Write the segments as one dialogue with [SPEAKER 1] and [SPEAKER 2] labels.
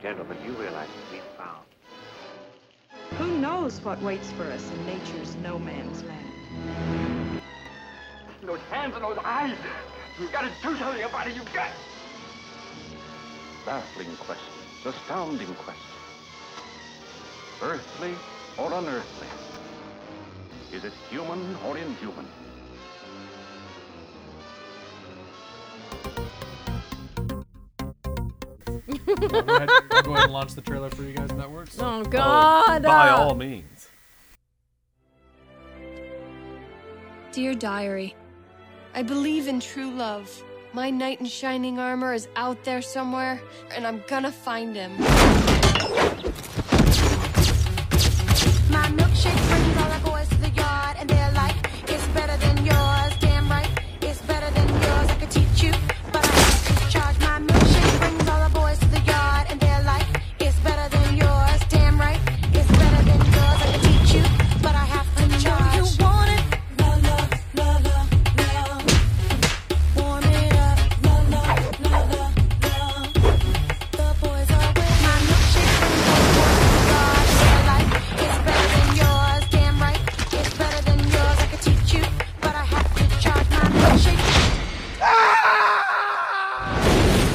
[SPEAKER 1] Gentlemen, you realize that we've found
[SPEAKER 2] Who knows what waits for us in nature's no man's land?
[SPEAKER 3] Those hands and those eyes. You've got to do something about it. You've got.
[SPEAKER 1] baffling questions, astounding questions. Earthly or unearthly? Is it human or inhuman?
[SPEAKER 4] I'll go ahead I'll go ahead and launch the trailer for you guys if that works.
[SPEAKER 5] Oh
[SPEAKER 6] Oh,
[SPEAKER 5] God!
[SPEAKER 6] by
[SPEAKER 5] uh,
[SPEAKER 6] all means.
[SPEAKER 7] Dear Diary, I believe in true love. My knight in shining armor is out there somewhere, and I'm gonna find him.
[SPEAKER 8] My milkshake brings all the boys to the yard, and they're like, it's better than yours. Damn right, it's better than yours. I could teach you, but I have to charge. My milkshake brings all the boys to the yard, and they're like, it's better than yours. Damn right, it's better than yours. I could teach you, but I have to charge. You want it, love, love, love, love, love. Warm it up, love, love, love, love, love. The boys are with my milkshake brings all the boys to the yard, and they're like, it's better than yours. Damn right, it's better than yours. I could teach you, but I have to charge my milkshake.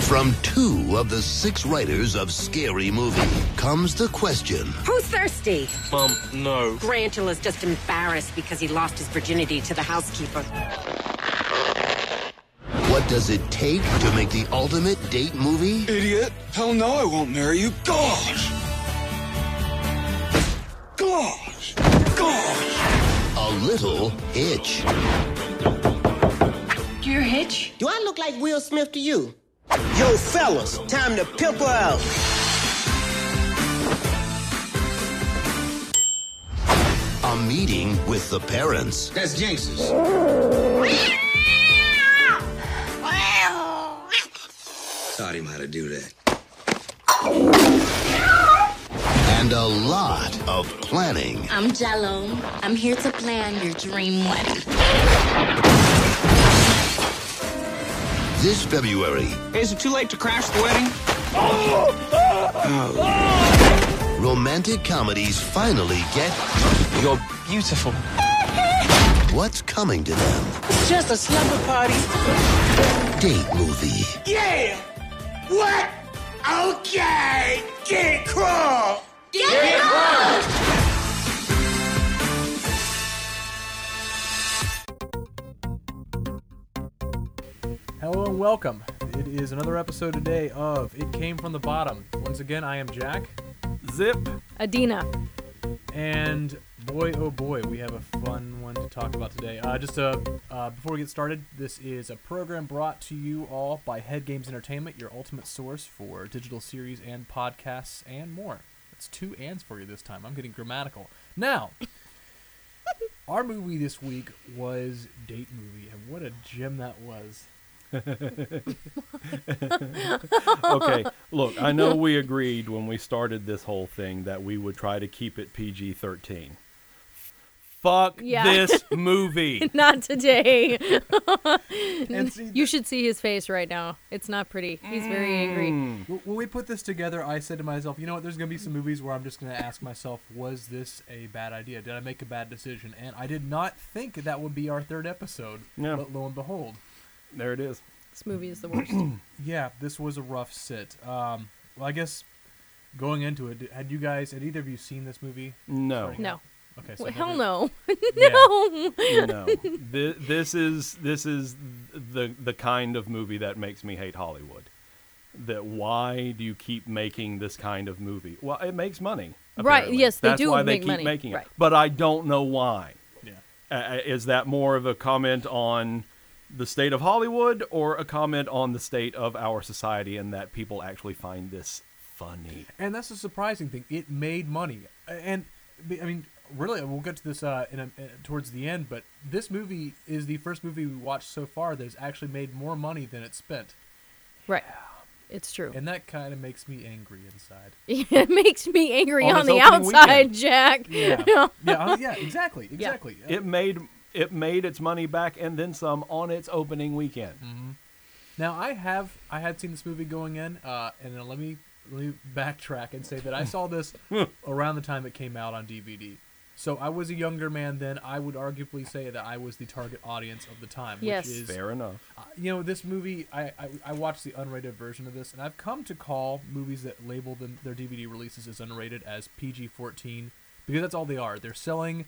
[SPEAKER 9] From two of the six writers of Scary Movie comes the question
[SPEAKER 10] Who's thirsty?
[SPEAKER 6] Um, no.
[SPEAKER 10] Grantula's just embarrassed because he lost his virginity to the housekeeper.
[SPEAKER 9] What does it take to make the ultimate date movie?
[SPEAKER 3] Idiot. Hell no, I won't marry you. Gosh. Gosh. Gosh.
[SPEAKER 9] A little hitch.
[SPEAKER 5] Dear Hitch,
[SPEAKER 11] Do I look like Will Smith to you? Yo, fellas, time to pimp her out.
[SPEAKER 9] A meeting with the parents.
[SPEAKER 11] That's Jinxes. Taught him how to do that.
[SPEAKER 9] And a lot of planning.
[SPEAKER 8] I'm Jello. I'm here to plan your dream wedding.
[SPEAKER 9] This February,
[SPEAKER 11] Is it too late to crash the wedding?
[SPEAKER 9] romantic comedies finally get
[SPEAKER 11] You're beautiful.
[SPEAKER 9] what's coming to them.
[SPEAKER 11] It's just a slumber party.
[SPEAKER 9] Date movie.
[SPEAKER 3] Yeah. What? Okay. Get crawl.
[SPEAKER 4] Hello and welcome. It is another episode today of It Came From the Bottom. Once again, I am Jack,
[SPEAKER 6] Zip.
[SPEAKER 5] Adina.
[SPEAKER 4] and boy, oh boy, we have a fun one to talk about today. Uh, just uh, uh, before we get started, this is a program brought to you all by Head Games Entertainment, your ultimate source for digital series and podcasts and more. That's two ands for you this time. I'm getting grammatical. Now, our movie this week was Date Movie, and what a gem that was.
[SPEAKER 6] Okay, look, I know we agreed when we started this whole thing that we would try to keep it PG 13. Fuck
[SPEAKER 5] Yeah.
[SPEAKER 6] this movie.
[SPEAKER 5] Not today.
[SPEAKER 4] And see,
[SPEAKER 5] you should see his face right now. It's not pretty. He's very
[SPEAKER 6] Mm.
[SPEAKER 5] angry.
[SPEAKER 4] W- When we put this together, I said to myself, you know what? There's going to be some movies where I'm just going to ask myself, was this a bad idea? Did I make a bad decision? And I did not think that would be our third episode.
[SPEAKER 6] Yeah.
[SPEAKER 4] But lo and behold,
[SPEAKER 6] There it is.
[SPEAKER 5] This movie is the worst.
[SPEAKER 4] yeah, this was a rough sit. Um, well, I guess going into it, had you guys, had either of you seen this movie?
[SPEAKER 6] No.
[SPEAKER 5] No.
[SPEAKER 4] Okay,
[SPEAKER 5] Well,
[SPEAKER 4] so
[SPEAKER 5] hell
[SPEAKER 4] neither-
[SPEAKER 5] no.
[SPEAKER 4] Yeah.
[SPEAKER 5] no.
[SPEAKER 6] No. This, this is this is the the kind of movie that makes me hate Hollywood. That why do you keep making this kind of movie? Well, it makes money.
[SPEAKER 5] Right,
[SPEAKER 6] apparently.
[SPEAKER 5] yes, they
[SPEAKER 6] That's
[SPEAKER 5] do
[SPEAKER 6] why they
[SPEAKER 5] make
[SPEAKER 6] keep
[SPEAKER 5] money,
[SPEAKER 6] making it.
[SPEAKER 5] right.
[SPEAKER 6] But I don't know why.
[SPEAKER 4] Yeah.
[SPEAKER 6] Uh, is that more of a comment on the state of Hollywood or a comment on the state of our society and that people actually find this funny?
[SPEAKER 4] And that's the surprising thing. It made money, and I mean, really, we'll get to this uh, in a, uh, towards the end. But this movie is the first movie we watched so far that has actually made more money than it spent,
[SPEAKER 5] Right. It's true.
[SPEAKER 4] and that kind of makes me angry inside.
[SPEAKER 5] it makes me angry
[SPEAKER 6] On
[SPEAKER 5] on,
[SPEAKER 6] its
[SPEAKER 5] the
[SPEAKER 6] opening
[SPEAKER 5] outside,
[SPEAKER 6] weekend.
[SPEAKER 5] Jack.
[SPEAKER 4] Yeah, yeah, uh, yeah, exactly, exactly. Uh,
[SPEAKER 6] It made it made its money back and then some on its opening weekend.
[SPEAKER 4] Now I have I had seen this movie going in, uh, and then let me let me backtrack and say that I saw this
[SPEAKER 6] Hmm.
[SPEAKER 4] around the time it came out on DVD. So I was a younger man then. I would arguably say that I was the target audience of the time.
[SPEAKER 6] Yes.
[SPEAKER 4] which is,
[SPEAKER 6] Fair enough.
[SPEAKER 4] uh, you know this movie. I, I I watched the unrated version of this, and I've come to call movies that label them their DVD releases as unrated as PG-14 because that's all they are. They're selling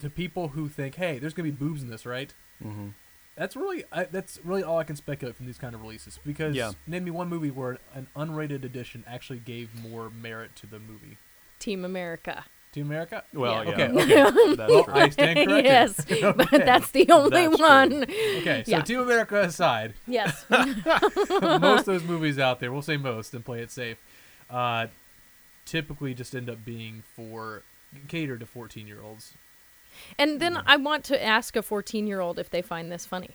[SPEAKER 4] to people who think, hey, there's gonna be boobs in this, right?
[SPEAKER 6] Mm-hmm.
[SPEAKER 4] That's really I, that's really all I can speculate from these kind of releases because
[SPEAKER 6] Yeah.
[SPEAKER 4] name me one movie where an unrated edition actually gave more merit to the movie.
[SPEAKER 5] Team America.
[SPEAKER 4] Team America?
[SPEAKER 6] Well, Yeah. yeah.
[SPEAKER 4] Okay, okay.
[SPEAKER 6] That's
[SPEAKER 4] Well,
[SPEAKER 6] true.
[SPEAKER 4] I stand corrected.
[SPEAKER 5] Yes, but
[SPEAKER 4] Okay.
[SPEAKER 5] that's the only That's true. one.
[SPEAKER 4] Okay, so
[SPEAKER 5] Yeah.
[SPEAKER 4] Team America aside,
[SPEAKER 5] Yes.
[SPEAKER 4] most of those movies out there, we'll say most and play it safe, uh, typically just end up being for catered to 14 year olds.
[SPEAKER 5] And then I want to ask a 14 year old if they find this funny.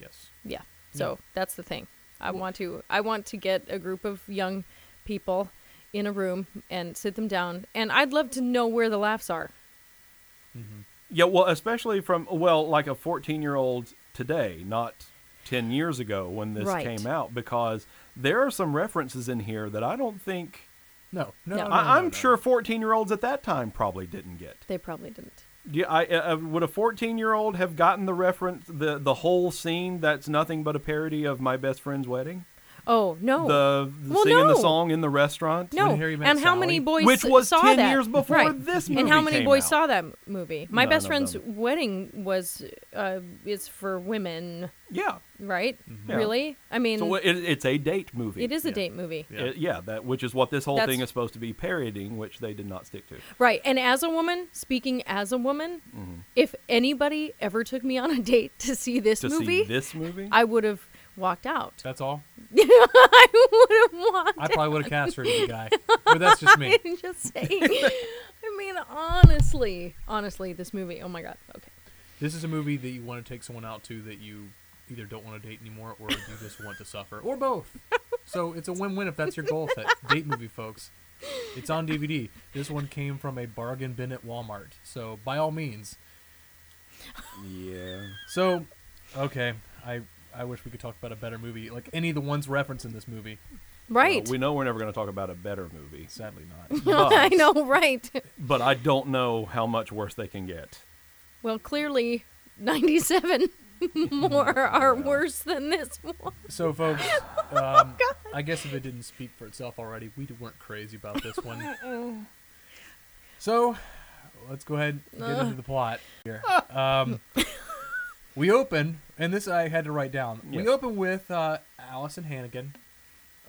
[SPEAKER 4] Yes.
[SPEAKER 5] Yeah. So that's the thing. I want to I want to get a group of young people in a room and sit them down and I'd love to know where the laughs are.
[SPEAKER 6] Yeah, well, especially from well, like a 14-year-old today, not 10 years ago when this
[SPEAKER 4] Right.
[SPEAKER 6] came out because there are some references in here that I don't think
[SPEAKER 4] No, no, no, no,
[SPEAKER 6] I, I'm
[SPEAKER 4] no.
[SPEAKER 6] sure 14-year-olds at that time probably didn't get.
[SPEAKER 5] They probably didn't.
[SPEAKER 6] Yeah, I, I I- would a 14-year-old have gotten the reference the the whole scene that's nothing but a parody of my best friend's wedding?
[SPEAKER 5] Oh, no.
[SPEAKER 6] The, the
[SPEAKER 5] Well,
[SPEAKER 6] singing the
[SPEAKER 5] no.
[SPEAKER 6] song in the restaurant.
[SPEAKER 5] No. and how many boys
[SPEAKER 6] which was
[SPEAKER 5] saw
[SPEAKER 6] ten
[SPEAKER 5] that?
[SPEAKER 6] years before
[SPEAKER 5] Right.
[SPEAKER 6] this movie
[SPEAKER 5] And how many
[SPEAKER 6] came
[SPEAKER 5] boys
[SPEAKER 6] out.
[SPEAKER 5] saw that m- movie? My
[SPEAKER 6] None
[SPEAKER 5] best
[SPEAKER 6] of
[SPEAKER 5] friend's wedding was uh is for women.
[SPEAKER 6] Yeah.
[SPEAKER 5] Right?
[SPEAKER 6] Mm-hmm. Yeah.
[SPEAKER 5] Really? I mean
[SPEAKER 6] so it, it's a date movie.
[SPEAKER 5] it is a date movie.
[SPEAKER 6] Yeah. yeah, that which is what this whole
[SPEAKER 5] That's-
[SPEAKER 6] thing is supposed to be parodying, which they did not stick to.
[SPEAKER 5] Right. And as a woman, speaking as a woman,
[SPEAKER 6] Mhm.
[SPEAKER 5] if anybody ever took me on a date to see this
[SPEAKER 6] To see
[SPEAKER 5] movie,
[SPEAKER 6] this movie?
[SPEAKER 5] I would have walked out.
[SPEAKER 4] That's all?
[SPEAKER 5] I would have walked
[SPEAKER 4] I probably would have
[SPEAKER 5] out.
[SPEAKER 4] cast her as the guy. But that's just me.
[SPEAKER 5] I'm just saying. I mean, honestly, honestly, this movie. Oh my god. Okay.
[SPEAKER 4] This is a movie that you want to take someone out to that you either don't want to date anymore or you just want to suffer or both. So it's a win-win if that's your goal. With that date movie, folks. It's on DVD. This one came from a bargain bin at Walmart. So by all means.
[SPEAKER 6] Yeah.
[SPEAKER 4] So, okay, I I wish we could talk about a better movie, like any of the ones referenced in this movie.
[SPEAKER 5] Right.
[SPEAKER 6] Well, we know we're never going to talk about a better movie.
[SPEAKER 4] Sadly not.
[SPEAKER 5] I know, right?
[SPEAKER 6] But I don't know how much worse they can get.
[SPEAKER 5] Well, clearly, 97 more are worse than this one.
[SPEAKER 4] So, folks, um, I guess if it didn't speak for itself already, we weren't crazy about this one. So, let's go ahead and get
[SPEAKER 5] Ugh.
[SPEAKER 4] into the plot here.
[SPEAKER 5] Uh.
[SPEAKER 4] Um, we open, and this I had to write down. We
[SPEAKER 6] Yes.
[SPEAKER 4] open with uh, Allison Hannigan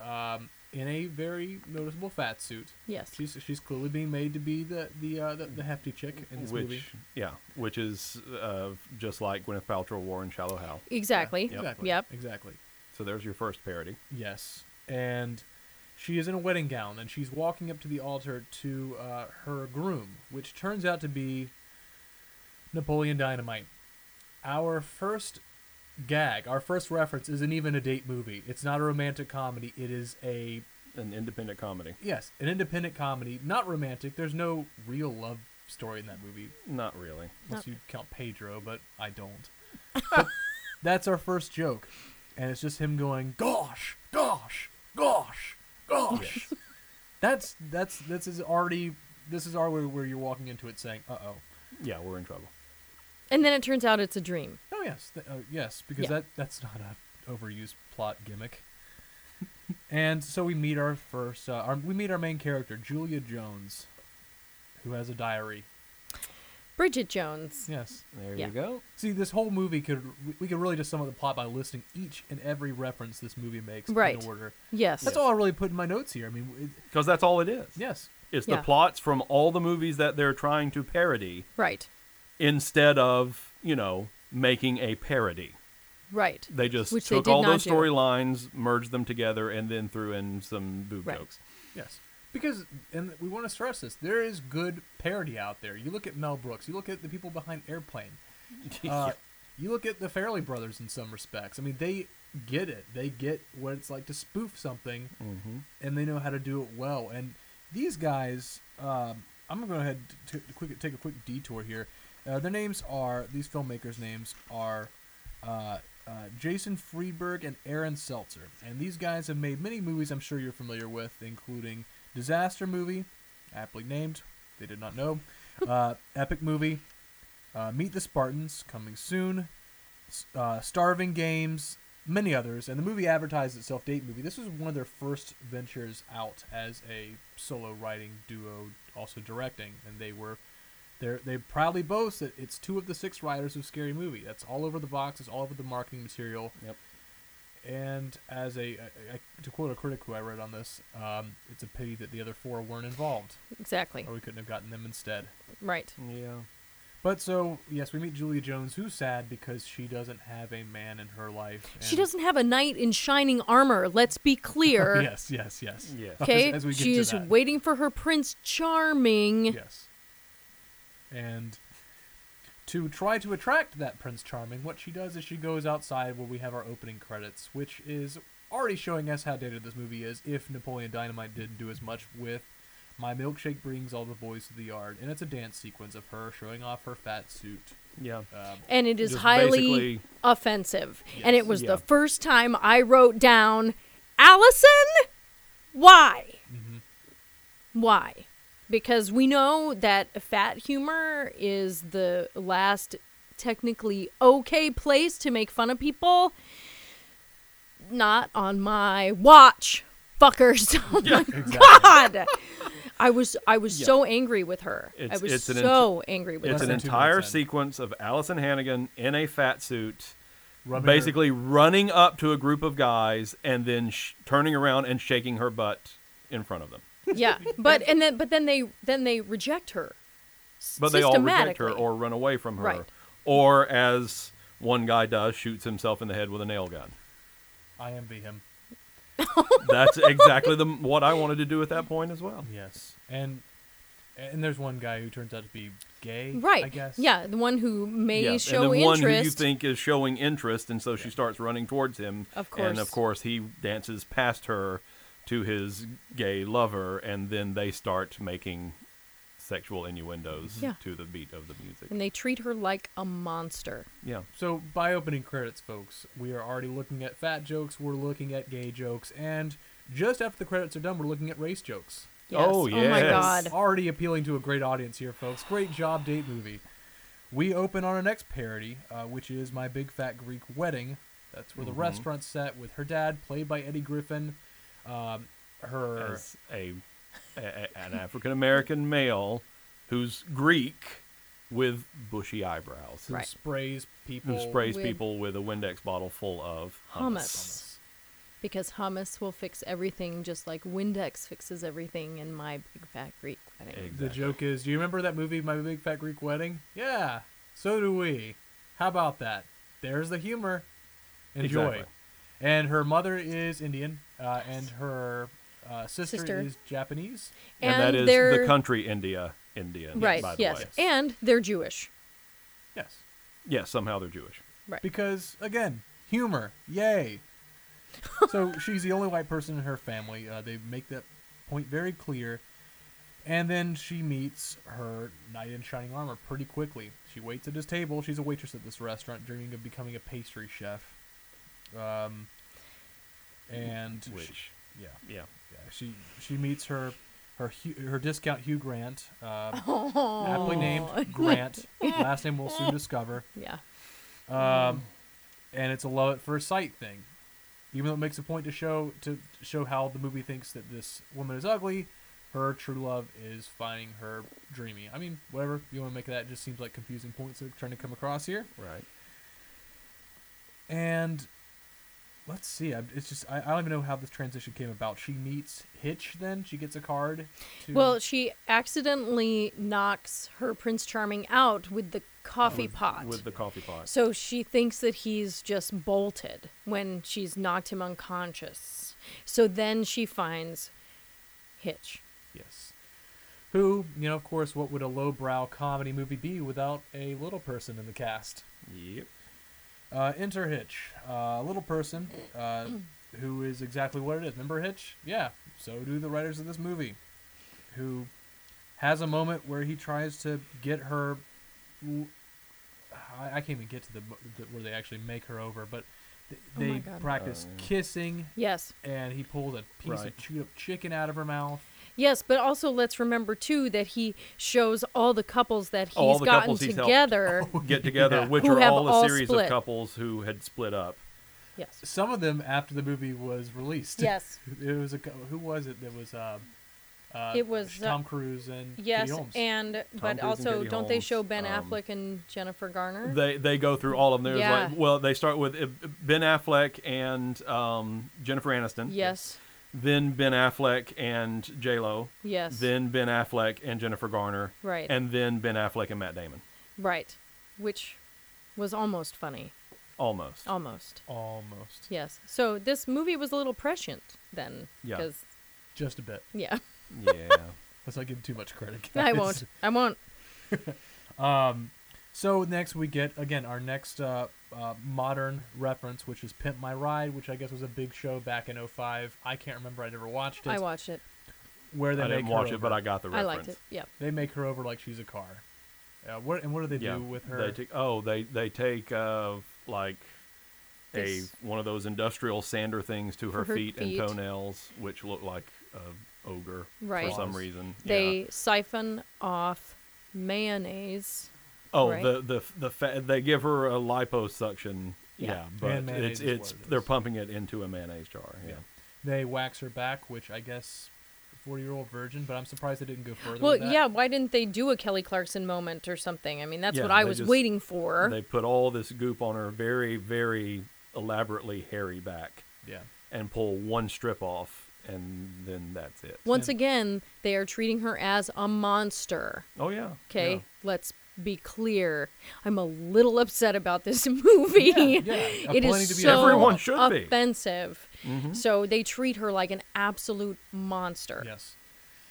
[SPEAKER 4] um, in a very noticeable fat suit.
[SPEAKER 5] Yes.
[SPEAKER 4] she's she's clearly being made to be the the uh, the, the hefty chick in this
[SPEAKER 6] which,
[SPEAKER 4] movie.
[SPEAKER 6] yeah, which is uh, just like Gwyneth Paltrow wore in Shallow Hal.
[SPEAKER 5] Exactly.
[SPEAKER 6] Yep.
[SPEAKER 4] Exactly.
[SPEAKER 5] Yep.
[SPEAKER 4] Exactly.
[SPEAKER 6] So there's your first parody.
[SPEAKER 4] Yes. And she is in a wedding gown and she's walking up to the altar to uh, her groom, which turns out to be Napoleon Dynamite. Our first gag, our first reference isn't even a date movie. It's not a romantic comedy. It is a,
[SPEAKER 6] An independent comedy.
[SPEAKER 4] yes, an independent comedy. Not romantic. There's no real love story in that movie.
[SPEAKER 6] Not really.
[SPEAKER 4] Unless you count Pedro, but I don't. But that's our first joke. And it's just him going, gosh, gosh, gosh, gosh. that's that's this is already this is already where you're walking into it saying, uh oh.
[SPEAKER 6] Yeah, we're in trouble.
[SPEAKER 5] And then it turns out it's a dream.
[SPEAKER 4] Oh yes, th- uh, yes, because
[SPEAKER 5] Yeah.
[SPEAKER 4] that that's not a overused plot gimmick. and so we meet our first, uh, our, we meet our main character, Julia Jones, who has a diary.
[SPEAKER 5] Bridget Jones.
[SPEAKER 4] Yes.
[SPEAKER 6] There
[SPEAKER 5] Yeah.
[SPEAKER 6] you go.
[SPEAKER 4] See, this whole movie could we could really just sum up the plot by listing each and every reference this movie makes
[SPEAKER 5] Right.
[SPEAKER 4] in order.
[SPEAKER 5] Yes.
[SPEAKER 4] that's all I really put in my notes here. I mean, it,
[SPEAKER 6] Because that's all it is.
[SPEAKER 4] yes,
[SPEAKER 6] It's
[SPEAKER 5] Yeah.
[SPEAKER 6] the plots from all the movies that they're trying to parody
[SPEAKER 5] Right.
[SPEAKER 6] instead of, you know, making a parody.
[SPEAKER 5] Right.
[SPEAKER 6] They just
[SPEAKER 5] Which they
[SPEAKER 6] took
[SPEAKER 5] did
[SPEAKER 6] all
[SPEAKER 5] not
[SPEAKER 6] those
[SPEAKER 5] do.
[SPEAKER 6] storylines, merged them together, and then threw in some boob
[SPEAKER 5] Right.
[SPEAKER 6] jokes.
[SPEAKER 4] yes, because and we want to stress this: there is good parody out there. You look at Mel Brooks, you look at the people behind Airplane, uh, you look at the Fairley Brothers in some respects. I mean, they get it; they get what it's like to spoof something,
[SPEAKER 6] Mm-hmm.
[SPEAKER 4] and they know how to do it well. And these guys, um, I'm gonna go ahead t- t- quick, take a quick detour here. Uh, their names are these filmmakers' names are uh, uh, Jason Friedberg and Aaron Seltzer, and these guys have made many movies I'm sure you're familiar with, including Disaster Movie, aptly named. They did not know. Uh, epic movie, uh, Meet the Spartans, coming soon. S- Uh, Starving Games, many others, and the movie advertised itself date movie. This was one of their first ventures out as a solo writing duo, also directing, and they were they they proudly boast that it's two of the six writers of Scary Movie. That's all over the box. It's all over the marketing material.
[SPEAKER 6] Yep.
[SPEAKER 4] And as a, I- I- to quote a critic who I read on this, um, it's a pity that the other four weren't involved.
[SPEAKER 5] Exactly.
[SPEAKER 4] Or we couldn't have gotten them instead.
[SPEAKER 5] Right.
[SPEAKER 6] Yeah.
[SPEAKER 4] But so yes, we meet Julia Jones, who's sad because she doesn't have a man in her life. And
[SPEAKER 5] She doesn't have a knight in shining armor. Let's be clear.
[SPEAKER 4] yes, yes, yes. Yes.
[SPEAKER 5] Okay.
[SPEAKER 4] As, as we get
[SPEAKER 5] she
[SPEAKER 4] to
[SPEAKER 5] is
[SPEAKER 4] that.
[SPEAKER 5] waiting for her prince charming.
[SPEAKER 4] Yes. And to try to attract that Prince Charming, what she does is she goes outside where we have our opening credits, which is already showing us how dated this movie is if Napoleon Dynamite didn't do as much with My Milkshake Brings All the Boys to the Yard. And it's a dance sequence of her showing off her fat suit. um,
[SPEAKER 6] Yeah.
[SPEAKER 5] And it is highly offensive. And
[SPEAKER 4] Yes.
[SPEAKER 5] it was
[SPEAKER 4] Yeah.
[SPEAKER 5] the first time I wrote down, Allison, why?
[SPEAKER 6] Mm-hmm.
[SPEAKER 5] Why? Because we know that fat humor is the last technically okay place to make fun of people. Not on my watch, fuckers. Oh my god. I was I was
[SPEAKER 6] Yeah.
[SPEAKER 5] so angry with her. I was
[SPEAKER 6] an ent-
[SPEAKER 5] so angry with
[SPEAKER 6] It's
[SPEAKER 5] her.
[SPEAKER 6] an entire sequence of Allison Hannigan in a fat suit,
[SPEAKER 4] Rubbing her-
[SPEAKER 6] basically running up to a group of guys and then sh- turning around and shaking her butt in front of them.
[SPEAKER 5] yeah but and then but then they then they reject her S-
[SPEAKER 6] But they all reject her
[SPEAKER 5] systematically.
[SPEAKER 6] or run away from her,
[SPEAKER 5] Right.
[SPEAKER 6] or as one guy does, shoots himself in the head with a nail gun.
[SPEAKER 4] I envy him.
[SPEAKER 6] That's exactly the what I wanted to do at that point as well.
[SPEAKER 4] Yes. And and there's one guy who turns out to be gay,
[SPEAKER 5] right
[SPEAKER 4] I guess.
[SPEAKER 5] yeah the one who may
[SPEAKER 6] Yes,
[SPEAKER 5] show
[SPEAKER 6] and the one
[SPEAKER 5] interest
[SPEAKER 6] who you think is showing interest, and so she starts running towards him.
[SPEAKER 5] Of
[SPEAKER 6] and of course he dances past her to his gay lover, and then they start making sexual innuendos
[SPEAKER 5] Yeah.
[SPEAKER 6] to the beat of the music.
[SPEAKER 5] and they treat her like a monster
[SPEAKER 6] Yeah.
[SPEAKER 4] So by opening credits, folks, we are already looking at fat jokes, we're looking at gay jokes, and just after the credits are done, we're looking at race jokes.
[SPEAKER 6] Yes. Oh, Oh my yes. God.
[SPEAKER 4] Already appealing to a great audience here, folks. Great job, date movie. We open on our next parody, uh, which is My Big Fat Greek Wedding. That's where
[SPEAKER 6] Mhm.
[SPEAKER 4] the restaurant set with her dad, played by Eddie Griffin. Um, her
[SPEAKER 6] As a, a- a- an African American male who's Greek with bushy eyebrows,
[SPEAKER 4] Who Right. sprays people
[SPEAKER 6] who sprays
[SPEAKER 5] with-
[SPEAKER 6] people with a Windex bottle full of
[SPEAKER 5] hummus.
[SPEAKER 6] hummus.
[SPEAKER 5] because hummus will fix everything just like windex fixes everything in my big fat greek wedding
[SPEAKER 4] The joke is, do you remember that movie, My Big Fat Greek Wedding? Yeah, so do we. How about that? There's the humor. Enjoy.
[SPEAKER 6] Exactly.
[SPEAKER 4] And her mother is Indian, uh, and her uh, sister,
[SPEAKER 5] Sister.
[SPEAKER 4] is Japanese.
[SPEAKER 6] And, that
[SPEAKER 5] And
[SPEAKER 6] is
[SPEAKER 5] they're-
[SPEAKER 6] the country India, Indian.
[SPEAKER 5] right
[SPEAKER 6] By the
[SPEAKER 5] yes
[SPEAKER 6] Way.
[SPEAKER 5] and they're jewish
[SPEAKER 4] Yes.
[SPEAKER 6] Yes. Somehow they're Jewish.
[SPEAKER 5] Right.
[SPEAKER 4] Because, again, humor. Yay. so she's the only white person in her family. Uh, they make that point very clear. And then she meets her knight in shining armor pretty quickly. She waits at his table. She's a waitress at this restaurant, dreaming of becoming a pastry chef. Um, and she-
[SPEAKER 6] Which-
[SPEAKER 4] yeah,
[SPEAKER 6] yeah,
[SPEAKER 4] yeah. She she meets her her Hugh- her discount Hugh Grant, um,
[SPEAKER 5] Oh.
[SPEAKER 4] aptly named Grant. last name we'll soon discover.
[SPEAKER 5] Yeah.
[SPEAKER 4] Um, and it's a love at first sight thing. Even though it makes a point to show to show how the movie thinks that this woman is ugly, her true love is finding her dreamy. I mean, whatever you want to make of that, it just seems like confusing points that are trying to come across here.
[SPEAKER 6] Right.
[SPEAKER 4] And let's see. I- It's just I, I don't even know how this transition came about. She meets Hitch. Then she gets a card.
[SPEAKER 6] Hmm.
[SPEAKER 4] To,
[SPEAKER 5] Well, she accidentally knocks her Prince Charming out with the coffee
[SPEAKER 6] with,
[SPEAKER 5] pot.
[SPEAKER 6] With the coffee pot.
[SPEAKER 5] So she thinks that he's just bolted when she's knocked him unconscious. So then she finds Hitch.
[SPEAKER 4] Yes. Who, you know, of course, what would a lowbrow comedy movie be without a little person in the cast?
[SPEAKER 6] Yep.
[SPEAKER 4] Uh, enter Hitch, a little person uh, who is exactly what it is. Remember Hitch? Yeah. So do the writers of this movie, who has a moment where he tries to get her l- I, I can't even get to the, mo- the where they actually make her over, but th-
[SPEAKER 5] Oh my
[SPEAKER 4] they
[SPEAKER 5] God.
[SPEAKER 4] practiced
[SPEAKER 5] Oh, yeah.
[SPEAKER 4] kissing.
[SPEAKER 5] Yes.
[SPEAKER 4] And he pulled a piece
[SPEAKER 6] Right.
[SPEAKER 4] of chewed up chicken out of her mouth.
[SPEAKER 5] Yes, but also let's remember too that he shows all the couples that he's
[SPEAKER 6] all the
[SPEAKER 5] gotten
[SPEAKER 6] couples he's helped Oh,
[SPEAKER 5] together.
[SPEAKER 6] get together,
[SPEAKER 4] Yeah.
[SPEAKER 6] which
[SPEAKER 5] Who
[SPEAKER 6] are
[SPEAKER 5] have
[SPEAKER 6] all a
[SPEAKER 5] all
[SPEAKER 6] series
[SPEAKER 5] split.
[SPEAKER 6] of couples who had split up.
[SPEAKER 5] Yes.
[SPEAKER 4] Some of them after the movie was released.
[SPEAKER 5] Yes.
[SPEAKER 4] it was a cou- who was it that was uh, uh,
[SPEAKER 5] It was, uh,
[SPEAKER 4] Tom Cruise and Katie
[SPEAKER 5] Yes,
[SPEAKER 4] Holmes.
[SPEAKER 5] and but
[SPEAKER 6] Cruise and
[SPEAKER 5] also
[SPEAKER 6] Katie
[SPEAKER 5] don't they
[SPEAKER 6] Holmes,
[SPEAKER 5] show Ben
[SPEAKER 6] um,
[SPEAKER 5] Affleck and Jennifer Garner?
[SPEAKER 6] They they go through all of them. There's
[SPEAKER 5] Yeah.
[SPEAKER 6] like, well, they start with uh, Ben Affleck and um, Jennifer Aniston.
[SPEAKER 5] Yes.
[SPEAKER 6] Then Ben Affleck and J Lo.
[SPEAKER 5] Yes.
[SPEAKER 6] Then Ben Affleck and Jennifer Garner.
[SPEAKER 5] Right.
[SPEAKER 6] And then Ben Affleck and Matt Damon.
[SPEAKER 5] Right. Which was almost funny.
[SPEAKER 6] Almost.
[SPEAKER 5] Almost.
[SPEAKER 4] Almost.
[SPEAKER 5] Yes. So this movie was a little prescient then.
[SPEAKER 4] Yeah.
[SPEAKER 5] 'cause-
[SPEAKER 4] Just a bit.
[SPEAKER 5] Yeah.
[SPEAKER 6] Yeah.
[SPEAKER 4] Let's not give him too much credit.
[SPEAKER 5] I
[SPEAKER 4] guys.
[SPEAKER 5] won't. I won't.
[SPEAKER 4] Um, so next we get again our next uh, uh, modern reference, which is "Pimp My Ride," which I guess was a big show back in 05. I can't remember; I never watched it.
[SPEAKER 5] I watched it.
[SPEAKER 4] Where they
[SPEAKER 6] I
[SPEAKER 4] make
[SPEAKER 6] didn't
[SPEAKER 4] her
[SPEAKER 6] watch it, but
[SPEAKER 4] over.
[SPEAKER 6] I got the
[SPEAKER 5] I
[SPEAKER 6] reference.
[SPEAKER 5] liked it. Yeah.
[SPEAKER 4] They make her over like she's a car. Uh, what and what do they
[SPEAKER 6] yeah.
[SPEAKER 4] do with her?
[SPEAKER 6] They take, oh, they they take uh, like a
[SPEAKER 4] This-
[SPEAKER 6] one of those industrial sander things to her,
[SPEAKER 5] For her
[SPEAKER 6] feet,
[SPEAKER 5] feet.
[SPEAKER 6] and toenails, which look like a ogre
[SPEAKER 5] Right.
[SPEAKER 6] for some reason.
[SPEAKER 5] They
[SPEAKER 6] yeah.
[SPEAKER 5] siphon off mayonnaise.
[SPEAKER 6] oh
[SPEAKER 5] right?
[SPEAKER 6] the the the fa- they give her a liposuction.
[SPEAKER 5] Yeah.
[SPEAKER 6] Yeah,
[SPEAKER 4] And
[SPEAKER 6] but
[SPEAKER 4] mayonnaise
[SPEAKER 6] it's
[SPEAKER 4] is what
[SPEAKER 6] it's
[SPEAKER 4] it
[SPEAKER 6] they're
[SPEAKER 4] is.
[SPEAKER 6] pumping it into a mayonnaise jar. Yeah.
[SPEAKER 4] They wax her back, which I guess forty-year-old virgin. But I'm surprised they didn't go further.
[SPEAKER 5] Well,
[SPEAKER 4] with that.
[SPEAKER 5] yeah. Why didn't they do a Kelly Clarkson moment or something? I mean, that's
[SPEAKER 6] Yeah,
[SPEAKER 5] what I
[SPEAKER 6] they
[SPEAKER 5] was
[SPEAKER 6] just-
[SPEAKER 5] waiting for.
[SPEAKER 6] They put all this goop on her very very elaborately hairy back.
[SPEAKER 4] Yeah.
[SPEAKER 6] And pull one strip off, and then that's it.
[SPEAKER 5] Once again, they are treating her as a monster.
[SPEAKER 6] Oh yeah.
[SPEAKER 5] Okay,
[SPEAKER 6] yeah.
[SPEAKER 5] let's be clear. I'm a little upset about this movie.
[SPEAKER 6] yeah,
[SPEAKER 5] it
[SPEAKER 6] plenty
[SPEAKER 5] is
[SPEAKER 6] to be-
[SPEAKER 5] so
[SPEAKER 6] Everyone should be.
[SPEAKER 5] offensive.
[SPEAKER 6] Mhm.
[SPEAKER 5] So they treat her like an absolute monster.
[SPEAKER 4] Yes.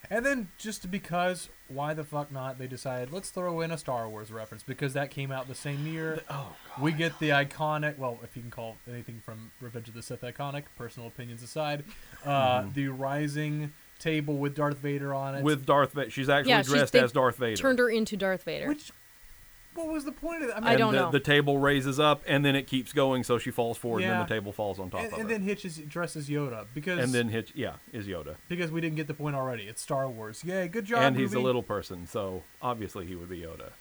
[SPEAKER 4] And then just because why the fuck not, they decided let's throw in a Star Wars reference because that came out the same year.
[SPEAKER 6] oh,
[SPEAKER 4] we get the iconic. Well, if you can call anything from Revenge of the Sith iconic, personal opinions aside, uh, the rising table with Darth Vader on it.
[SPEAKER 6] Mm-hmm. With Darth Vader, she's actually
[SPEAKER 5] Yeah, she's-
[SPEAKER 6] dressed
[SPEAKER 5] they
[SPEAKER 6] as Darth Vader.
[SPEAKER 5] Turned her into Darth Vader.
[SPEAKER 4] Which- what was the point of that?
[SPEAKER 5] I
[SPEAKER 6] and
[SPEAKER 5] don't
[SPEAKER 6] the,
[SPEAKER 5] know.
[SPEAKER 6] The table raises up, and then it keeps going, so she falls forward, and
[SPEAKER 4] Yeah.
[SPEAKER 6] then the table falls on top
[SPEAKER 4] and,
[SPEAKER 6] of
[SPEAKER 4] and
[SPEAKER 6] her.
[SPEAKER 4] then Hitch is dressed as Yoda because
[SPEAKER 6] and then Hitch, yeah, is Yoda,
[SPEAKER 4] because we didn't get the point already. It's Star Wars. Yay, good job.
[SPEAKER 6] and he's a
[SPEAKER 4] movie.
[SPEAKER 6] little person, so obviously he would be Yoda.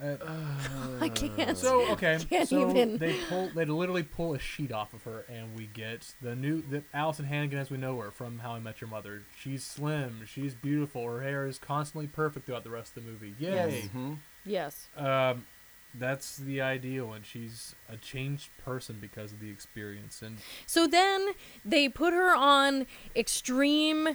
[SPEAKER 4] Uh,
[SPEAKER 5] I can't.
[SPEAKER 4] So okay,
[SPEAKER 5] Can't
[SPEAKER 4] so
[SPEAKER 5] even.
[SPEAKER 4] they pull, they literally pull a sheet off of her, and we get the new the Allison Hannigan as we know her from How I Met Your Mother. She's slim, she's beautiful, her hair is constantly perfect throughout the rest of the movie. Yay!
[SPEAKER 5] Yes. Yes.
[SPEAKER 6] Uh.
[SPEAKER 4] Um, that's the ideal, and she's a changed person because of the experience. And
[SPEAKER 5] So then they put her on Extreme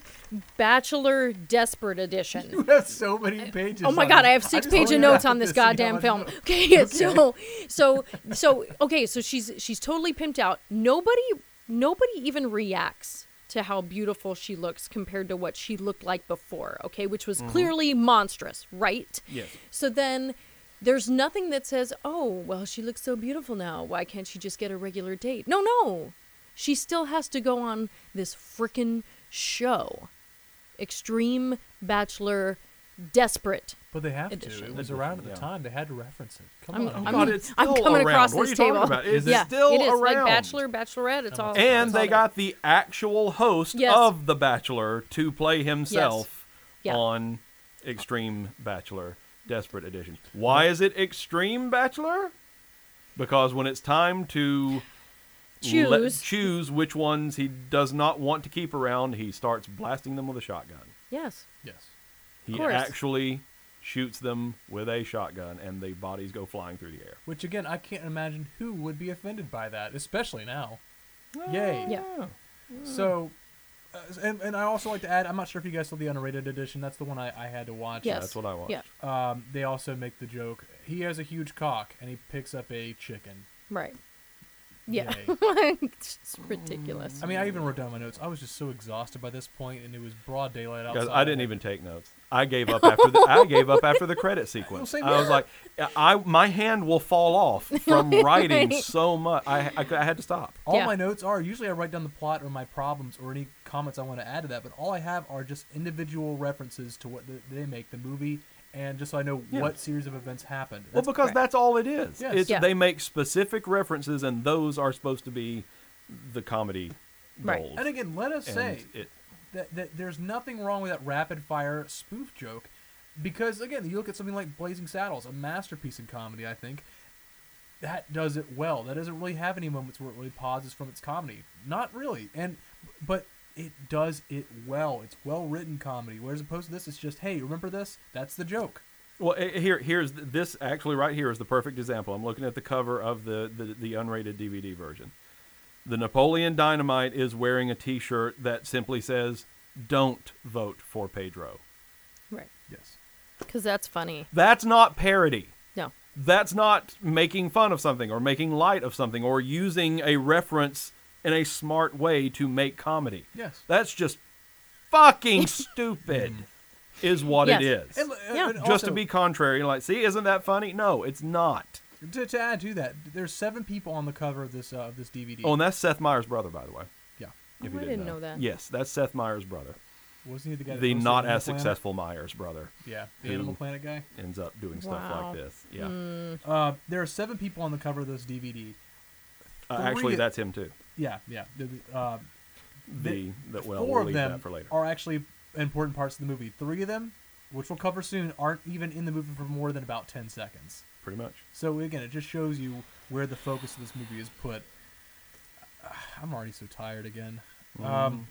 [SPEAKER 5] Bachelor Desperate Edition.
[SPEAKER 4] you have so many pages.
[SPEAKER 5] Oh my
[SPEAKER 4] on
[SPEAKER 5] god,
[SPEAKER 4] it.
[SPEAKER 5] I have six
[SPEAKER 4] just
[SPEAKER 5] page
[SPEAKER 4] looked
[SPEAKER 5] of notes
[SPEAKER 4] at
[SPEAKER 5] on this
[SPEAKER 4] and you know
[SPEAKER 5] goddamn
[SPEAKER 4] I
[SPEAKER 5] film.
[SPEAKER 4] know.
[SPEAKER 5] Okay, so so so okay, so she's she's totally pimped out. Nobody nobody even reacts to how beautiful she looks compared to what she looked like before, okay, which was clearly monstrous, right?
[SPEAKER 6] Yes.
[SPEAKER 5] So then there's nothing that says, "Oh, well, she looks so beautiful now. Why can't she just get a regular date?" No, no. She still has to go on this frickin' show. Extreme Bachelor Desperate
[SPEAKER 4] But they have
[SPEAKER 5] Edition.
[SPEAKER 4] to. It was around at the
[SPEAKER 6] Yeah.
[SPEAKER 4] time. They had to reference it. Come
[SPEAKER 5] I'm,
[SPEAKER 4] on.
[SPEAKER 5] I'm,
[SPEAKER 6] Oh, God, it's
[SPEAKER 5] I'm
[SPEAKER 6] still
[SPEAKER 5] coming
[SPEAKER 6] around.
[SPEAKER 5] across
[SPEAKER 6] What are
[SPEAKER 5] this
[SPEAKER 6] you talking
[SPEAKER 5] table.
[SPEAKER 6] about? It's
[SPEAKER 5] yeah,
[SPEAKER 6] still
[SPEAKER 5] it is. Like
[SPEAKER 6] around.
[SPEAKER 5] Bachelor, Bachelorette. It's all.
[SPEAKER 6] And
[SPEAKER 5] Oh, it's all there.
[SPEAKER 6] they got the actual host
[SPEAKER 5] Yes.
[SPEAKER 6] of The Bachelor to play himself
[SPEAKER 5] Yeah.
[SPEAKER 6] on Extreme Bachelor Desperate Edition. Why is it Extreme Bachelor? Because when it's time to let-
[SPEAKER 5] Choose.
[SPEAKER 6] choose which ones he does not want to keep around, he starts blasting them with a shotgun.
[SPEAKER 5] Yes.
[SPEAKER 4] yes.
[SPEAKER 6] He
[SPEAKER 5] course.
[SPEAKER 6] actually shoots them with a shotgun, and the bodies go flying through the air.
[SPEAKER 4] Which again, I can't imagine who would be offended by that, especially now. Yay!
[SPEAKER 5] Yeah.
[SPEAKER 6] Oh.
[SPEAKER 4] So, uh, and, and I also like to add, I'm not sure if you guys saw the unrated edition. That's the one I, I had to watch.
[SPEAKER 5] Yes.
[SPEAKER 6] That's what I watched.
[SPEAKER 5] Yeah.
[SPEAKER 4] Um, they also make the joke. He has a huge cock, and he picks up a chicken.
[SPEAKER 5] Right. Yeah.
[SPEAKER 4] Yay.
[SPEAKER 5] it's just ridiculous.
[SPEAKER 6] Mm.
[SPEAKER 4] I mean, I even wrote down my notes. I was just so exhausted by this point, and it was broad daylight outside.
[SPEAKER 6] Guys, I didn't even take notes. I gave up after the I gave up after the credit sequence.
[SPEAKER 4] same
[SPEAKER 6] I was like, I my hand will fall off from writing so much. I, I, I had to stop.
[SPEAKER 4] All
[SPEAKER 5] Yeah.
[SPEAKER 4] my notes are usually I write down the plot or my problems or any comments I want to add to that, but all I have are just individual references to what th- they make the movie and just so I know
[SPEAKER 6] Yeah.
[SPEAKER 4] what series of events happened.
[SPEAKER 6] well, because that's all it is.
[SPEAKER 4] Yes.
[SPEAKER 6] It's,
[SPEAKER 4] Yeah.
[SPEAKER 6] They make specific references, and those are supposed to be the comedy
[SPEAKER 4] Right.
[SPEAKER 6] gold.
[SPEAKER 4] And again, let us
[SPEAKER 6] And
[SPEAKER 4] say
[SPEAKER 6] it-
[SPEAKER 4] that, that there's nothing wrong with that rapid fire spoof joke because, again, you look at something like Blazing Saddles, a masterpiece in comedy, I think. That does it well. That doesn't really have any moments where it really pauses from its comedy. Not really. And but it does it well. It's well written comedy. Whereas opposed to this, it's just, hey, remember this? That's the joke.
[SPEAKER 6] Well, eh, here, here's th- this actually right here is the perfect example. I'm looking at the cover of the the, the unrated DVD version. The Napoleon Dynamite is wearing a T-shirt that simply says "Don't vote for Pedro."
[SPEAKER 5] Right.
[SPEAKER 4] Yes.
[SPEAKER 5] Because that's funny.
[SPEAKER 6] That's not parody.
[SPEAKER 5] No.
[SPEAKER 6] That's not making fun of something or making light of something or using a reference in a smart way to make comedy.
[SPEAKER 4] Yes.
[SPEAKER 6] That's just fucking stupid, is what it
[SPEAKER 4] Yes.
[SPEAKER 6] is.
[SPEAKER 4] And, uh, Yeah. and
[SPEAKER 6] Just to
[SPEAKER 4] also-
[SPEAKER 6] be contrary, like, see, isn't that funny? No, it's not.
[SPEAKER 4] To, to add to that, there's seven people on the cover of this uh, of this DVD.
[SPEAKER 6] Oh, and that's Seth Meyers' brother, by the way.
[SPEAKER 4] Yeah. Oh,
[SPEAKER 6] If you
[SPEAKER 4] I
[SPEAKER 6] didn't
[SPEAKER 4] didn't
[SPEAKER 6] know.
[SPEAKER 4] know that.
[SPEAKER 6] Yes, that's Seth Meyers' brother.
[SPEAKER 4] Wasn't he the guy that
[SPEAKER 6] The
[SPEAKER 4] hosted
[SPEAKER 6] not
[SPEAKER 4] Animal
[SPEAKER 6] as
[SPEAKER 4] Planet?
[SPEAKER 6] successful Meyers' brother.
[SPEAKER 4] Yeah, the
[SPEAKER 6] who
[SPEAKER 4] Animal Planet guy?
[SPEAKER 6] Ends up doing stuff
[SPEAKER 4] Wow.
[SPEAKER 6] like this. Yeah.
[SPEAKER 5] Mm.
[SPEAKER 4] Uh, there are seven people on the cover of this DVD.
[SPEAKER 6] Uh,
[SPEAKER 4] Three
[SPEAKER 6] actually,
[SPEAKER 4] of-
[SPEAKER 6] that's him, too.
[SPEAKER 4] Yeah, yeah. The, the, uh,
[SPEAKER 6] The, that, well,
[SPEAKER 4] four
[SPEAKER 6] we'll
[SPEAKER 4] of
[SPEAKER 6] leave
[SPEAKER 4] them
[SPEAKER 6] that for later.
[SPEAKER 4] are actually important parts of the movie. Three of them, which we'll cover soon, aren't even in the movie for more than about ten seconds.
[SPEAKER 6] Pretty much.
[SPEAKER 4] So again, it just shows you where the focus of this movie is put. I'm already so tired again.
[SPEAKER 6] Mm-hmm.
[SPEAKER 4] Um,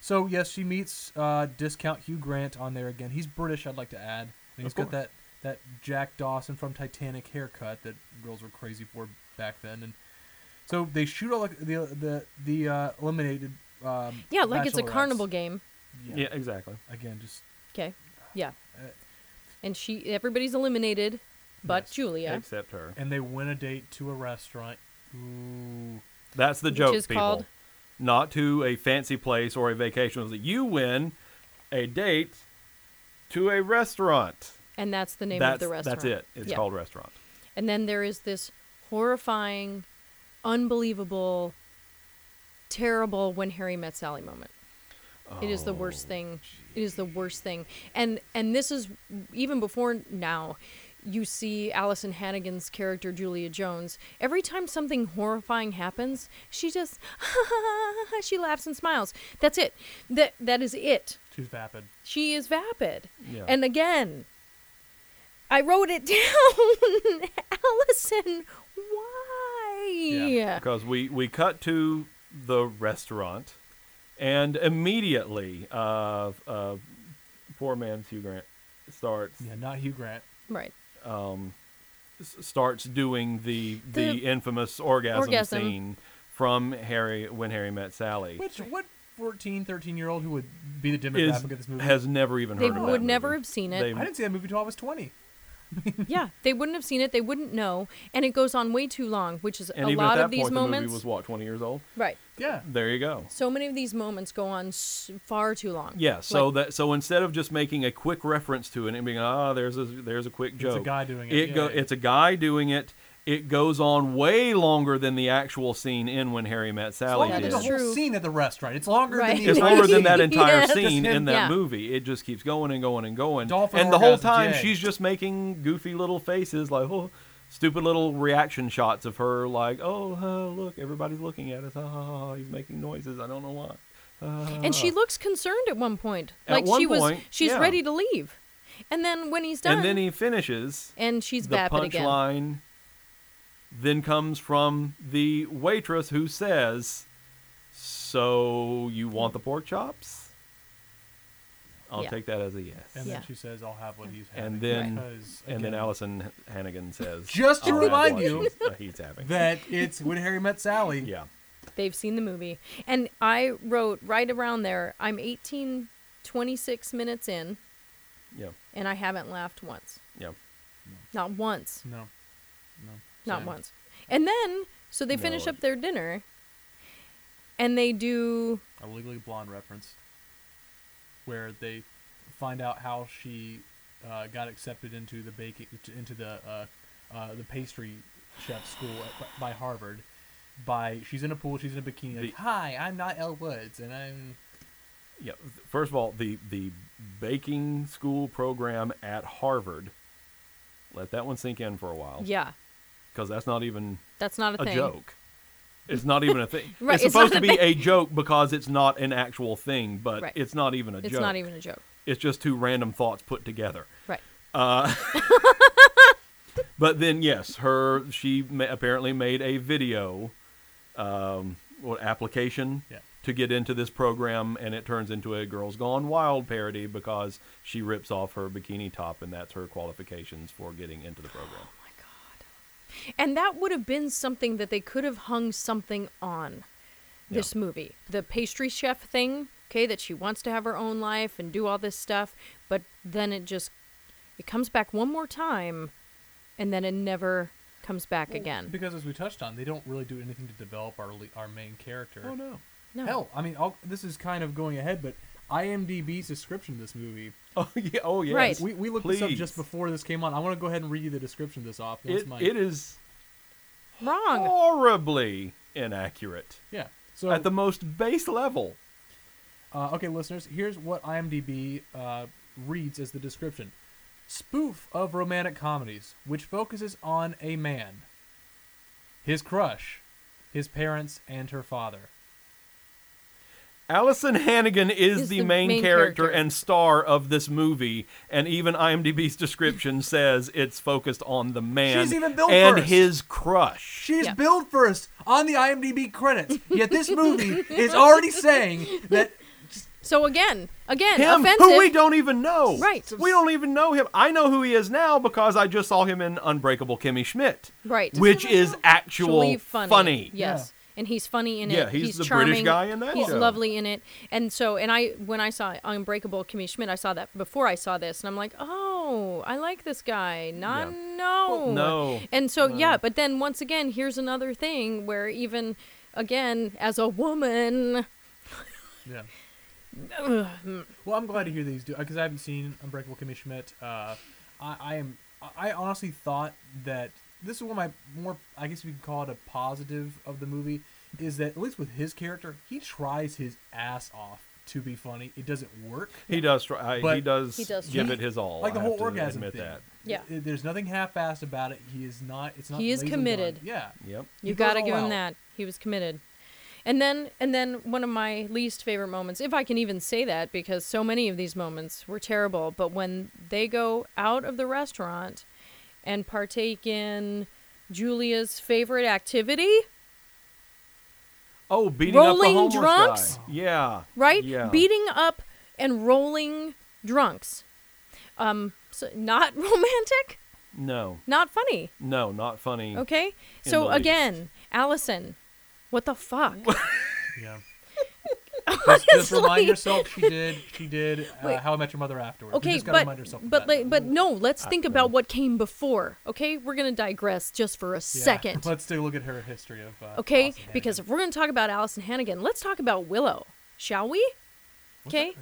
[SPEAKER 4] so yes, she meets uh, discount Hugh Grant on there again. He's British, I'd like to add. And he's
[SPEAKER 6] Of
[SPEAKER 4] got
[SPEAKER 6] course.
[SPEAKER 4] that that Jack Dawson from Titanic haircut that girls were crazy for back then. And so they shoot all the the the, the uh, eliminated. Um,
[SPEAKER 5] Yeah, like it's a
[SPEAKER 4] bachelorettes.
[SPEAKER 5] carnival game.
[SPEAKER 6] Yeah, exactly.
[SPEAKER 4] Again, just
[SPEAKER 5] Okay. Yeah.
[SPEAKER 4] Uh,
[SPEAKER 5] And she, everybody's eliminated, but Julia.
[SPEAKER 6] Except her.
[SPEAKER 4] and they win a date to a restaurant. Ooh.
[SPEAKER 6] That's the
[SPEAKER 5] Which
[SPEAKER 6] joke,
[SPEAKER 5] is
[SPEAKER 6] people.
[SPEAKER 5] called-
[SPEAKER 6] Not to a fancy place or a vacation. It was that You win a date to a restaurant.
[SPEAKER 5] And that's the name
[SPEAKER 6] that's,
[SPEAKER 5] of the restaurant.
[SPEAKER 6] That's it. It's
[SPEAKER 5] Yeah.
[SPEAKER 6] called restaurant.
[SPEAKER 5] And then there is this horrifying, unbelievable, terrible when Harry met Sally moment. It is the worst thing. It is the worst thing. And and this is even before now, you see Allison Hannigan's character Julia Jones. Every time something horrifying happens, she just she laughs and smiles. That's it. That that is it.
[SPEAKER 4] She's vapid.
[SPEAKER 5] She is vapid.
[SPEAKER 4] Yeah.
[SPEAKER 5] And again, I wrote it down. Allison, why?
[SPEAKER 6] Because we, we cut to the restaurant, and immediately, uh, uh, poor man's Hugh Grant starts.
[SPEAKER 4] Yeah, not Hugh Grant.
[SPEAKER 5] Right.
[SPEAKER 6] um, s- starts doing the the,
[SPEAKER 4] The
[SPEAKER 6] infamous orgasm,
[SPEAKER 4] orgasm.
[SPEAKER 6] scene from Harry when Harry met Sally.
[SPEAKER 4] Which what 14, 13 year old who would be the
[SPEAKER 6] is,
[SPEAKER 4] demographic of this movie
[SPEAKER 6] has never even
[SPEAKER 5] They
[SPEAKER 6] heard of that
[SPEAKER 5] would never
[SPEAKER 6] movie.
[SPEAKER 5] have seen it.
[SPEAKER 6] They-
[SPEAKER 4] I didn't see that movie till I was twenty.
[SPEAKER 5] yeah, they wouldn't have seen it. They wouldn't know, and it goes on way too long, which is
[SPEAKER 6] And
[SPEAKER 5] a
[SPEAKER 6] even
[SPEAKER 5] lot
[SPEAKER 6] at that
[SPEAKER 5] of these
[SPEAKER 6] point, the
[SPEAKER 5] moments.
[SPEAKER 6] movie was what twenty years old.
[SPEAKER 5] Right.
[SPEAKER 4] Yeah.
[SPEAKER 6] There you go.
[SPEAKER 5] So many of these moments go on s- far too long.
[SPEAKER 6] Yeah. So
[SPEAKER 5] Like,
[SPEAKER 6] that so instead of just making a quick reference to it and being ah, there's a there's a quick
[SPEAKER 4] It's a
[SPEAKER 6] joke.
[SPEAKER 4] guy doing it,
[SPEAKER 6] It
[SPEAKER 4] yeah,
[SPEAKER 6] go,
[SPEAKER 4] yeah.
[SPEAKER 6] It's a guy doing it. It goes on way longer than the actual scene in when Harry met
[SPEAKER 4] It's
[SPEAKER 6] Sally.
[SPEAKER 4] longer
[SPEAKER 6] did.
[SPEAKER 4] than the whole scene at the restaurant. It's longer
[SPEAKER 5] Right.
[SPEAKER 4] than the
[SPEAKER 6] It's
[SPEAKER 4] entire
[SPEAKER 6] longer than that
[SPEAKER 4] scene.
[SPEAKER 6] entire
[SPEAKER 5] Yes.
[SPEAKER 6] scene
[SPEAKER 4] Just
[SPEAKER 6] in
[SPEAKER 4] him.
[SPEAKER 6] that
[SPEAKER 5] Yeah.
[SPEAKER 6] movie. It just keeps going and going and going.
[SPEAKER 4] Dolphin
[SPEAKER 6] and the whole
[SPEAKER 4] orgasms,
[SPEAKER 6] time
[SPEAKER 4] yay.
[SPEAKER 6] she's just making goofy little faces, like oh, stupid little reaction shots of her, like oh uh, look, everybody's looking at us. Ah, ah, ah, he's making noises. I don't know why. Ah.
[SPEAKER 5] and she looks concerned at one point,
[SPEAKER 6] At
[SPEAKER 5] like
[SPEAKER 6] one
[SPEAKER 5] she was,
[SPEAKER 6] point,
[SPEAKER 5] she's
[SPEAKER 6] yeah.
[SPEAKER 5] ready to leave, and then when he's done,
[SPEAKER 6] And then he finishes.
[SPEAKER 5] and she's
[SPEAKER 6] the
[SPEAKER 5] vapid again.
[SPEAKER 6] punchline then comes from the waitress who says, "So you want the pork chops? I'll
[SPEAKER 4] Yeah.
[SPEAKER 6] take that as a yes."
[SPEAKER 4] And then she says, "I'll have what he's having."
[SPEAKER 6] and then
[SPEAKER 4] because,
[SPEAKER 6] and
[SPEAKER 4] again,
[SPEAKER 6] then Allison Hannigan says,
[SPEAKER 4] Just to
[SPEAKER 6] "I'll have
[SPEAKER 4] remind
[SPEAKER 6] what
[SPEAKER 4] you
[SPEAKER 6] he's- what he's having
[SPEAKER 4] that it's when Harry met Sally.
[SPEAKER 6] Yeah,
[SPEAKER 5] They've seen the movie. And I wrote right around there, I'm 18, 26 minutes in,
[SPEAKER 6] yeah,
[SPEAKER 5] and I haven't laughed once.
[SPEAKER 6] yeah.
[SPEAKER 5] Not once.
[SPEAKER 4] No, no,
[SPEAKER 5] Not
[SPEAKER 4] Same.
[SPEAKER 5] once. And then, so they
[SPEAKER 4] No,
[SPEAKER 5] finish
[SPEAKER 4] it-
[SPEAKER 5] up their dinner, and they do.
[SPEAKER 4] A Legally Blonde reference, where they find out how she uh, got accepted into the baking into the uh, uh, the pastry chef school at, by Harvard. By she's in a pool, she's in a bikini. Like, Hi, I'm not Elle Woods, and I'm
[SPEAKER 6] Yeah. First of all, the the baking school program at Harvard. Let that one sink in for a while.
[SPEAKER 5] Yeah.
[SPEAKER 6] Because that's not even
[SPEAKER 5] That's not a thing.
[SPEAKER 6] joke. It's not even a thing.
[SPEAKER 5] Right,
[SPEAKER 6] It's
[SPEAKER 5] it's
[SPEAKER 6] supposed
[SPEAKER 5] not
[SPEAKER 6] to
[SPEAKER 5] a
[SPEAKER 6] be
[SPEAKER 5] thing.
[SPEAKER 6] a joke because it's not an actual thing, but
[SPEAKER 5] Right.
[SPEAKER 6] it's not even a
[SPEAKER 5] It's
[SPEAKER 6] joke.
[SPEAKER 5] not even a joke.
[SPEAKER 6] It's just two random thoughts put together.
[SPEAKER 5] Right.
[SPEAKER 6] Uh, but then, yes, her she ma- apparently made a video, um, what application to get into this program, and it turns into a Girls Gone Wild parody because she rips off her bikini top, and that's her qualifications for getting into the program.
[SPEAKER 5] And that would have been something that they could have hung something on this movie. The pastry chef thing, okay, that she wants to have her own life and do all this stuff, but then it just it comes back one more time and then it never comes back
[SPEAKER 4] Well,
[SPEAKER 5] again.
[SPEAKER 4] Because as we touched on, they don't really do anything to develop our le- our main character.
[SPEAKER 5] Oh,
[SPEAKER 6] no.
[SPEAKER 5] No.
[SPEAKER 4] Hell, I mean, I'll, this is kind of going ahead, but IMDb's description of this movie.
[SPEAKER 6] Oh yeah, oh yes.
[SPEAKER 5] Right.
[SPEAKER 4] We, we looked this up
[SPEAKER 6] Please.
[SPEAKER 4] just before this came on. I want to go ahead and read you the description of this off. That's
[SPEAKER 6] It,
[SPEAKER 4] my-
[SPEAKER 6] it is
[SPEAKER 5] wrong.
[SPEAKER 6] Oh. horribly inaccurate.
[SPEAKER 4] Yeah. So
[SPEAKER 6] at the most base level.
[SPEAKER 4] Uh, okay, listeners, here's what IMDb uh, reads as the description Spoof of romantic comedies, which focuses on a man, his crush, his parents, and her father.
[SPEAKER 6] Allison Hannigan is,
[SPEAKER 4] Is
[SPEAKER 6] the,
[SPEAKER 4] the
[SPEAKER 6] main,
[SPEAKER 4] main
[SPEAKER 6] character,
[SPEAKER 4] character.
[SPEAKER 6] and star of this movie, and even IMDb's description says it's focused on the man
[SPEAKER 4] She's even billed
[SPEAKER 6] and
[SPEAKER 4] first.
[SPEAKER 6] his crush.
[SPEAKER 4] She is billed first on the IMDb credits, yet this movie is already saying that
[SPEAKER 5] So again, again,
[SPEAKER 6] Him,
[SPEAKER 5] offensive.
[SPEAKER 6] who we don't even know.
[SPEAKER 5] Right.
[SPEAKER 6] We don't even know him. I know who he is now because I just saw him in Unbreakable Kimmy Schmidt.
[SPEAKER 5] Right.
[SPEAKER 6] Which is actual
[SPEAKER 5] Actually funny. Yes. And he's funny in it.
[SPEAKER 6] Yeah, he's the
[SPEAKER 5] charming.
[SPEAKER 6] British guy in that
[SPEAKER 5] He's
[SPEAKER 6] show.
[SPEAKER 5] lovely in it. And so, and I when I saw Unbreakable Kimmy Schmidt, I saw that before I saw this, and I'm like, oh, I like this guy. Not no,
[SPEAKER 6] no.
[SPEAKER 5] And so, yeah, but then once again, here's another thing where even again, as a woman,
[SPEAKER 4] Yeah.
[SPEAKER 5] ugh,
[SPEAKER 4] Well, I'm glad to hear these do because I haven't seen Unbreakable Kimmy Schmidt. Uh, I, I am. I honestly thought that this is one of my more. I guess we could call it a positive of the movie is that at least with his character, he tries his ass off to be funny. It doesn't work.
[SPEAKER 6] He does try.
[SPEAKER 4] But-
[SPEAKER 6] he does.
[SPEAKER 4] He does
[SPEAKER 6] give
[SPEAKER 4] try.
[SPEAKER 6] it his all.
[SPEAKER 4] Like the
[SPEAKER 6] I
[SPEAKER 4] whole
[SPEAKER 6] have to
[SPEAKER 4] orgasm
[SPEAKER 6] admit
[SPEAKER 4] thing.
[SPEAKER 6] that.
[SPEAKER 5] Yeah.
[SPEAKER 4] Th- There's nothing half-assed about it. He is not. It's not.
[SPEAKER 5] he is
[SPEAKER 4] lazy done.
[SPEAKER 5] committed.
[SPEAKER 4] Yeah.
[SPEAKER 6] Yep.
[SPEAKER 5] You
[SPEAKER 4] He goes
[SPEAKER 5] gotta
[SPEAKER 4] all
[SPEAKER 5] give him
[SPEAKER 4] out.
[SPEAKER 5] that. He was committed. And then and then one of my least favorite moments, if I can even say that, because so many of these moments were terrible, but when they go out of the restaurant and partake in Julia's favorite activity,
[SPEAKER 6] Oh, beating up the
[SPEAKER 5] Rolling
[SPEAKER 6] homeless
[SPEAKER 5] drunks?
[SPEAKER 6] guy. Yeah.
[SPEAKER 5] right?
[SPEAKER 6] Yeah.
[SPEAKER 5] Beating up and rolling drunks. Um so not romantic,
[SPEAKER 6] No.
[SPEAKER 5] not funny.
[SPEAKER 6] No, not funny.
[SPEAKER 5] Okay?
[SPEAKER 6] in
[SPEAKER 5] So
[SPEAKER 6] the least.
[SPEAKER 5] again, Allison, what the fuck?
[SPEAKER 4] Yeah. Just, just
[SPEAKER 5] Honestly.
[SPEAKER 4] remind yourself she did. She did uh,
[SPEAKER 5] Wait.
[SPEAKER 4] How I Met Your Mother afterwards. You
[SPEAKER 5] Okay,
[SPEAKER 4] just gotta
[SPEAKER 5] but
[SPEAKER 4] remind yourself of
[SPEAKER 5] but
[SPEAKER 4] that.
[SPEAKER 5] like, but no, let's
[SPEAKER 4] I
[SPEAKER 5] think
[SPEAKER 4] don't
[SPEAKER 5] about what came before. Okay, we're gonna digress just for a
[SPEAKER 4] Yeah.
[SPEAKER 5] second.
[SPEAKER 4] Let's take a look at her history of. Uh,
[SPEAKER 5] Okay,
[SPEAKER 4] Allison Hannigan.
[SPEAKER 5] because if we're gonna talk about Allison Hannigan, let's talk about Willow, shall we? Okay.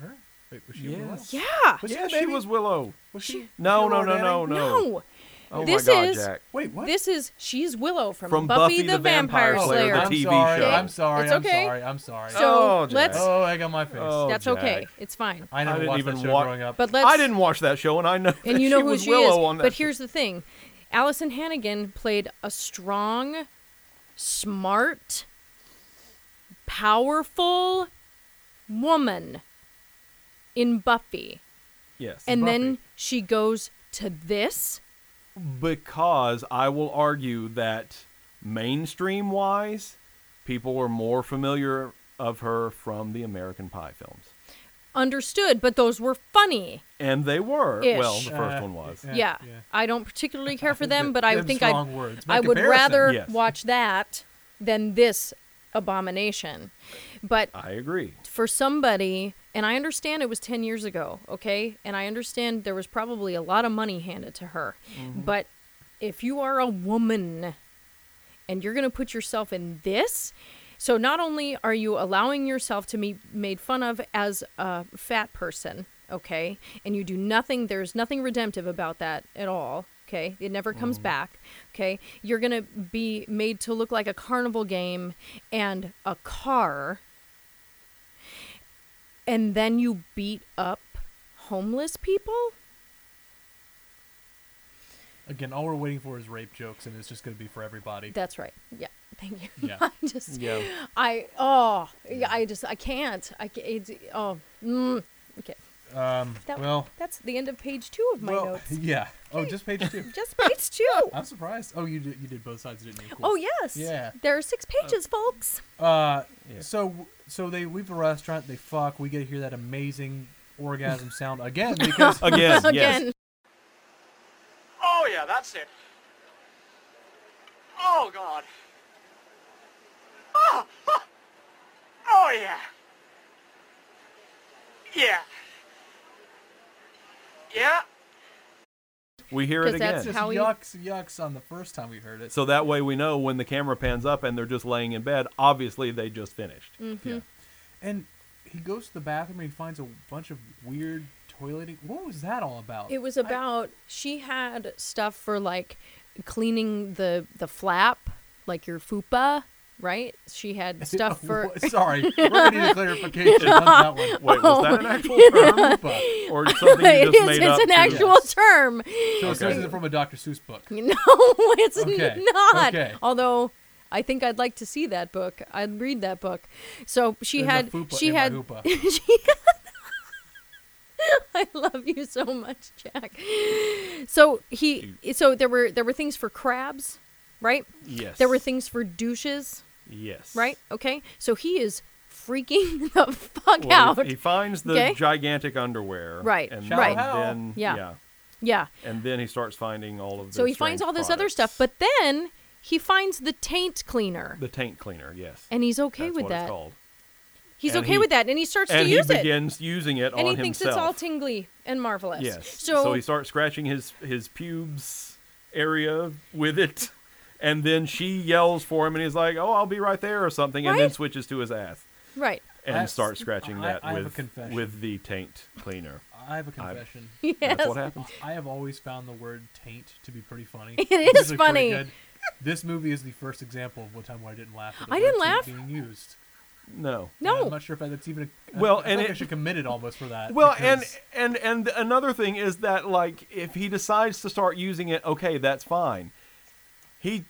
[SPEAKER 4] Wait, was she in Willow?
[SPEAKER 5] Yeah.
[SPEAKER 4] Was she
[SPEAKER 6] yeah,
[SPEAKER 4] a
[SPEAKER 6] she
[SPEAKER 4] baby?
[SPEAKER 6] was Willow.
[SPEAKER 4] Was she?
[SPEAKER 6] No, no,
[SPEAKER 4] Willow
[SPEAKER 6] no, no, no.
[SPEAKER 5] No.
[SPEAKER 6] Oh my
[SPEAKER 5] this
[SPEAKER 6] God,
[SPEAKER 5] is
[SPEAKER 6] Jack.
[SPEAKER 4] Wait, what?
[SPEAKER 5] This is she's Willow from,
[SPEAKER 6] From
[SPEAKER 5] Buffy, the, Vampire,
[SPEAKER 4] Oh,
[SPEAKER 5] Slayer.
[SPEAKER 4] I'm
[SPEAKER 6] TV
[SPEAKER 4] sorry,
[SPEAKER 6] show.
[SPEAKER 4] I'm sorry.
[SPEAKER 5] It's okay.
[SPEAKER 4] I'm sorry. I'm sorry.
[SPEAKER 5] So, Oh, Jack. let's-
[SPEAKER 4] Oh, egg on my face.
[SPEAKER 6] Oh,
[SPEAKER 5] That's
[SPEAKER 6] Jack.
[SPEAKER 5] okay. It's fine.
[SPEAKER 4] I never
[SPEAKER 6] didn't
[SPEAKER 4] watched
[SPEAKER 6] even
[SPEAKER 4] that show
[SPEAKER 6] wa-
[SPEAKER 4] growing up.
[SPEAKER 5] But let's-
[SPEAKER 6] I didn't watch that show, and I know. that
[SPEAKER 5] and you know
[SPEAKER 6] she
[SPEAKER 5] who
[SPEAKER 6] was
[SPEAKER 5] she
[SPEAKER 6] Willow
[SPEAKER 5] is.
[SPEAKER 6] on that
[SPEAKER 5] but
[SPEAKER 6] show.
[SPEAKER 5] here's the thing: Allison Hannigan played a strong, smart, powerful woman in Buffy,
[SPEAKER 6] Yes.
[SPEAKER 5] and then she goes to this.
[SPEAKER 6] because I will argue that mainstream wise, people were more familiar of her from the American Pie films,
[SPEAKER 5] Understood, but those were funny.
[SPEAKER 6] and they were.
[SPEAKER 5] Ish.
[SPEAKER 6] Well, the first
[SPEAKER 4] Uh,
[SPEAKER 6] one was.
[SPEAKER 5] Yeah, I don't particularly care for them, but
[SPEAKER 4] Th-
[SPEAKER 5] I
[SPEAKER 4] them's
[SPEAKER 5] think I
[SPEAKER 4] strong words. By
[SPEAKER 5] I would
[SPEAKER 4] comparison.
[SPEAKER 5] rather
[SPEAKER 6] Yes.
[SPEAKER 5] watch that than this abomination. But
[SPEAKER 6] I agree.
[SPEAKER 5] for somebody and i understand it was 10 years ago okay and i understand there was probably a lot of money handed to her but if you are a woman and you're going to put yourself in this so not only are you allowing yourself to be made fun of as a fat person okay and you do nothing there's nothing redemptive about that at all okay it never comes back okay you're going to be made to look like a carnival game and a car and then you beat up homeless people?
[SPEAKER 4] Again, all we're waiting for is rape jokes, and it's just going to be for everybody.
[SPEAKER 5] That's right. Yeah. Thank you.
[SPEAKER 4] Yeah.
[SPEAKER 5] I just,
[SPEAKER 4] Yeah.
[SPEAKER 5] I, oh, yeah, I just, I can't. I can't. It's, oh, mm. okay.
[SPEAKER 4] Um,
[SPEAKER 5] That,
[SPEAKER 4] well,
[SPEAKER 5] that's the end of page two of my
[SPEAKER 4] well,
[SPEAKER 5] notes.
[SPEAKER 4] yeah. Oh, just page two.
[SPEAKER 5] Just page two.
[SPEAKER 4] I'm surprised. Oh, you did, you did both sides, didn't you? Cool.
[SPEAKER 5] Oh, yes.
[SPEAKER 4] Yeah.
[SPEAKER 5] There are six pages, folks.
[SPEAKER 4] Uh, so so they leave the restaurant. They fuck. We get to hear that amazing orgasm sound again because
[SPEAKER 5] Again.
[SPEAKER 3] Oh, yeah, that's it. Oh, God. Oh, oh, oh, yeah. Yeah. Yeah.
[SPEAKER 6] We hear it again.
[SPEAKER 4] That's just yucks yucks on the first time we heard it.
[SPEAKER 6] So that way we know when the camera pans up and they're just laying in bed, obviously they just finished.
[SPEAKER 5] Mm.
[SPEAKER 4] Yeah. And he goes to the bathroom and he finds a bunch of weird toileting. What was that all about?
[SPEAKER 5] It was about she had stuff for like cleaning the the flap, like your fupa, right? She had stuff for.
[SPEAKER 4] Sorry, we're gonna need a clarification on that one.
[SPEAKER 6] Wait, was that an actual term? Or something
[SPEAKER 5] It
[SPEAKER 6] you just
[SPEAKER 5] is,
[SPEAKER 6] made
[SPEAKER 5] Oh. it's an
[SPEAKER 6] up? to-
[SPEAKER 5] actual term.
[SPEAKER 4] So it's
[SPEAKER 6] Okay.
[SPEAKER 4] this is from a Dr. Seuss book.
[SPEAKER 5] No, it's n-
[SPEAKER 4] Okay,
[SPEAKER 5] not.
[SPEAKER 4] okay.
[SPEAKER 5] Although I think I'd like to see that book. I'd read that book. So she
[SPEAKER 4] There's a
[SPEAKER 5] had
[SPEAKER 4] fupa
[SPEAKER 5] she
[SPEAKER 4] in my
[SPEAKER 5] had
[SPEAKER 4] hoopa.
[SPEAKER 5] she I love you so much, Jack. So he so there were there were things for crabs, right?
[SPEAKER 6] Yes.
[SPEAKER 5] There were things for douches,
[SPEAKER 6] Yes.
[SPEAKER 5] right? Okay. So he is freaking the fuck
[SPEAKER 6] Well,
[SPEAKER 5] out.
[SPEAKER 6] he, he finds the
[SPEAKER 5] Okay?
[SPEAKER 6] gigantic underwear.
[SPEAKER 5] Right,
[SPEAKER 6] And
[SPEAKER 5] right.
[SPEAKER 6] then
[SPEAKER 5] Yeah.
[SPEAKER 6] yeah.
[SPEAKER 5] Yeah.
[SPEAKER 6] And then he starts finding all of.
[SPEAKER 5] So
[SPEAKER 6] their
[SPEAKER 5] he finds
[SPEAKER 6] strange
[SPEAKER 5] all this
[SPEAKER 6] products.
[SPEAKER 5] other stuff, but then he finds the taint cleaner.
[SPEAKER 6] The taint cleaner. Yes.
[SPEAKER 5] And he's okay
[SPEAKER 6] That's
[SPEAKER 5] with
[SPEAKER 6] what it's
[SPEAKER 5] that.
[SPEAKER 6] called.
[SPEAKER 5] He's
[SPEAKER 6] And
[SPEAKER 5] okay
[SPEAKER 6] he-
[SPEAKER 5] with that, and he starts
[SPEAKER 6] and
[SPEAKER 5] to use
[SPEAKER 6] he
[SPEAKER 5] it.
[SPEAKER 6] begins using it
[SPEAKER 5] and
[SPEAKER 6] on
[SPEAKER 5] he thinks
[SPEAKER 6] himself.
[SPEAKER 5] it's all tingly and marvelous.
[SPEAKER 6] Yes.
[SPEAKER 5] So,
[SPEAKER 6] he starts scratching his his pubes area with it, and then she yells for him, and he's like, "Oh, I'll be right there" or something, and then
[SPEAKER 5] Right?
[SPEAKER 6] switches to his ass
[SPEAKER 5] right.
[SPEAKER 6] and
[SPEAKER 4] That's-
[SPEAKER 6] starts scratching
[SPEAKER 4] I-
[SPEAKER 6] that
[SPEAKER 4] I have a
[SPEAKER 6] with
[SPEAKER 4] confession.
[SPEAKER 6] with the taint cleaner.
[SPEAKER 4] I have a confession.
[SPEAKER 5] Yes.
[SPEAKER 6] That's what happened.
[SPEAKER 4] I have always found the word taint to be pretty funny.
[SPEAKER 5] It
[SPEAKER 4] This
[SPEAKER 5] is
[SPEAKER 4] pretty
[SPEAKER 5] funny.
[SPEAKER 4] good. This movie is the first example of one time where I didn't laugh. At the
[SPEAKER 5] I
[SPEAKER 4] word
[SPEAKER 5] didn't
[SPEAKER 4] taint
[SPEAKER 5] laugh.
[SPEAKER 4] Being used.
[SPEAKER 6] No.
[SPEAKER 4] And
[SPEAKER 5] No.
[SPEAKER 4] I'm not sure if that's even. A,
[SPEAKER 6] Well,
[SPEAKER 4] I, I
[SPEAKER 6] and
[SPEAKER 4] think I
[SPEAKER 6] it-
[SPEAKER 4] should commit it almost for that.
[SPEAKER 6] Well, and
[SPEAKER 4] because-
[SPEAKER 6] and and another thing is that like if he decides to start using it, okay, that's fine. He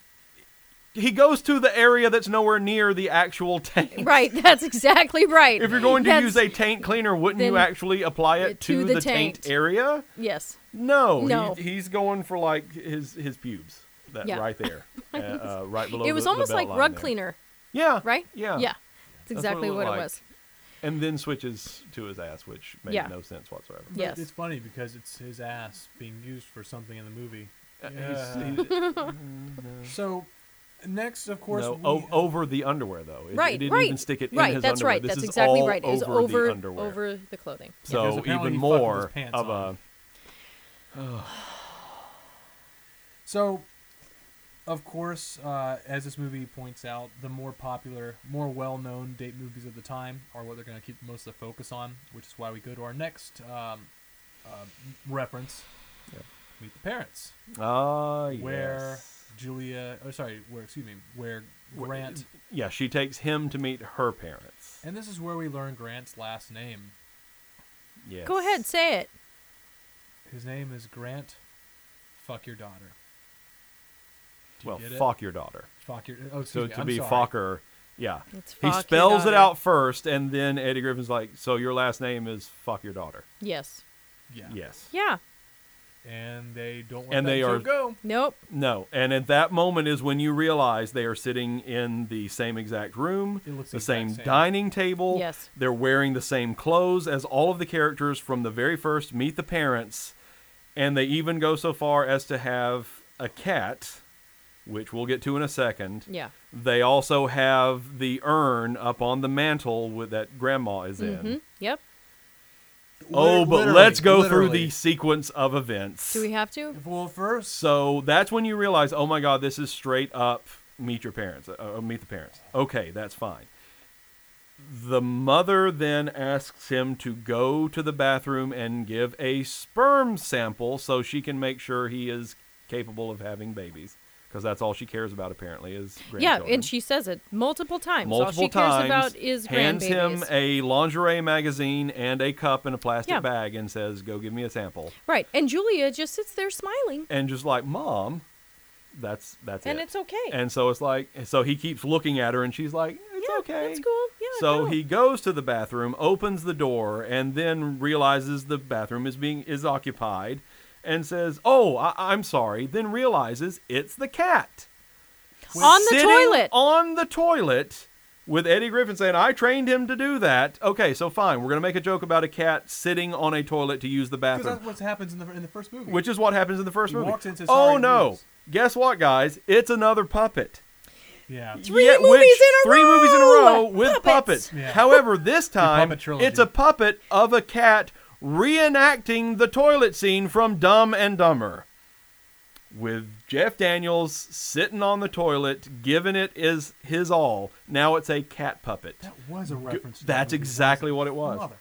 [SPEAKER 6] he goes to the area that's nowhere near the actual taint.
[SPEAKER 5] Right. That's exactly right.
[SPEAKER 6] If you're going to
[SPEAKER 5] That's-
[SPEAKER 6] use a taint cleaner, wouldn't you
[SPEAKER 5] Then-
[SPEAKER 6] actually apply it to, the, taint. area?
[SPEAKER 5] Yes.
[SPEAKER 6] No, he-
[SPEAKER 5] No.
[SPEAKER 6] he's going for like his his pubes, that
[SPEAKER 5] Yeah.
[SPEAKER 6] right there, uh, uh, right below.
[SPEAKER 5] It was
[SPEAKER 6] the- the
[SPEAKER 5] almost
[SPEAKER 6] belt
[SPEAKER 5] like
[SPEAKER 6] line
[SPEAKER 5] rug
[SPEAKER 6] there.
[SPEAKER 5] cleaner.
[SPEAKER 6] Yeah.
[SPEAKER 5] Right?
[SPEAKER 6] Yeah.
[SPEAKER 5] Yeah. That's
[SPEAKER 6] That's
[SPEAKER 5] exactly what it,
[SPEAKER 6] looked like.
[SPEAKER 5] was.
[SPEAKER 6] And then switches to his ass, which made
[SPEAKER 5] Yeah.
[SPEAKER 6] no sense whatsoever.
[SPEAKER 4] but
[SPEAKER 5] Yes.
[SPEAKER 4] It's funny because it's his ass being used for something in the movie.
[SPEAKER 6] Uh, he's-
[SPEAKER 4] Yeah.
[SPEAKER 6] he-
[SPEAKER 4] so, next, of course,
[SPEAKER 6] Mm. no, oh,
[SPEAKER 4] we-
[SPEAKER 6] o- over the underwear though. It,
[SPEAKER 5] right.
[SPEAKER 6] It didn't
[SPEAKER 5] right.
[SPEAKER 6] even stick it
[SPEAKER 5] right.
[SPEAKER 6] in his
[SPEAKER 5] that's
[SPEAKER 6] underwear.
[SPEAKER 5] right.
[SPEAKER 6] This
[SPEAKER 5] that's
[SPEAKER 6] is
[SPEAKER 5] exactly
[SPEAKER 6] all
[SPEAKER 5] right. It was
[SPEAKER 6] over,
[SPEAKER 5] over
[SPEAKER 6] the underwear.
[SPEAKER 5] over the clothing.
[SPEAKER 4] because
[SPEAKER 6] so
[SPEAKER 4] apparently
[SPEAKER 6] even
[SPEAKER 4] he fucked with his
[SPEAKER 6] more
[SPEAKER 4] pants
[SPEAKER 6] of
[SPEAKER 4] on.
[SPEAKER 6] a
[SPEAKER 4] So, of course, uh, as this movie points out, the more popular, more well-known date movies of the time are what they're going to keep most of the focus on, which is why we go to our next um, uh, reference, Meet the Parents,
[SPEAKER 6] ah yes.
[SPEAKER 4] where Julia, oh sorry, where excuse me, where Grant,
[SPEAKER 6] yeah she takes him to meet her parents.
[SPEAKER 4] and this is where we learn Grant's last name.
[SPEAKER 6] Yes.
[SPEAKER 5] Go ahead, say it.
[SPEAKER 4] His name is Grant. Fuck your daughter. Do you
[SPEAKER 6] Well,
[SPEAKER 4] get it?
[SPEAKER 6] fuck your daughter.
[SPEAKER 4] Fuck your. Oh, excuse
[SPEAKER 6] So
[SPEAKER 4] me,
[SPEAKER 6] to
[SPEAKER 4] I'm
[SPEAKER 6] be
[SPEAKER 4] sorry.
[SPEAKER 6] Fokker, yeah.
[SPEAKER 5] It's
[SPEAKER 6] He
[SPEAKER 5] fuck your
[SPEAKER 6] spells it
[SPEAKER 5] daughter.
[SPEAKER 6] out first, and then Eddie Griffin's like, "So your last name is fuck your daughter."
[SPEAKER 5] Yes.
[SPEAKER 4] Yeah.
[SPEAKER 6] Yes.
[SPEAKER 5] Yeah.
[SPEAKER 4] And they don't. Want
[SPEAKER 6] And
[SPEAKER 4] that
[SPEAKER 6] they
[SPEAKER 4] to
[SPEAKER 6] are-
[SPEAKER 4] go.
[SPEAKER 5] Nope.
[SPEAKER 6] No, and at that moment is when you realize they are sitting in the same exact room,
[SPEAKER 4] It looks
[SPEAKER 6] the
[SPEAKER 4] exact
[SPEAKER 6] same,
[SPEAKER 4] same.
[SPEAKER 6] dining table.
[SPEAKER 5] Yes.
[SPEAKER 6] they're wearing the same clothes as all of the characters from the very first Meet the Parents, and they even go so far as to have a cat, which we'll get to in a second.
[SPEAKER 5] Yeah.
[SPEAKER 6] They also have the urn up on the mantle with that grandma is in.
[SPEAKER 5] Mhm. Yep.
[SPEAKER 6] Oh,
[SPEAKER 4] Lit-
[SPEAKER 6] but
[SPEAKER 4] literally,
[SPEAKER 6] let's go
[SPEAKER 4] literally.
[SPEAKER 6] through the sequence of events.
[SPEAKER 5] Do we have to?
[SPEAKER 4] Well, first,
[SPEAKER 6] so that's when you realize, oh my God, this is straight up meet your parents, uh, uh, meet the parents. Okay, that's fine. The mother then asks him to go to the bathroom and give a sperm sample so she can make sure he is capable of having babies. because that's all she cares about apparently is
[SPEAKER 5] Yeah,
[SPEAKER 6] grandchildren.
[SPEAKER 5] and she says it multiple times.
[SPEAKER 6] multiple
[SPEAKER 5] All she
[SPEAKER 6] times
[SPEAKER 5] cares about is
[SPEAKER 6] hands him
[SPEAKER 5] grandbabies.
[SPEAKER 6] a lingerie magazine and a cup in a plastic
[SPEAKER 5] Yeah.
[SPEAKER 6] bag and says, "Go give me a sample."
[SPEAKER 5] right, and Julia just sits there smiling.
[SPEAKER 6] And just like, "Mom, that's that's
[SPEAKER 5] And
[SPEAKER 6] it."
[SPEAKER 5] it's okay.
[SPEAKER 6] And so it's like, so he keeps looking at her, and she's like, "It's
[SPEAKER 5] yeah,
[SPEAKER 6] okay."
[SPEAKER 5] That's cool. Yeah.
[SPEAKER 6] so
[SPEAKER 5] go.
[SPEAKER 6] he goes to the bathroom, opens the door, and then realizes the bathroom is being is occupied, and says, "Oh, I, I'm sorry." Then realizes it's the cat
[SPEAKER 5] on the
[SPEAKER 6] sitting
[SPEAKER 5] toilet.
[SPEAKER 6] on the toilet with Eddie Griffin saying, "I trained him to do that." Okay, so fine, we're gonna make a joke about a cat sitting on a toilet to use the
[SPEAKER 4] Because
[SPEAKER 6] bathroom,
[SPEAKER 4] that's what happens in the in the first movie.
[SPEAKER 6] which is what happens in the first
[SPEAKER 4] He
[SPEAKER 6] movie.
[SPEAKER 4] walks in and says,
[SPEAKER 6] oh
[SPEAKER 4] "Sorry,
[SPEAKER 6] no!
[SPEAKER 4] lose."
[SPEAKER 6] Guess what, guys? It's another puppet.
[SPEAKER 4] yeah.
[SPEAKER 5] Three
[SPEAKER 6] Yet
[SPEAKER 5] movies
[SPEAKER 6] which-
[SPEAKER 5] in a
[SPEAKER 6] three
[SPEAKER 5] row.
[SPEAKER 6] movies in a row with
[SPEAKER 5] Puppets.
[SPEAKER 6] puppets.
[SPEAKER 4] Yeah.
[SPEAKER 6] However, this time
[SPEAKER 4] puppet trilogy.
[SPEAKER 6] it's a puppet of a cat reenacting the toilet scene from Dumb and Dumber, with Jeff Daniels sitting on the toilet, giving it is his all. Now it's a cat puppet.
[SPEAKER 4] That was a reference. to that
[SPEAKER 6] That's
[SPEAKER 4] movie,
[SPEAKER 6] exactly
[SPEAKER 4] wasn't
[SPEAKER 6] what it was.
[SPEAKER 4] Mother-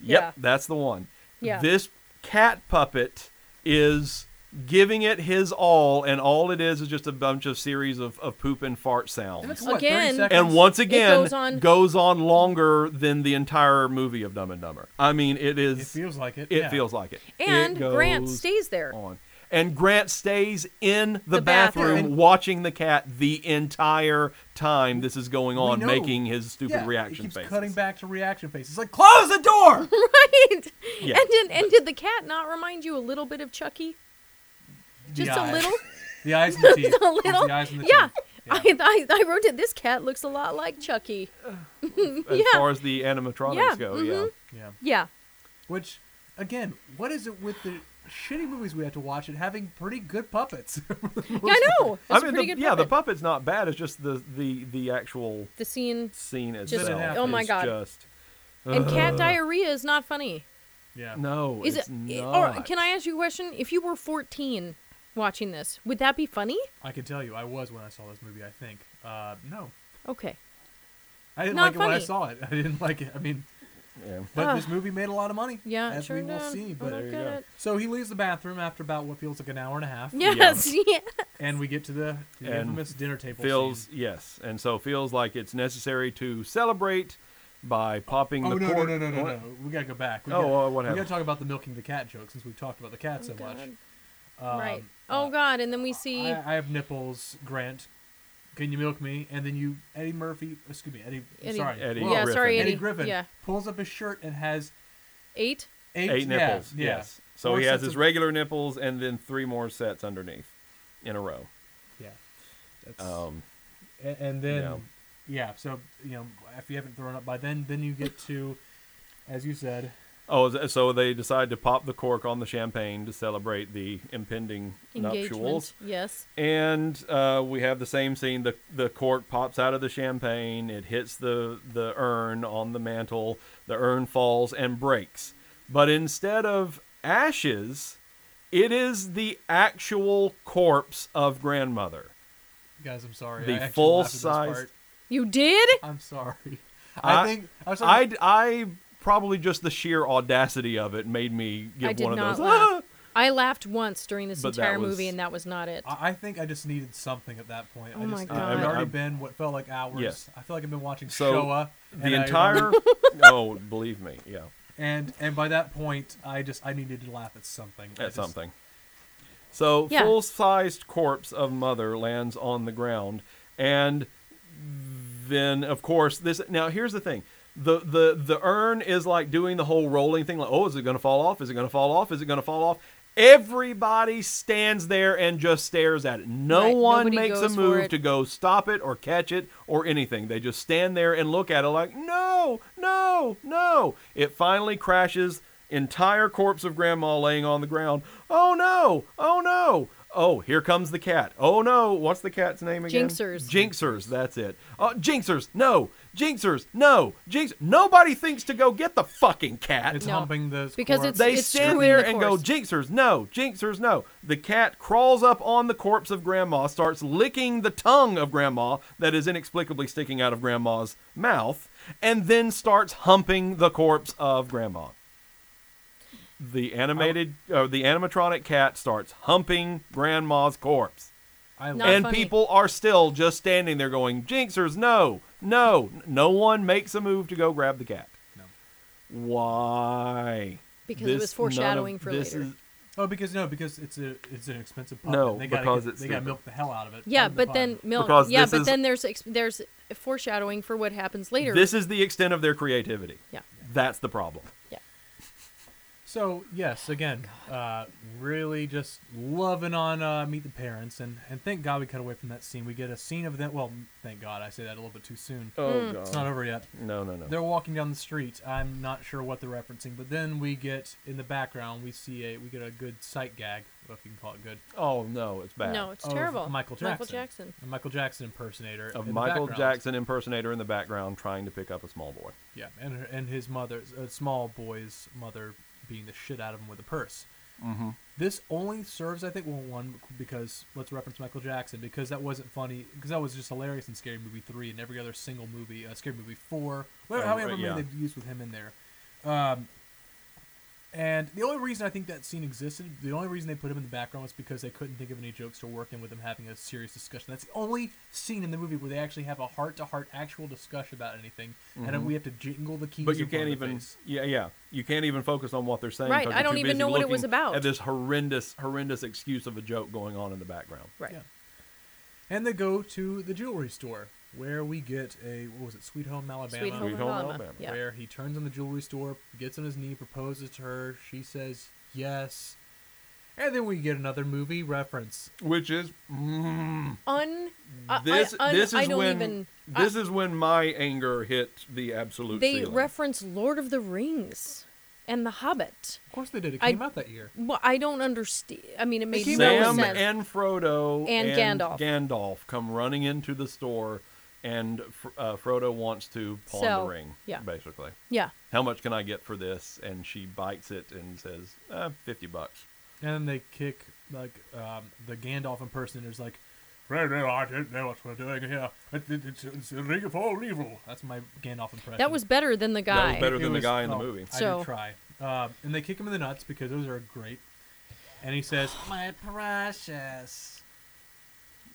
[SPEAKER 6] Yep,
[SPEAKER 5] Yeah.
[SPEAKER 6] that's the one.
[SPEAKER 5] Yeah.
[SPEAKER 6] This cat puppet is giving it his all, and all it is is just a bunch of series of, of poop and fart sounds.
[SPEAKER 4] That's what, 30
[SPEAKER 5] Again-
[SPEAKER 4] seconds?
[SPEAKER 6] And once again,
[SPEAKER 5] goes on-
[SPEAKER 6] longer than the entire movie of Dumb and Dumber. I mean, it is.
[SPEAKER 4] it feels like it.
[SPEAKER 6] it
[SPEAKER 4] yeah.
[SPEAKER 6] feels like it.
[SPEAKER 5] and
[SPEAKER 6] It
[SPEAKER 5] Grant
[SPEAKER 6] goes
[SPEAKER 5] stays there.
[SPEAKER 6] on. And Grant stays in the,
[SPEAKER 5] The bathroom.
[SPEAKER 6] bathroom, watching the cat the entire time this is going
[SPEAKER 4] We
[SPEAKER 6] on,
[SPEAKER 4] know-
[SPEAKER 6] making his stupid
[SPEAKER 4] yeah,
[SPEAKER 6] reaction
[SPEAKER 4] it keeps
[SPEAKER 6] faces.
[SPEAKER 4] cutting back to reaction faces. It's like close the door.
[SPEAKER 5] Right.
[SPEAKER 6] Yeah.
[SPEAKER 5] And did, and did the cat not remind you a little bit of Chucky? Just
[SPEAKER 4] The
[SPEAKER 5] a
[SPEAKER 4] eyes.
[SPEAKER 5] little,
[SPEAKER 4] The eyes and the teeth.
[SPEAKER 5] a little.
[SPEAKER 4] The eyes and the
[SPEAKER 5] yeah.
[SPEAKER 4] teeth.
[SPEAKER 5] I, I, I wrote it. This cat looks a lot like Chucky.
[SPEAKER 6] As
[SPEAKER 5] Yeah.
[SPEAKER 6] far as the animatronics
[SPEAKER 5] Yeah,
[SPEAKER 6] go, yeah.
[SPEAKER 5] mhm.
[SPEAKER 4] Yeah.
[SPEAKER 5] Yeah.
[SPEAKER 4] Which, again, what is it with the shitty movies we have to watch and having pretty good puppets?
[SPEAKER 5] yeah I know. It's
[SPEAKER 6] I mean,
[SPEAKER 5] a
[SPEAKER 6] the,
[SPEAKER 5] pretty good
[SPEAKER 6] yeah, the
[SPEAKER 5] puppet.
[SPEAKER 6] puppet's not bad. It's just the the the actual
[SPEAKER 5] The scene
[SPEAKER 6] scene
[SPEAKER 5] Just-
[SPEAKER 6] itself.
[SPEAKER 4] oh
[SPEAKER 5] my
[SPEAKER 6] is
[SPEAKER 5] God.
[SPEAKER 6] Just
[SPEAKER 5] and cat diarrhea is not funny.
[SPEAKER 4] yeah.
[SPEAKER 6] no,
[SPEAKER 5] Is
[SPEAKER 6] it's
[SPEAKER 5] it?
[SPEAKER 6] not.
[SPEAKER 5] Or can I ask you a question? If you were 14 watching this, would that be funny?
[SPEAKER 4] I can tell you, I was when I saw this movie. I think. Uh, no,
[SPEAKER 5] Okay.
[SPEAKER 4] I didn't
[SPEAKER 5] Not
[SPEAKER 4] like it when I
[SPEAKER 5] funny.
[SPEAKER 4] saw it. I didn't like it. I mean,
[SPEAKER 6] Yeah.
[SPEAKER 4] but
[SPEAKER 5] Ah.
[SPEAKER 4] this movie made a lot of money.
[SPEAKER 5] Yeah, it
[SPEAKER 4] as
[SPEAKER 5] sure
[SPEAKER 4] we will
[SPEAKER 5] did.
[SPEAKER 4] see.
[SPEAKER 5] Oh,
[SPEAKER 4] But
[SPEAKER 5] look at it.
[SPEAKER 4] so he leaves the bathroom after about what feels like an hour and a half.
[SPEAKER 5] Yes. Yeah.
[SPEAKER 4] And we get to the, the
[SPEAKER 6] And
[SPEAKER 4] infamous dinner table.
[SPEAKER 6] feels
[SPEAKER 4] scene.
[SPEAKER 6] yes, and so feels like it's necessary to celebrate by popping
[SPEAKER 4] Oh
[SPEAKER 6] the
[SPEAKER 4] no, no
[SPEAKER 6] cork.
[SPEAKER 4] no no no
[SPEAKER 6] What?
[SPEAKER 4] no! We gotta go back. We
[SPEAKER 6] Oh,
[SPEAKER 4] gotta,
[SPEAKER 6] uh, what
[SPEAKER 4] We
[SPEAKER 6] happened?
[SPEAKER 4] gotta talk about the milking the cat joke since we've talked about the cat
[SPEAKER 5] Oh,
[SPEAKER 4] so much.
[SPEAKER 5] right. Oh God. And then we see.
[SPEAKER 4] I, I have nipples, Grant. Can you milk me? And then you, Eddie Murphy. Excuse me, Eddie.
[SPEAKER 5] Eddie-
[SPEAKER 4] Sorry,
[SPEAKER 6] Eddie
[SPEAKER 4] Whoa.
[SPEAKER 5] yeah.
[SPEAKER 6] Griffin.
[SPEAKER 5] Sorry,
[SPEAKER 4] Eddie
[SPEAKER 5] Eddie.
[SPEAKER 4] Griffin
[SPEAKER 5] Yeah.
[SPEAKER 4] pulls up his shirt and has
[SPEAKER 5] Eight.
[SPEAKER 4] eight,
[SPEAKER 6] Eight
[SPEAKER 4] yeah,
[SPEAKER 6] nipples.
[SPEAKER 4] Yeah.
[SPEAKER 6] Yes. So
[SPEAKER 4] Four
[SPEAKER 6] he has
[SPEAKER 4] sets
[SPEAKER 6] his
[SPEAKER 4] of-
[SPEAKER 6] regular nipples and then three more sets underneath, in a row.
[SPEAKER 4] Yeah. That's,
[SPEAKER 6] Um,
[SPEAKER 4] a- and, then
[SPEAKER 6] yeah.
[SPEAKER 4] yeah. So you know, if you haven't thrown up by then, then you get to, as you said,
[SPEAKER 6] Oh, th- so they decide to pop the cork on the champagne to celebrate the impending
[SPEAKER 5] Engagement.
[SPEAKER 6] nuptials.
[SPEAKER 5] Yes.
[SPEAKER 6] And uh, we have the same scene. The the cork pops out of the champagne. It hits the the urn on the mantle. The urn falls and breaks. But instead of ashes, it is the actual corpse of grandmother.
[SPEAKER 4] guys, I'm sorry.
[SPEAKER 6] The
[SPEAKER 4] I actually
[SPEAKER 6] full
[SPEAKER 4] laughed at this
[SPEAKER 6] size-
[SPEAKER 4] part.
[SPEAKER 5] You did.
[SPEAKER 4] I'm sorry. I,
[SPEAKER 6] I-
[SPEAKER 4] think I was
[SPEAKER 6] I I probably just the sheer audacity of it made me give
[SPEAKER 5] I did
[SPEAKER 6] one of
[SPEAKER 5] not
[SPEAKER 6] those.
[SPEAKER 5] laugh. I laughed once during this
[SPEAKER 6] But that
[SPEAKER 5] entire
[SPEAKER 6] was-
[SPEAKER 5] movie, and that was not it.
[SPEAKER 4] I I think I just needed something at that point.
[SPEAKER 5] Oh
[SPEAKER 4] I
[SPEAKER 5] my
[SPEAKER 4] just,
[SPEAKER 5] God.
[SPEAKER 4] It had
[SPEAKER 5] I'm-
[SPEAKER 4] already
[SPEAKER 6] I'm-
[SPEAKER 4] been what felt like hours.
[SPEAKER 6] Yes.
[SPEAKER 4] I feel like I've been watching
[SPEAKER 6] So,
[SPEAKER 4] Showa. and
[SPEAKER 6] the
[SPEAKER 4] I-
[SPEAKER 6] entire. oh, believe me, yeah.
[SPEAKER 4] and and by that point, I just I needed to laugh at something. I
[SPEAKER 6] at
[SPEAKER 4] just-
[SPEAKER 6] something. So
[SPEAKER 5] Yeah.
[SPEAKER 6] full-sized corpse of mother lands on the ground, and then of course this. Now here's the thing: the the the urn is like doing the whole rolling thing. Like, oh, is it going to fall off? Is it going to fall off? Is it going to fall off? Everybody stands there and just stares at it. No
[SPEAKER 5] Right,
[SPEAKER 6] one
[SPEAKER 5] nobody
[SPEAKER 6] makes a
[SPEAKER 5] goes for
[SPEAKER 6] move
[SPEAKER 5] it.
[SPEAKER 6] to go stop it or catch it or anything. They just stand there and look at it like, no, no, no. It finally crashes. Entire corpse of grandma laying on the ground. Oh no! Oh no! Oh, here comes the cat. Oh no! What's the cat's name again?
[SPEAKER 5] Jinxers.
[SPEAKER 6] Jinxers. That's it. Oh, Jinxers. No. Jinxers. No. Jinx. Nobody thinks to go get the fucking cat.
[SPEAKER 4] It's
[SPEAKER 5] No.
[SPEAKER 4] humping the
[SPEAKER 5] Because
[SPEAKER 4] corpse.
[SPEAKER 5] it's-
[SPEAKER 6] They stand
[SPEAKER 5] screwing
[SPEAKER 6] there
[SPEAKER 5] the
[SPEAKER 6] and go,
[SPEAKER 5] corpse.
[SPEAKER 6] Jinxers, no, Jinxers, no. The cat crawls up on the corpse of Grandma, starts licking the tongue of Grandma that is inexplicably sticking out of Grandma's mouth, and then starts humping the corpse of Grandma.
[SPEAKER 5] Oh.
[SPEAKER 6] The animated, uh, the animatronic cat starts humping Grandma's corpse.
[SPEAKER 4] I
[SPEAKER 5] Not
[SPEAKER 6] and
[SPEAKER 5] funny.
[SPEAKER 6] people are still just standing there going, Jinxers, no, no. No one makes a move to go grab the cat. No. Why?
[SPEAKER 5] Because it was
[SPEAKER 6] none of-
[SPEAKER 5] foreshadowing for
[SPEAKER 6] this
[SPEAKER 5] later.
[SPEAKER 6] is-
[SPEAKER 4] Oh, because no, because it's a it's an expensive puppet.
[SPEAKER 6] No,
[SPEAKER 4] and they gotta
[SPEAKER 6] because
[SPEAKER 4] get-
[SPEAKER 6] it's
[SPEAKER 4] they got to
[SPEAKER 6] stupid.
[SPEAKER 4] milk the hell out of it.
[SPEAKER 5] Yeah,
[SPEAKER 4] out of the
[SPEAKER 5] but then
[SPEAKER 4] pond.
[SPEAKER 5] milk.
[SPEAKER 6] Because
[SPEAKER 5] yeah,
[SPEAKER 6] this
[SPEAKER 5] but
[SPEAKER 6] is-
[SPEAKER 5] then there's ex- there's foreshadowing for what happens later.
[SPEAKER 6] This is the extent of their creativity.
[SPEAKER 5] Yeah.
[SPEAKER 6] That's the problem.
[SPEAKER 4] So yes, again, uh, really just loving on uh, Meet the Parents, and and thank God we cut away from that scene. We get a scene of them. Well, thank God, I say that a little bit too soon.
[SPEAKER 6] Oh,
[SPEAKER 5] Hmm.
[SPEAKER 6] Mm. God.
[SPEAKER 4] it's not over yet.
[SPEAKER 6] No, no, no.
[SPEAKER 4] They're walking down the street. I'm not sure what they're referencing, but then we get in the background we see a we get a good sight gag, if you can call it good.
[SPEAKER 6] Oh no, it's bad.
[SPEAKER 5] No, it's
[SPEAKER 4] of
[SPEAKER 5] terrible.
[SPEAKER 4] Michael Jackson.
[SPEAKER 5] Michael Jackson.
[SPEAKER 4] A Michael Jackson impersonator
[SPEAKER 6] Of
[SPEAKER 4] in the
[SPEAKER 6] Michael
[SPEAKER 4] background.
[SPEAKER 6] Jackson impersonator in the background trying to pick up a small boy.
[SPEAKER 4] Yeah, and her, and his mother, a small boy's mother, being the shit out of him with a purse.
[SPEAKER 6] Mhm.
[SPEAKER 4] This only serves, I think, well, one because let's reference Michael Jackson because that wasn't funny because that was just hilarious in Scary Movie three and every other single movie, uh, Scary Movie four, whatever,
[SPEAKER 6] Oh,
[SPEAKER 4] however
[SPEAKER 6] right,
[SPEAKER 4] many
[SPEAKER 6] yeah.
[SPEAKER 4] they've used with him in there. Um, and the only reason I think that scene existed, the only reason they put him in the background was because they couldn't think of any jokes to work in with him having a serious discussion. That's the only scene in the movie where they actually have a heart-to-heart actual discussion about anything, and then
[SPEAKER 6] Mhm.
[SPEAKER 4] we have to jingle the keys.
[SPEAKER 6] But you
[SPEAKER 4] in front
[SPEAKER 6] can't
[SPEAKER 4] of the
[SPEAKER 6] even
[SPEAKER 4] face.
[SPEAKER 6] yeah, yeah. You can't even focus on what they're saying.
[SPEAKER 5] Right,
[SPEAKER 6] because
[SPEAKER 5] I
[SPEAKER 6] you're
[SPEAKER 5] don't
[SPEAKER 6] too
[SPEAKER 5] even
[SPEAKER 6] busy
[SPEAKER 5] know what it was
[SPEAKER 6] looking
[SPEAKER 5] about.
[SPEAKER 6] At this horrendous, horrendous excuse of a joke going on in the background.
[SPEAKER 5] Right.
[SPEAKER 4] And they go to the jewelry store where we get a what was it, Sweet Home Alabama?
[SPEAKER 5] Sweet Home Sweet Home Alabama, Alabama. yeah.
[SPEAKER 4] Where he turns on the jewelry store, gets on his knee, proposes to her. She says yes, and then we get another movie reference.
[SPEAKER 6] Which is mm,
[SPEAKER 5] Un. I-
[SPEAKER 6] this.
[SPEAKER 5] I, un-
[SPEAKER 6] this is
[SPEAKER 5] I don't
[SPEAKER 6] when
[SPEAKER 5] even. I-
[SPEAKER 6] this is when my anger hit the absolute.
[SPEAKER 5] they
[SPEAKER 6] ceiling.
[SPEAKER 5] reference Lord of the Rings and The Hobbit.
[SPEAKER 4] Of course they did. It
[SPEAKER 5] I-
[SPEAKER 4] came out that year.
[SPEAKER 5] Well, I don't understand. I mean, it made
[SPEAKER 4] came
[SPEAKER 5] no
[SPEAKER 4] out
[SPEAKER 6] Sam
[SPEAKER 5] sense.
[SPEAKER 6] and Frodo
[SPEAKER 5] And Gandalf.
[SPEAKER 6] Gandalf come running into the store, and Fr- uh, Frodo wants to pawn
[SPEAKER 5] Sell.
[SPEAKER 6] the ring.
[SPEAKER 5] Yeah.
[SPEAKER 6] basically.
[SPEAKER 5] Yeah.
[SPEAKER 6] How much can I get for this? And she bites it and says, uh, 50 bucks.
[SPEAKER 4] And they kick like um, the Gandalf impersonator's like, "Well, no, I don't know what we're doing here. It, it, it's, it's a ring of all evil." That's my Gandalf impression.
[SPEAKER 5] That was better than the
[SPEAKER 6] That
[SPEAKER 5] guy.
[SPEAKER 6] was better
[SPEAKER 4] It
[SPEAKER 6] than
[SPEAKER 4] was-
[SPEAKER 6] the guy in the
[SPEAKER 4] oh,
[SPEAKER 6] movie.
[SPEAKER 4] I
[SPEAKER 5] So-
[SPEAKER 4] did try. Uh, and they kick him in the nuts because those are great. And he says, "My precious."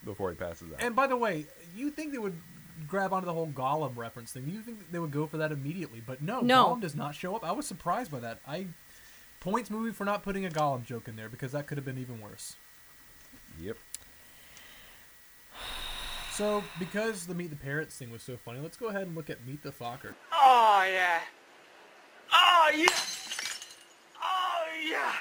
[SPEAKER 6] Before he passes out.
[SPEAKER 4] And by the way, you think they would grab onto the whole Gollum reference thing? You think they would go for that immediately? But no,
[SPEAKER 5] No.
[SPEAKER 4] Gollum does not show up. I was surprised by that. I points movie for not putting a Gollum joke in there because that could have been even worse.
[SPEAKER 6] yep.
[SPEAKER 4] So, because the Meet the Parents thing was so funny, let's go ahead and look at Meet the Fokker.
[SPEAKER 3] Oh, yeah. Oh, yeah. Oh, yeah.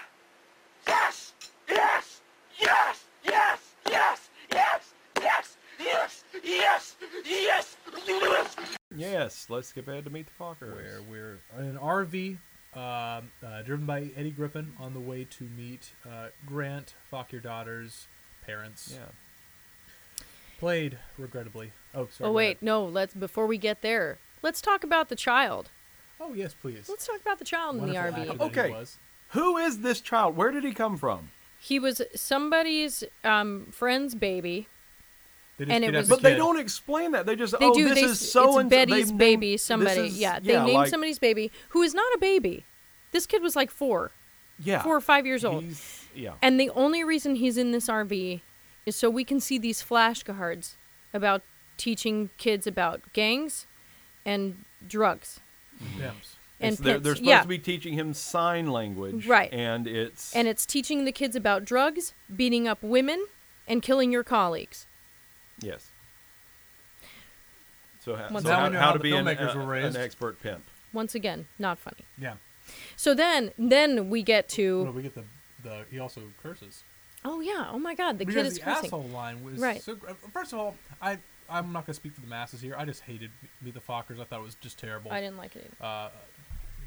[SPEAKER 3] Yes. Yes. Yes. Yes. Yes. Yes. Yes. Yes. Yes. Yes. Yes.
[SPEAKER 6] Yes, let's skip ahead to meet the Fockers.
[SPEAKER 4] where we're in an RV um, uh, driven by Eddie Griffin on the way to meet uh, Grant, fuck your daughter's parents.
[SPEAKER 6] Yeah.
[SPEAKER 4] Played, regrettably. Oh, sorry.
[SPEAKER 5] oh
[SPEAKER 4] go
[SPEAKER 5] wait,
[SPEAKER 4] ahead.
[SPEAKER 5] no. Let's before we get there, let's talk about the child.
[SPEAKER 4] Oh, yes, please.
[SPEAKER 5] Let's talk about the child in the
[SPEAKER 4] Wonderful
[SPEAKER 5] RV.
[SPEAKER 4] actor that he
[SPEAKER 6] Okay.
[SPEAKER 4] was.
[SPEAKER 6] Who is this child? Where did he come from?
[SPEAKER 5] He was somebody's um, friend's baby.
[SPEAKER 4] They just
[SPEAKER 5] And it
[SPEAKER 4] kidnapped
[SPEAKER 5] was-
[SPEAKER 4] the
[SPEAKER 6] But they
[SPEAKER 4] kid.
[SPEAKER 6] don't explain that. They just,
[SPEAKER 5] They
[SPEAKER 6] oh,
[SPEAKER 5] do.
[SPEAKER 6] this
[SPEAKER 5] they,
[SPEAKER 6] is so
[SPEAKER 5] it's
[SPEAKER 6] and so- they
[SPEAKER 5] Betty's
[SPEAKER 6] named-
[SPEAKER 5] baby.
[SPEAKER 6] this
[SPEAKER 5] Somebody.
[SPEAKER 6] is-
[SPEAKER 5] yeah. They named
[SPEAKER 6] like-
[SPEAKER 5] somebody's baby who is not a baby. This kid was like four,
[SPEAKER 6] yeah,
[SPEAKER 5] four or five years old.
[SPEAKER 6] He's- yeah.
[SPEAKER 5] And the only reason he's in this RV is so we can see these flashcards about teaching kids about gangs and drugs
[SPEAKER 4] Pimps.
[SPEAKER 5] and
[SPEAKER 6] It's- they're,
[SPEAKER 5] pimps.
[SPEAKER 6] they're supposed
[SPEAKER 5] yeah.
[SPEAKER 6] to be teaching him sign language.
[SPEAKER 5] Right.
[SPEAKER 6] And it's
[SPEAKER 5] and it's teaching the kids about drugs, beating up women, and killing your colleagues.
[SPEAKER 6] Yes. So, ha-
[SPEAKER 5] Once again.
[SPEAKER 6] so how,
[SPEAKER 4] Now we know
[SPEAKER 6] how
[SPEAKER 4] how
[SPEAKER 6] to
[SPEAKER 4] the
[SPEAKER 6] be an,
[SPEAKER 4] filmmakers
[SPEAKER 6] uh,
[SPEAKER 4] were raised.
[SPEAKER 6] an expert pimp.
[SPEAKER 5] Once again, not funny.
[SPEAKER 4] Yeah.
[SPEAKER 5] So then, then we get
[SPEAKER 4] Well,
[SPEAKER 5] to
[SPEAKER 4] we get the, the. He also curses.
[SPEAKER 5] oh yeah, oh my god, the
[SPEAKER 4] because
[SPEAKER 5] kid is
[SPEAKER 4] the
[SPEAKER 5] cursing.
[SPEAKER 4] asshole line was
[SPEAKER 5] Right.
[SPEAKER 4] so. gr- uh, First of all, I I'm not gonna speak for the masses here. I just hated Meet the Fockers. I thought it was just terrible.
[SPEAKER 5] I didn't like it. Either.
[SPEAKER 4] uh,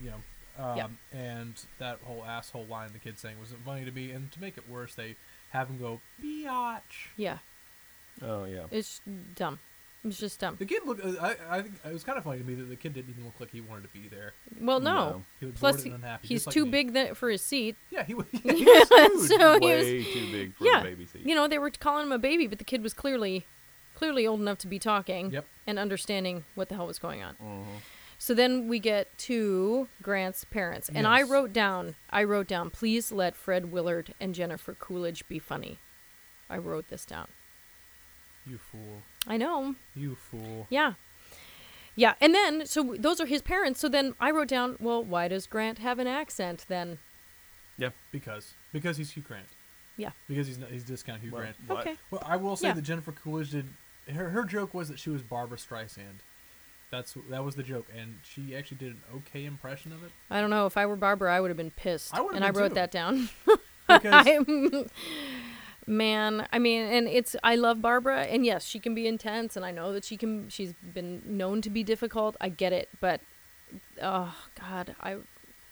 [SPEAKER 4] you know, um,
[SPEAKER 5] Yeah.
[SPEAKER 4] and that whole asshole line the kid saying wasn't funny to me. And to make it worse, they have him go biatch.
[SPEAKER 5] yeah,
[SPEAKER 6] Oh yeah.
[SPEAKER 5] it's dumb. It's just dumb.
[SPEAKER 4] The kid looked. Uh, I I think it was kind of funny to me that the kid didn't even look like he wanted to be there.
[SPEAKER 5] Well, no.
[SPEAKER 6] No.
[SPEAKER 4] He looked
[SPEAKER 5] Plus,
[SPEAKER 4] bored and unhappy,
[SPEAKER 5] he's
[SPEAKER 4] just like
[SPEAKER 5] too
[SPEAKER 4] me.
[SPEAKER 5] big that, for his seat.
[SPEAKER 4] Yeah, he was. Yeah, he was huge.
[SPEAKER 5] so he was
[SPEAKER 6] Way too big for
[SPEAKER 5] yeah,
[SPEAKER 6] a baby seat.
[SPEAKER 5] You know, they were calling him a baby, but the kid was clearly clearly old enough to be talking
[SPEAKER 4] Yep.
[SPEAKER 5] and understanding what the hell was going on.
[SPEAKER 6] Mm-hmm.
[SPEAKER 5] So then we get to Grant's parents. And I
[SPEAKER 4] Yes.
[SPEAKER 5] wrote down I wrote down, please let Fred Willard and Jennifer Coolidge be funny. I wrote this down.
[SPEAKER 4] You fool.
[SPEAKER 5] I know.
[SPEAKER 4] You fool.
[SPEAKER 5] Yeah. Yeah, and then so w- those are his parents. So then I wrote down, well, why does Grant have an accent then?
[SPEAKER 6] Yeah.
[SPEAKER 4] Because because he's Hugh Grant.
[SPEAKER 5] Yeah.
[SPEAKER 4] Because he's not, he's discount Hugh Grant.
[SPEAKER 5] what? Okay.
[SPEAKER 4] Well, I will say
[SPEAKER 5] Yeah.
[SPEAKER 4] that Jennifer Coolidge did. Her, her joke was that she was Barbara Streisand. That's that was the joke, and she actually did an okay impression of it.
[SPEAKER 5] I don't know. If I were Barbara, I would have been pissed.
[SPEAKER 4] I would've
[SPEAKER 5] and I
[SPEAKER 4] been
[SPEAKER 5] wrote
[SPEAKER 4] too.
[SPEAKER 5] that down.
[SPEAKER 4] Because-
[SPEAKER 5] I'm- man, I mean, and it's I love Barbara, and yes, she can be intense, and I know that she can. She's been known to be difficult. I get it, but oh god, I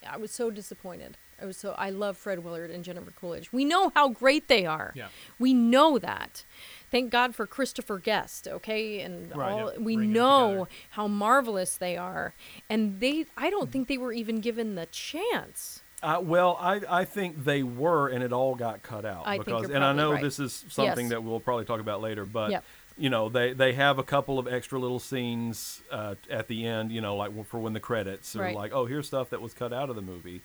[SPEAKER 5] I was so disappointed. I was so I love Fred Willard and Jennifer Coolidge. We know how great they are.
[SPEAKER 4] Yeah.
[SPEAKER 5] We know that. Thank God for Christopher Guest, okay? And
[SPEAKER 4] Right,
[SPEAKER 5] all
[SPEAKER 4] yeah,
[SPEAKER 5] we
[SPEAKER 4] bring 'em
[SPEAKER 5] know how marvelous they are. And they I don't think they were even given the chance.
[SPEAKER 6] Uh, well, I, I think they were, and it all got cut out
[SPEAKER 5] I think
[SPEAKER 6] because,
[SPEAKER 5] you're
[SPEAKER 6] and I
[SPEAKER 5] probably
[SPEAKER 6] know
[SPEAKER 5] right.
[SPEAKER 6] this is something
[SPEAKER 5] Yes.
[SPEAKER 6] that we'll probably talk about later, but
[SPEAKER 5] Yep.
[SPEAKER 6] you know, they they have a couple of extra little scenes uh, at the end, you know, like for when the credits are
[SPEAKER 5] Right.
[SPEAKER 6] like, oh, here's stuff that was cut out of the movie,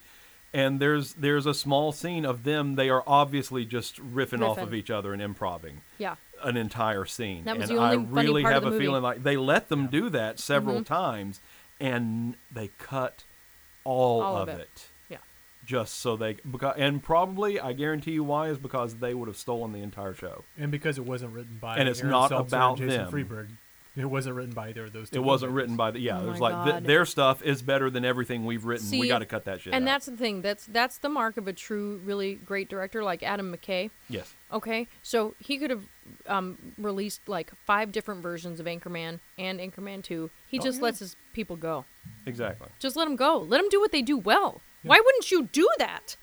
[SPEAKER 6] and there's there's a small scene of them. They are obviously just riffing, off
[SPEAKER 5] Riffing.
[SPEAKER 6] of each other and improving.
[SPEAKER 5] Yeah.
[SPEAKER 6] An entire scene,
[SPEAKER 5] That was
[SPEAKER 6] and
[SPEAKER 5] the only
[SPEAKER 6] I
[SPEAKER 5] funny
[SPEAKER 6] really
[SPEAKER 5] part of
[SPEAKER 6] have
[SPEAKER 5] the
[SPEAKER 6] a
[SPEAKER 5] movie.
[SPEAKER 6] feeling like they let them do that several
[SPEAKER 5] Mhm.
[SPEAKER 6] times, and they cut all,
[SPEAKER 5] All
[SPEAKER 6] of
[SPEAKER 5] of
[SPEAKER 6] it.
[SPEAKER 5] it. Yeah.
[SPEAKER 6] Just so they because and probably I guarantee you why is because they would have stolen the entire show.
[SPEAKER 4] And because it wasn't written by
[SPEAKER 6] And it's
[SPEAKER 4] Aaron
[SPEAKER 6] not
[SPEAKER 4] Seltzer and
[SPEAKER 6] about them.
[SPEAKER 4] Jason Freeberg. It wasn't written by either of those. two
[SPEAKER 6] It wasn't
[SPEAKER 4] filmmakers.
[SPEAKER 6] written by the yeah.
[SPEAKER 5] Oh
[SPEAKER 6] it was
[SPEAKER 5] my
[SPEAKER 6] like th-
[SPEAKER 5] God.
[SPEAKER 6] their stuff is better than everything we've written. we
[SPEAKER 5] See,
[SPEAKER 6] got to cut that shit.
[SPEAKER 5] And
[SPEAKER 6] out.
[SPEAKER 5] that's the thing. That's that's the mark of a true, really great director like Adam McKay.
[SPEAKER 6] yes.
[SPEAKER 5] Okay, so he could have um, released like five different versions of Anchorman and Anchorman Two. He
[SPEAKER 6] Oh,
[SPEAKER 5] just
[SPEAKER 6] yeah.
[SPEAKER 5] lets his people go.
[SPEAKER 6] Exactly.
[SPEAKER 5] Just let them go. Let them do what they do well. Why wouldn't you do that?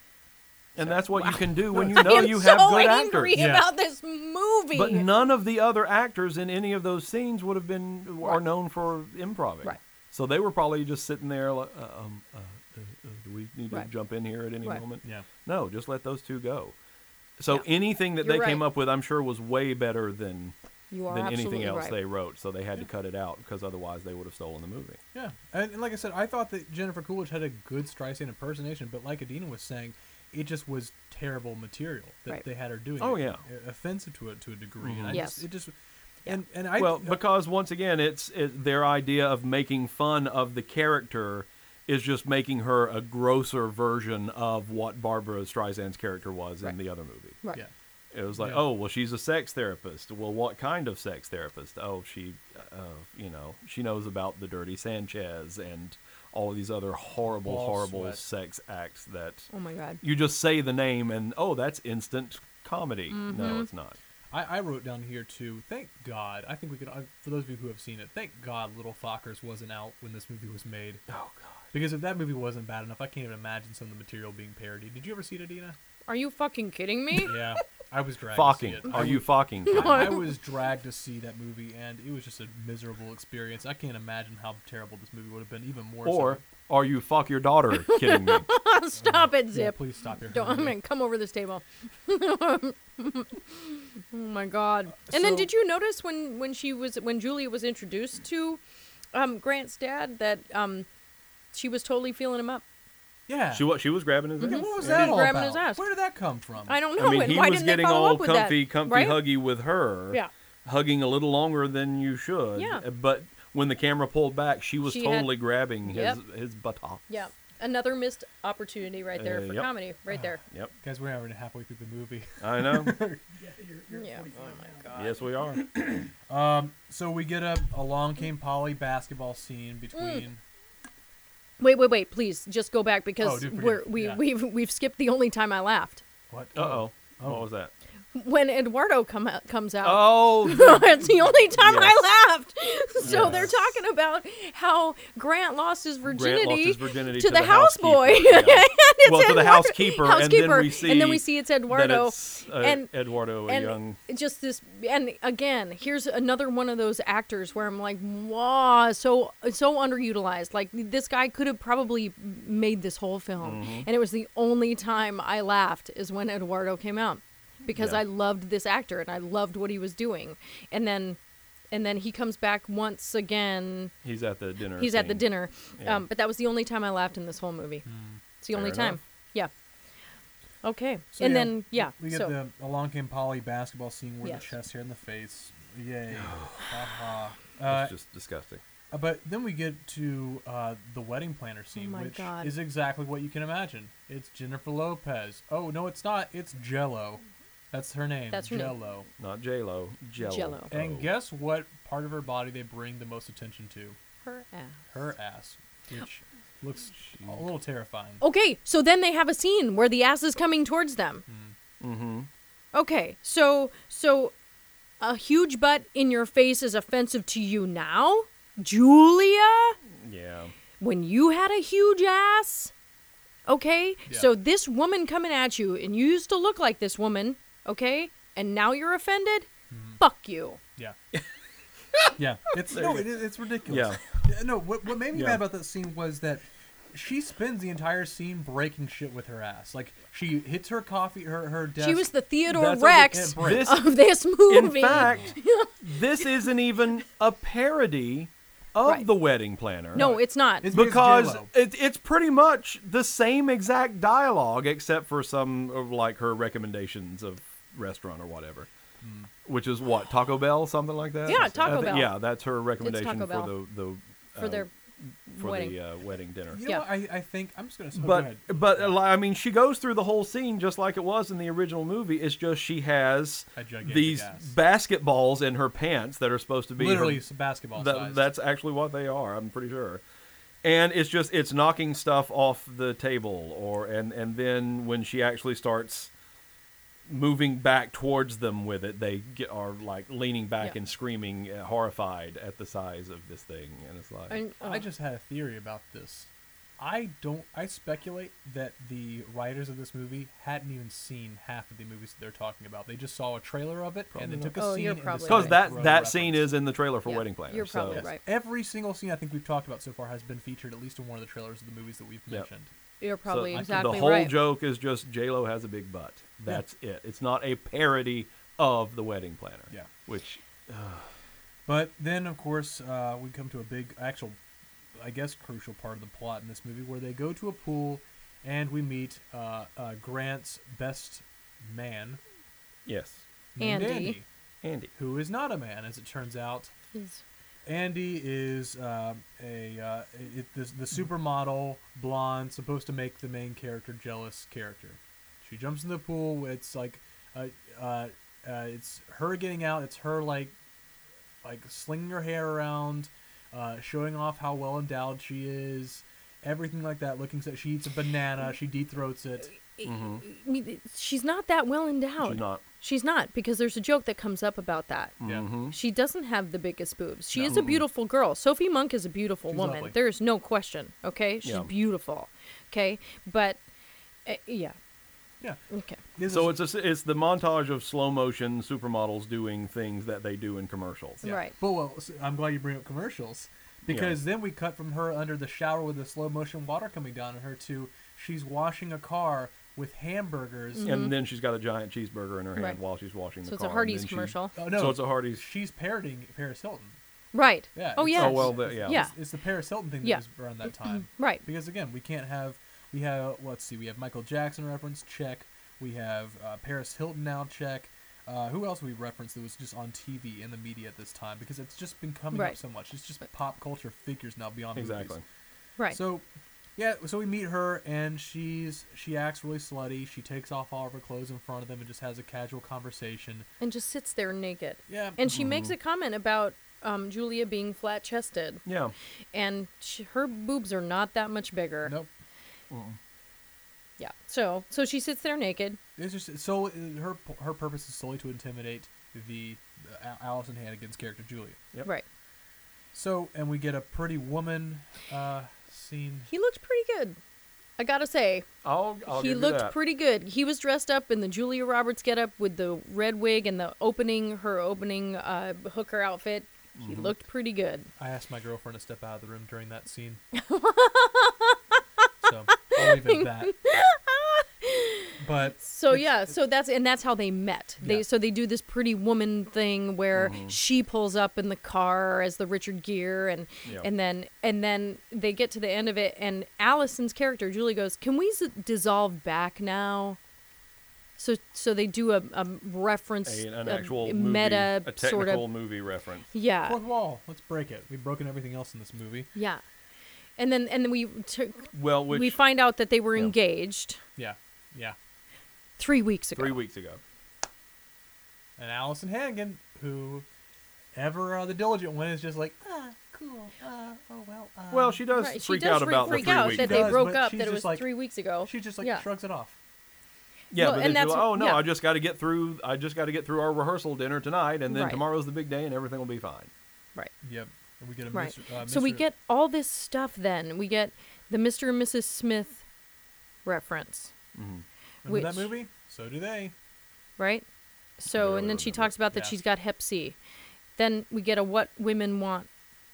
[SPEAKER 6] And that's what you can do when you
[SPEAKER 5] I
[SPEAKER 6] know
[SPEAKER 5] am
[SPEAKER 6] you
[SPEAKER 5] so
[SPEAKER 6] have good
[SPEAKER 5] angry
[SPEAKER 6] actors.
[SPEAKER 5] about this movie.
[SPEAKER 6] But none of the other actors in any of those scenes would have been are known for improv.
[SPEAKER 5] Right.
[SPEAKER 6] So they were probably just sitting there like, uh, um, uh, uh, uh, do we need to
[SPEAKER 5] Right.
[SPEAKER 6] jump in here at any
[SPEAKER 5] Right.
[SPEAKER 6] moment?
[SPEAKER 4] Yeah.
[SPEAKER 6] No, just let those two go. So anything that
[SPEAKER 5] You're
[SPEAKER 6] they came
[SPEAKER 5] right.
[SPEAKER 6] up with, I'm sure, was way better than
[SPEAKER 5] You are
[SPEAKER 6] than anything
[SPEAKER 5] absolutely
[SPEAKER 6] else
[SPEAKER 5] right.
[SPEAKER 6] they wrote. So they had to cut it out because otherwise they would have stolen the movie.
[SPEAKER 4] Yeah, and, and like I said, I thought that Jennifer Coolidge had a good Streisand impersonation, but like Adina was saying, it just was terrible material that
[SPEAKER 5] Right. Mm-hmm.
[SPEAKER 4] they had her doing.
[SPEAKER 6] Oh,
[SPEAKER 4] It-
[SPEAKER 6] yeah.
[SPEAKER 4] it- offensive to it to a degree. And I
[SPEAKER 5] Yes.
[SPEAKER 4] just, it just and and I
[SPEAKER 6] well, because once again, it's it, their idea of making fun of the character is just making her a grosser version of what Barbara Streisand's character was in the other movie.
[SPEAKER 5] Right.
[SPEAKER 4] yeah,
[SPEAKER 6] It was like,
[SPEAKER 4] Yeah.
[SPEAKER 6] oh, well, she's a sex therapist. Well, what kind of sex therapist? Oh, she, uh, you know, she knows about the dirty Sanchez and all these other horrible,
[SPEAKER 4] Ball
[SPEAKER 6] horrible
[SPEAKER 4] sweat.
[SPEAKER 6] sex acts that
[SPEAKER 5] Oh my god.
[SPEAKER 6] you just say the name and oh, that's instant comedy.
[SPEAKER 5] Mm-hmm.
[SPEAKER 6] No, it's not.
[SPEAKER 4] I, I wrote down here too. Thank God. I think we could, uh, for those of you who have seen it, thank God Little Fockers wasn't out when this movie was made.
[SPEAKER 6] Oh
[SPEAKER 4] Because if that movie wasn't bad enough, I can't even imagine some of the material being parodied. Did you ever see it, Adina?
[SPEAKER 5] Are you fucking kidding me?
[SPEAKER 4] Yeah, I was dragged.
[SPEAKER 6] Focking.
[SPEAKER 4] To see it. I
[SPEAKER 6] Are you
[SPEAKER 4] was-
[SPEAKER 6] focking?
[SPEAKER 4] I, I was dragged to see that movie, and it was just a miserable experience. I can't imagine how terrible this movie would have been, even more.
[SPEAKER 6] Or
[SPEAKER 4] so.
[SPEAKER 6] are you fuck your daughter kidding me?
[SPEAKER 5] Stop it,
[SPEAKER 4] Yeah,
[SPEAKER 5] Zip.
[SPEAKER 4] please stop your.
[SPEAKER 5] Don't, I'm
[SPEAKER 4] hurting me.
[SPEAKER 5] gonna come over this table. oh my god! And then,
[SPEAKER 4] so-
[SPEAKER 5] did you notice when when she was when Julia was introduced to um, Grant's dad that um, she was totally feeling him up?
[SPEAKER 4] Yeah.
[SPEAKER 6] she was she was grabbing his.
[SPEAKER 4] Yeah,
[SPEAKER 6] ass.
[SPEAKER 4] what was
[SPEAKER 6] Yeah.
[SPEAKER 4] that all
[SPEAKER 5] Mhm. grabbing
[SPEAKER 4] about?
[SPEAKER 5] his ass.
[SPEAKER 4] Where did that come from?
[SPEAKER 5] Mm-hmm. I don't know.
[SPEAKER 6] I mean,
[SPEAKER 5] and
[SPEAKER 6] he
[SPEAKER 5] why
[SPEAKER 6] was
[SPEAKER 5] didn't
[SPEAKER 6] getting
[SPEAKER 5] they follow
[SPEAKER 6] all
[SPEAKER 5] up with
[SPEAKER 6] comfy,
[SPEAKER 5] that?
[SPEAKER 6] comfy,
[SPEAKER 5] right?
[SPEAKER 6] huggy with her.
[SPEAKER 5] Yeah.
[SPEAKER 6] Hugging a little longer than you should.
[SPEAKER 5] Yeah.
[SPEAKER 6] Uh, But when the camera pulled back, she was
[SPEAKER 5] She had-
[SPEAKER 6] totally grabbing his
[SPEAKER 5] Yep.
[SPEAKER 6] his buttocks.
[SPEAKER 5] Yeah, another missed opportunity right there
[SPEAKER 6] Uh,
[SPEAKER 5] for
[SPEAKER 6] yep.
[SPEAKER 5] comedy, right there.
[SPEAKER 6] Yep.
[SPEAKER 4] Guys, we're already halfway through the movie.
[SPEAKER 6] I know.
[SPEAKER 5] Yeah. Oh my god.
[SPEAKER 6] yes, we are.
[SPEAKER 4] So we get a along came Polly basketball scene
[SPEAKER 5] Mm.
[SPEAKER 4] between.
[SPEAKER 5] Wait, wait, wait! Please, just go back because
[SPEAKER 4] Oh, dude, forgive-
[SPEAKER 5] we're, we
[SPEAKER 4] yeah.
[SPEAKER 5] we've we've skipped the only time I laughed
[SPEAKER 4] What?
[SPEAKER 6] Uh oh. What was that?
[SPEAKER 5] when Eduardo come out, comes out.
[SPEAKER 6] Oh,
[SPEAKER 5] it's the only time I
[SPEAKER 6] Yes.
[SPEAKER 5] laughed. So they're talking about how Grant lost his virginity,
[SPEAKER 6] Grant lost his virginity
[SPEAKER 5] to, the,
[SPEAKER 6] housekeeper.
[SPEAKER 5] houseboy.
[SPEAKER 6] Yeah.
[SPEAKER 5] And it's
[SPEAKER 6] well, to the
[SPEAKER 5] Eduardo-
[SPEAKER 6] housekeeper, and then
[SPEAKER 5] housekeeper,
[SPEAKER 6] we see
[SPEAKER 5] and then we see it's
[SPEAKER 6] that
[SPEAKER 5] Eduardo,
[SPEAKER 6] it's, uh,
[SPEAKER 5] and-
[SPEAKER 6] Eduardo, a
[SPEAKER 5] and
[SPEAKER 6] young.
[SPEAKER 5] just this, and again, here's another one of those actors where I'm like, wow, so so underutilized. Like this guy could have probably made this whole film,
[SPEAKER 6] Mm-hmm.
[SPEAKER 5] and it was the only time I laughed is when Eduardo came out because
[SPEAKER 6] Yeah.
[SPEAKER 5] I loved this actor and I loved what he was doing, and then. And then he comes back once again
[SPEAKER 6] He's at the dinner.
[SPEAKER 5] he's at the
[SPEAKER 6] scene.
[SPEAKER 5] dinner.
[SPEAKER 6] Yeah. Hmm.
[SPEAKER 5] Um, but that was the only time I laughed in this whole movie. It's the
[SPEAKER 6] Fair
[SPEAKER 5] only
[SPEAKER 6] enough.
[SPEAKER 5] time. Yeah. Okay.
[SPEAKER 4] So,
[SPEAKER 5] and
[SPEAKER 4] yeah,
[SPEAKER 5] then yeah.
[SPEAKER 4] we get
[SPEAKER 5] so
[SPEAKER 4] the along came Polly basketball scene where
[SPEAKER 5] Yes.
[SPEAKER 4] the chest hair in the face. Yay. Ha ha. Uh,
[SPEAKER 6] That's just disgusting.
[SPEAKER 4] Uh, But then we get to uh, the wedding planner scene,
[SPEAKER 5] Oh my
[SPEAKER 4] which
[SPEAKER 5] God.
[SPEAKER 4] is exactly what you can imagine. It's Jennifer Lopez. Oh no, it's not. It's Jello. That's her name.
[SPEAKER 5] That's her name.
[SPEAKER 4] Jello.
[SPEAKER 6] Not J Lo. Jello.
[SPEAKER 5] Jell-O.
[SPEAKER 6] Oh.
[SPEAKER 4] And guess what part of her body they bring the most attention to?
[SPEAKER 5] Her ass.
[SPEAKER 4] Her ass, which looks a little terrifying.
[SPEAKER 5] Okay, so then they have a scene where the ass is coming towards them.
[SPEAKER 6] Mm-hmm.
[SPEAKER 5] Okay, so so a huge butt in your face is offensive to you now, Julia.
[SPEAKER 6] Yeah.
[SPEAKER 5] When you had a huge ass, okay.
[SPEAKER 6] Yeah.
[SPEAKER 5] So this woman coming at you, and you used to look like this woman, okay, and now you're offended.
[SPEAKER 6] Mm-hmm.
[SPEAKER 5] Fuck you.
[SPEAKER 4] Yeah. yeah. It's
[SPEAKER 6] There
[SPEAKER 4] no,
[SPEAKER 6] you
[SPEAKER 4] it,
[SPEAKER 6] go.
[SPEAKER 4] is- it's ridiculous. Yeah. No, what, what made me
[SPEAKER 6] Yeah.
[SPEAKER 4] mad about that scene was that she spends the entire scene breaking shit with her ass. Like she hits her coffee, her her desk.
[SPEAKER 5] She was the Theodore
[SPEAKER 4] That's a-
[SPEAKER 5] Rex
[SPEAKER 4] it breaks.
[SPEAKER 5] of this movie.
[SPEAKER 6] In fact, this isn't even a parody of
[SPEAKER 5] Right.
[SPEAKER 6] the wedding planner.
[SPEAKER 5] no, it's not.
[SPEAKER 4] It's
[SPEAKER 6] because
[SPEAKER 4] J-Lo.
[SPEAKER 6] it, it's pretty much the same exact dialogue except for some of like her recommendations of restaurant or whatever which is what taco bell something like that
[SPEAKER 5] Yeah,
[SPEAKER 6] I
[SPEAKER 5] Taco
[SPEAKER 6] thi-
[SPEAKER 5] Bell.
[SPEAKER 6] yeah that's her recommendation
[SPEAKER 5] Taco
[SPEAKER 6] for
[SPEAKER 5] Bell.
[SPEAKER 6] the the
[SPEAKER 5] for
[SPEAKER 6] uh,
[SPEAKER 5] their
[SPEAKER 6] for
[SPEAKER 5] wedding.
[SPEAKER 6] the uh, wedding dinner
[SPEAKER 4] You
[SPEAKER 5] Yeah.
[SPEAKER 4] know what? I, I think I'm just gonna. oh, go
[SPEAKER 6] but
[SPEAKER 4] ahead.
[SPEAKER 6] but uh, like, I mean, she goes through the whole scene just like it was in the original movie. It's just she has
[SPEAKER 4] A gigantic
[SPEAKER 6] these
[SPEAKER 4] ass.
[SPEAKER 6] basketballs in her pants that are supposed to be her-
[SPEAKER 4] Literally some basketball
[SPEAKER 6] that-
[SPEAKER 4] size.
[SPEAKER 6] That's actually what they are. I'm pretty sure. And it's just it's knocking stuff off the table, or and and then when she actually starts moving back towards them with it, they get, are like leaning back
[SPEAKER 5] Yeah.
[SPEAKER 6] and screaming, uh, horrified at the size of this thing, and it's like
[SPEAKER 5] And, uh,
[SPEAKER 4] I just had a theory about this. I don't. I speculate that the writers of this movie hadn't even seen half of the movies that they're talking about. They just saw a trailer of it and they took a
[SPEAKER 5] Oh,
[SPEAKER 4] scene.
[SPEAKER 5] you're
[SPEAKER 4] and
[SPEAKER 5] probably
[SPEAKER 6] because
[SPEAKER 5] right.
[SPEAKER 6] that
[SPEAKER 4] throw a
[SPEAKER 6] that scene
[SPEAKER 4] reference.
[SPEAKER 6] is in the trailer for
[SPEAKER 5] Yeah,
[SPEAKER 6] Wedding Planner.
[SPEAKER 5] you're
[SPEAKER 6] so-
[SPEAKER 5] probably
[SPEAKER 4] Yes.
[SPEAKER 5] right.
[SPEAKER 4] Every single scene I think we've talked about so far has been featured at least in one of the trailers of the movies that we've
[SPEAKER 6] Yep.
[SPEAKER 4] mentioned.
[SPEAKER 5] you're probably
[SPEAKER 6] So
[SPEAKER 5] exactly
[SPEAKER 6] The whole
[SPEAKER 5] right.
[SPEAKER 6] joke is just J Lo has a big butt. That's it. It's not a parody of the Wedding Planner.
[SPEAKER 4] Yeah.
[SPEAKER 6] Which
[SPEAKER 4] But then, of course, uh, we come to a big, actual, I guess, crucial part of the plot in this movie where they go to a pool and we meet uh, uh, Grant's best man,
[SPEAKER 6] yes,
[SPEAKER 4] named
[SPEAKER 5] Andy.
[SPEAKER 4] Andy,
[SPEAKER 6] Andy.
[SPEAKER 4] who is not a man, as it turns out.
[SPEAKER 5] He's-
[SPEAKER 4] Andy is uh, a uh, it, the, the supermodel blonde supposed to make the main character jealous character. She jumps in the pool. It's like uh, uh, uh, it's her getting out. It's her like like slinging her hair around, uh, showing off how well endowed she is. Everything like that. Looking so she eats a banana. She dethroats it.
[SPEAKER 5] I mean, she's not that well endowed.
[SPEAKER 6] Mm-hmm. She's not.
[SPEAKER 5] She's not, because there's a joke that comes up about that.
[SPEAKER 6] Mm-hmm.
[SPEAKER 4] Yeah.
[SPEAKER 5] She doesn't have the biggest boobs. She is a beautiful girl. Sophie Monk is a beautiful
[SPEAKER 4] She's
[SPEAKER 5] woman.
[SPEAKER 4] lovely.
[SPEAKER 5] There's no question. Okay, she's
[SPEAKER 6] Yeah.
[SPEAKER 5] beautiful. Okay, but uh, yeah,
[SPEAKER 4] Yeah.
[SPEAKER 5] okay,
[SPEAKER 4] This
[SPEAKER 6] So
[SPEAKER 4] is-
[SPEAKER 6] it's a, it's the montage of slow motion supermodels doing things that they do in commercials.
[SPEAKER 4] Yeah.
[SPEAKER 5] right.
[SPEAKER 4] But well, s- I'm glad you bring up commercials because then we cut from her under the shower with the slow motion water coming down on her to she's washing a car with hamburgers.
[SPEAKER 6] And then she's got a giant cheeseburger in her hand
[SPEAKER 5] Mm-hmm. Right.
[SPEAKER 6] while she's washing the
[SPEAKER 5] So it's
[SPEAKER 6] car.
[SPEAKER 5] a
[SPEAKER 6] and
[SPEAKER 5] Hardee's
[SPEAKER 6] then she-
[SPEAKER 5] commercial,
[SPEAKER 4] Oh no!
[SPEAKER 6] So it's a Hardee's.
[SPEAKER 4] She's parroting Paris Hilton.
[SPEAKER 5] right?
[SPEAKER 4] Yeah.
[SPEAKER 5] oh
[SPEAKER 4] it's-
[SPEAKER 5] yeah.
[SPEAKER 6] Oh, well, the- yeah.
[SPEAKER 5] Yeah.
[SPEAKER 4] It's the Paris Hilton thing that
[SPEAKER 5] Yeah. Mm-hmm.
[SPEAKER 4] was around that time.
[SPEAKER 5] Mm, Right.
[SPEAKER 4] Because again, we can't have we have let's see, we have Michael Jackson reference check. We have uh, Paris Hilton now check. Uh, who else we referenced that was just on TV in the media at this time? Because it's just been coming up
[SPEAKER 5] Right.
[SPEAKER 4] so much. It's just pop culture figures now beyond movies.
[SPEAKER 6] Exactly.
[SPEAKER 5] Right.
[SPEAKER 4] So, yeah, so we meet her and she's she acts really slutty. She takes off all of her clothes in front of them and just has a casual conversation.
[SPEAKER 5] and just sits there naked.
[SPEAKER 4] Yeah.
[SPEAKER 5] And she
[SPEAKER 6] Mm-hmm.
[SPEAKER 5] makes a comment about um, Julia being flat chested,
[SPEAKER 6] Yeah.
[SPEAKER 5] and she, her boobs are not that much bigger.
[SPEAKER 4] Nope.
[SPEAKER 5] Yeah. So so she sits there naked.
[SPEAKER 4] It's just so uh, her her purpose is solely to intimidate the uh, Allison Hannigan's character Julia.
[SPEAKER 6] Yep.
[SPEAKER 5] Right.
[SPEAKER 4] So, and we get a pretty woman uh, scene.
[SPEAKER 5] He looked pretty good. I gotta say,
[SPEAKER 6] I'll, I'll
[SPEAKER 5] he
[SPEAKER 6] give you
[SPEAKER 5] looked
[SPEAKER 6] that.
[SPEAKER 5] pretty good. He was dressed up in the Julia Roberts getup with the red wig and the opening, her opening uh, hooker outfit. He
[SPEAKER 6] Mm-hmm.
[SPEAKER 5] looked pretty good.
[SPEAKER 4] I asked my girlfriend to step out of the room during that scene. so I'll leave it at that. But
[SPEAKER 5] So yeah, so that's and that's how they met. They
[SPEAKER 4] Yeah.
[SPEAKER 5] so they do this pretty woman thing where
[SPEAKER 6] Mm-hmm.
[SPEAKER 5] she pulls up in the car as the Richard Gere and
[SPEAKER 6] Yeah.
[SPEAKER 5] and then and then they get to the end of it and Allison's character Julie goes, "Can we z- dissolve back now?" So so they do a, a reference,
[SPEAKER 6] A- an
[SPEAKER 5] a
[SPEAKER 6] actual movie,
[SPEAKER 5] meta
[SPEAKER 6] a
[SPEAKER 5] sort
[SPEAKER 6] technical
[SPEAKER 5] of
[SPEAKER 6] movie reference.
[SPEAKER 5] yeah
[SPEAKER 4] Fourth wall. Let's break it. We've broken everything else in this movie.
[SPEAKER 5] yeah, and then and then we took
[SPEAKER 6] Well,
[SPEAKER 5] we
[SPEAKER 6] which-
[SPEAKER 5] find out that they were
[SPEAKER 6] yeah.
[SPEAKER 5] engaged
[SPEAKER 4] Yeah. Yeah.
[SPEAKER 5] three weeks ago.
[SPEAKER 6] Three weeks ago.
[SPEAKER 4] And Allison Hannigan, who ever uh, the diligent one, is just like, ah, cool. Uh, oh well. Uh,
[SPEAKER 6] Well, she does
[SPEAKER 5] Right,
[SPEAKER 6] freak
[SPEAKER 5] she does
[SPEAKER 6] out about
[SPEAKER 5] freak
[SPEAKER 6] the three
[SPEAKER 5] out
[SPEAKER 6] weeks.
[SPEAKER 5] that they
[SPEAKER 4] Does,
[SPEAKER 5] broke
[SPEAKER 4] but
[SPEAKER 5] up.
[SPEAKER 4] she's
[SPEAKER 5] That it
[SPEAKER 4] just
[SPEAKER 5] was
[SPEAKER 4] like-
[SPEAKER 5] three weeks ago.
[SPEAKER 4] she just like
[SPEAKER 5] yeah.
[SPEAKER 4] shrugs it off.
[SPEAKER 6] Yeah,
[SPEAKER 5] Well,
[SPEAKER 6] but
[SPEAKER 5] and
[SPEAKER 6] then she's
[SPEAKER 5] that's
[SPEAKER 6] like, oh no,
[SPEAKER 5] yeah.
[SPEAKER 6] I just got to get through. I just got to get through our rehearsal dinner tonight, and then
[SPEAKER 5] Right.
[SPEAKER 6] tomorrow's the big day, and everything will be fine.
[SPEAKER 5] right.
[SPEAKER 4] Yep. And we get a
[SPEAKER 5] Right.
[SPEAKER 4] mis- uh,
[SPEAKER 5] so we
[SPEAKER 4] Mr.
[SPEAKER 5] get all this stuff then. We get the Mr. and Mrs. Smith reference,
[SPEAKER 6] Mm-hmm.
[SPEAKER 4] Remember that
[SPEAKER 5] which-
[SPEAKER 4] movie? So do they.
[SPEAKER 5] right? So, and then she talks about that
[SPEAKER 4] Yeah.
[SPEAKER 5] she's got hep C. Then we get a what women want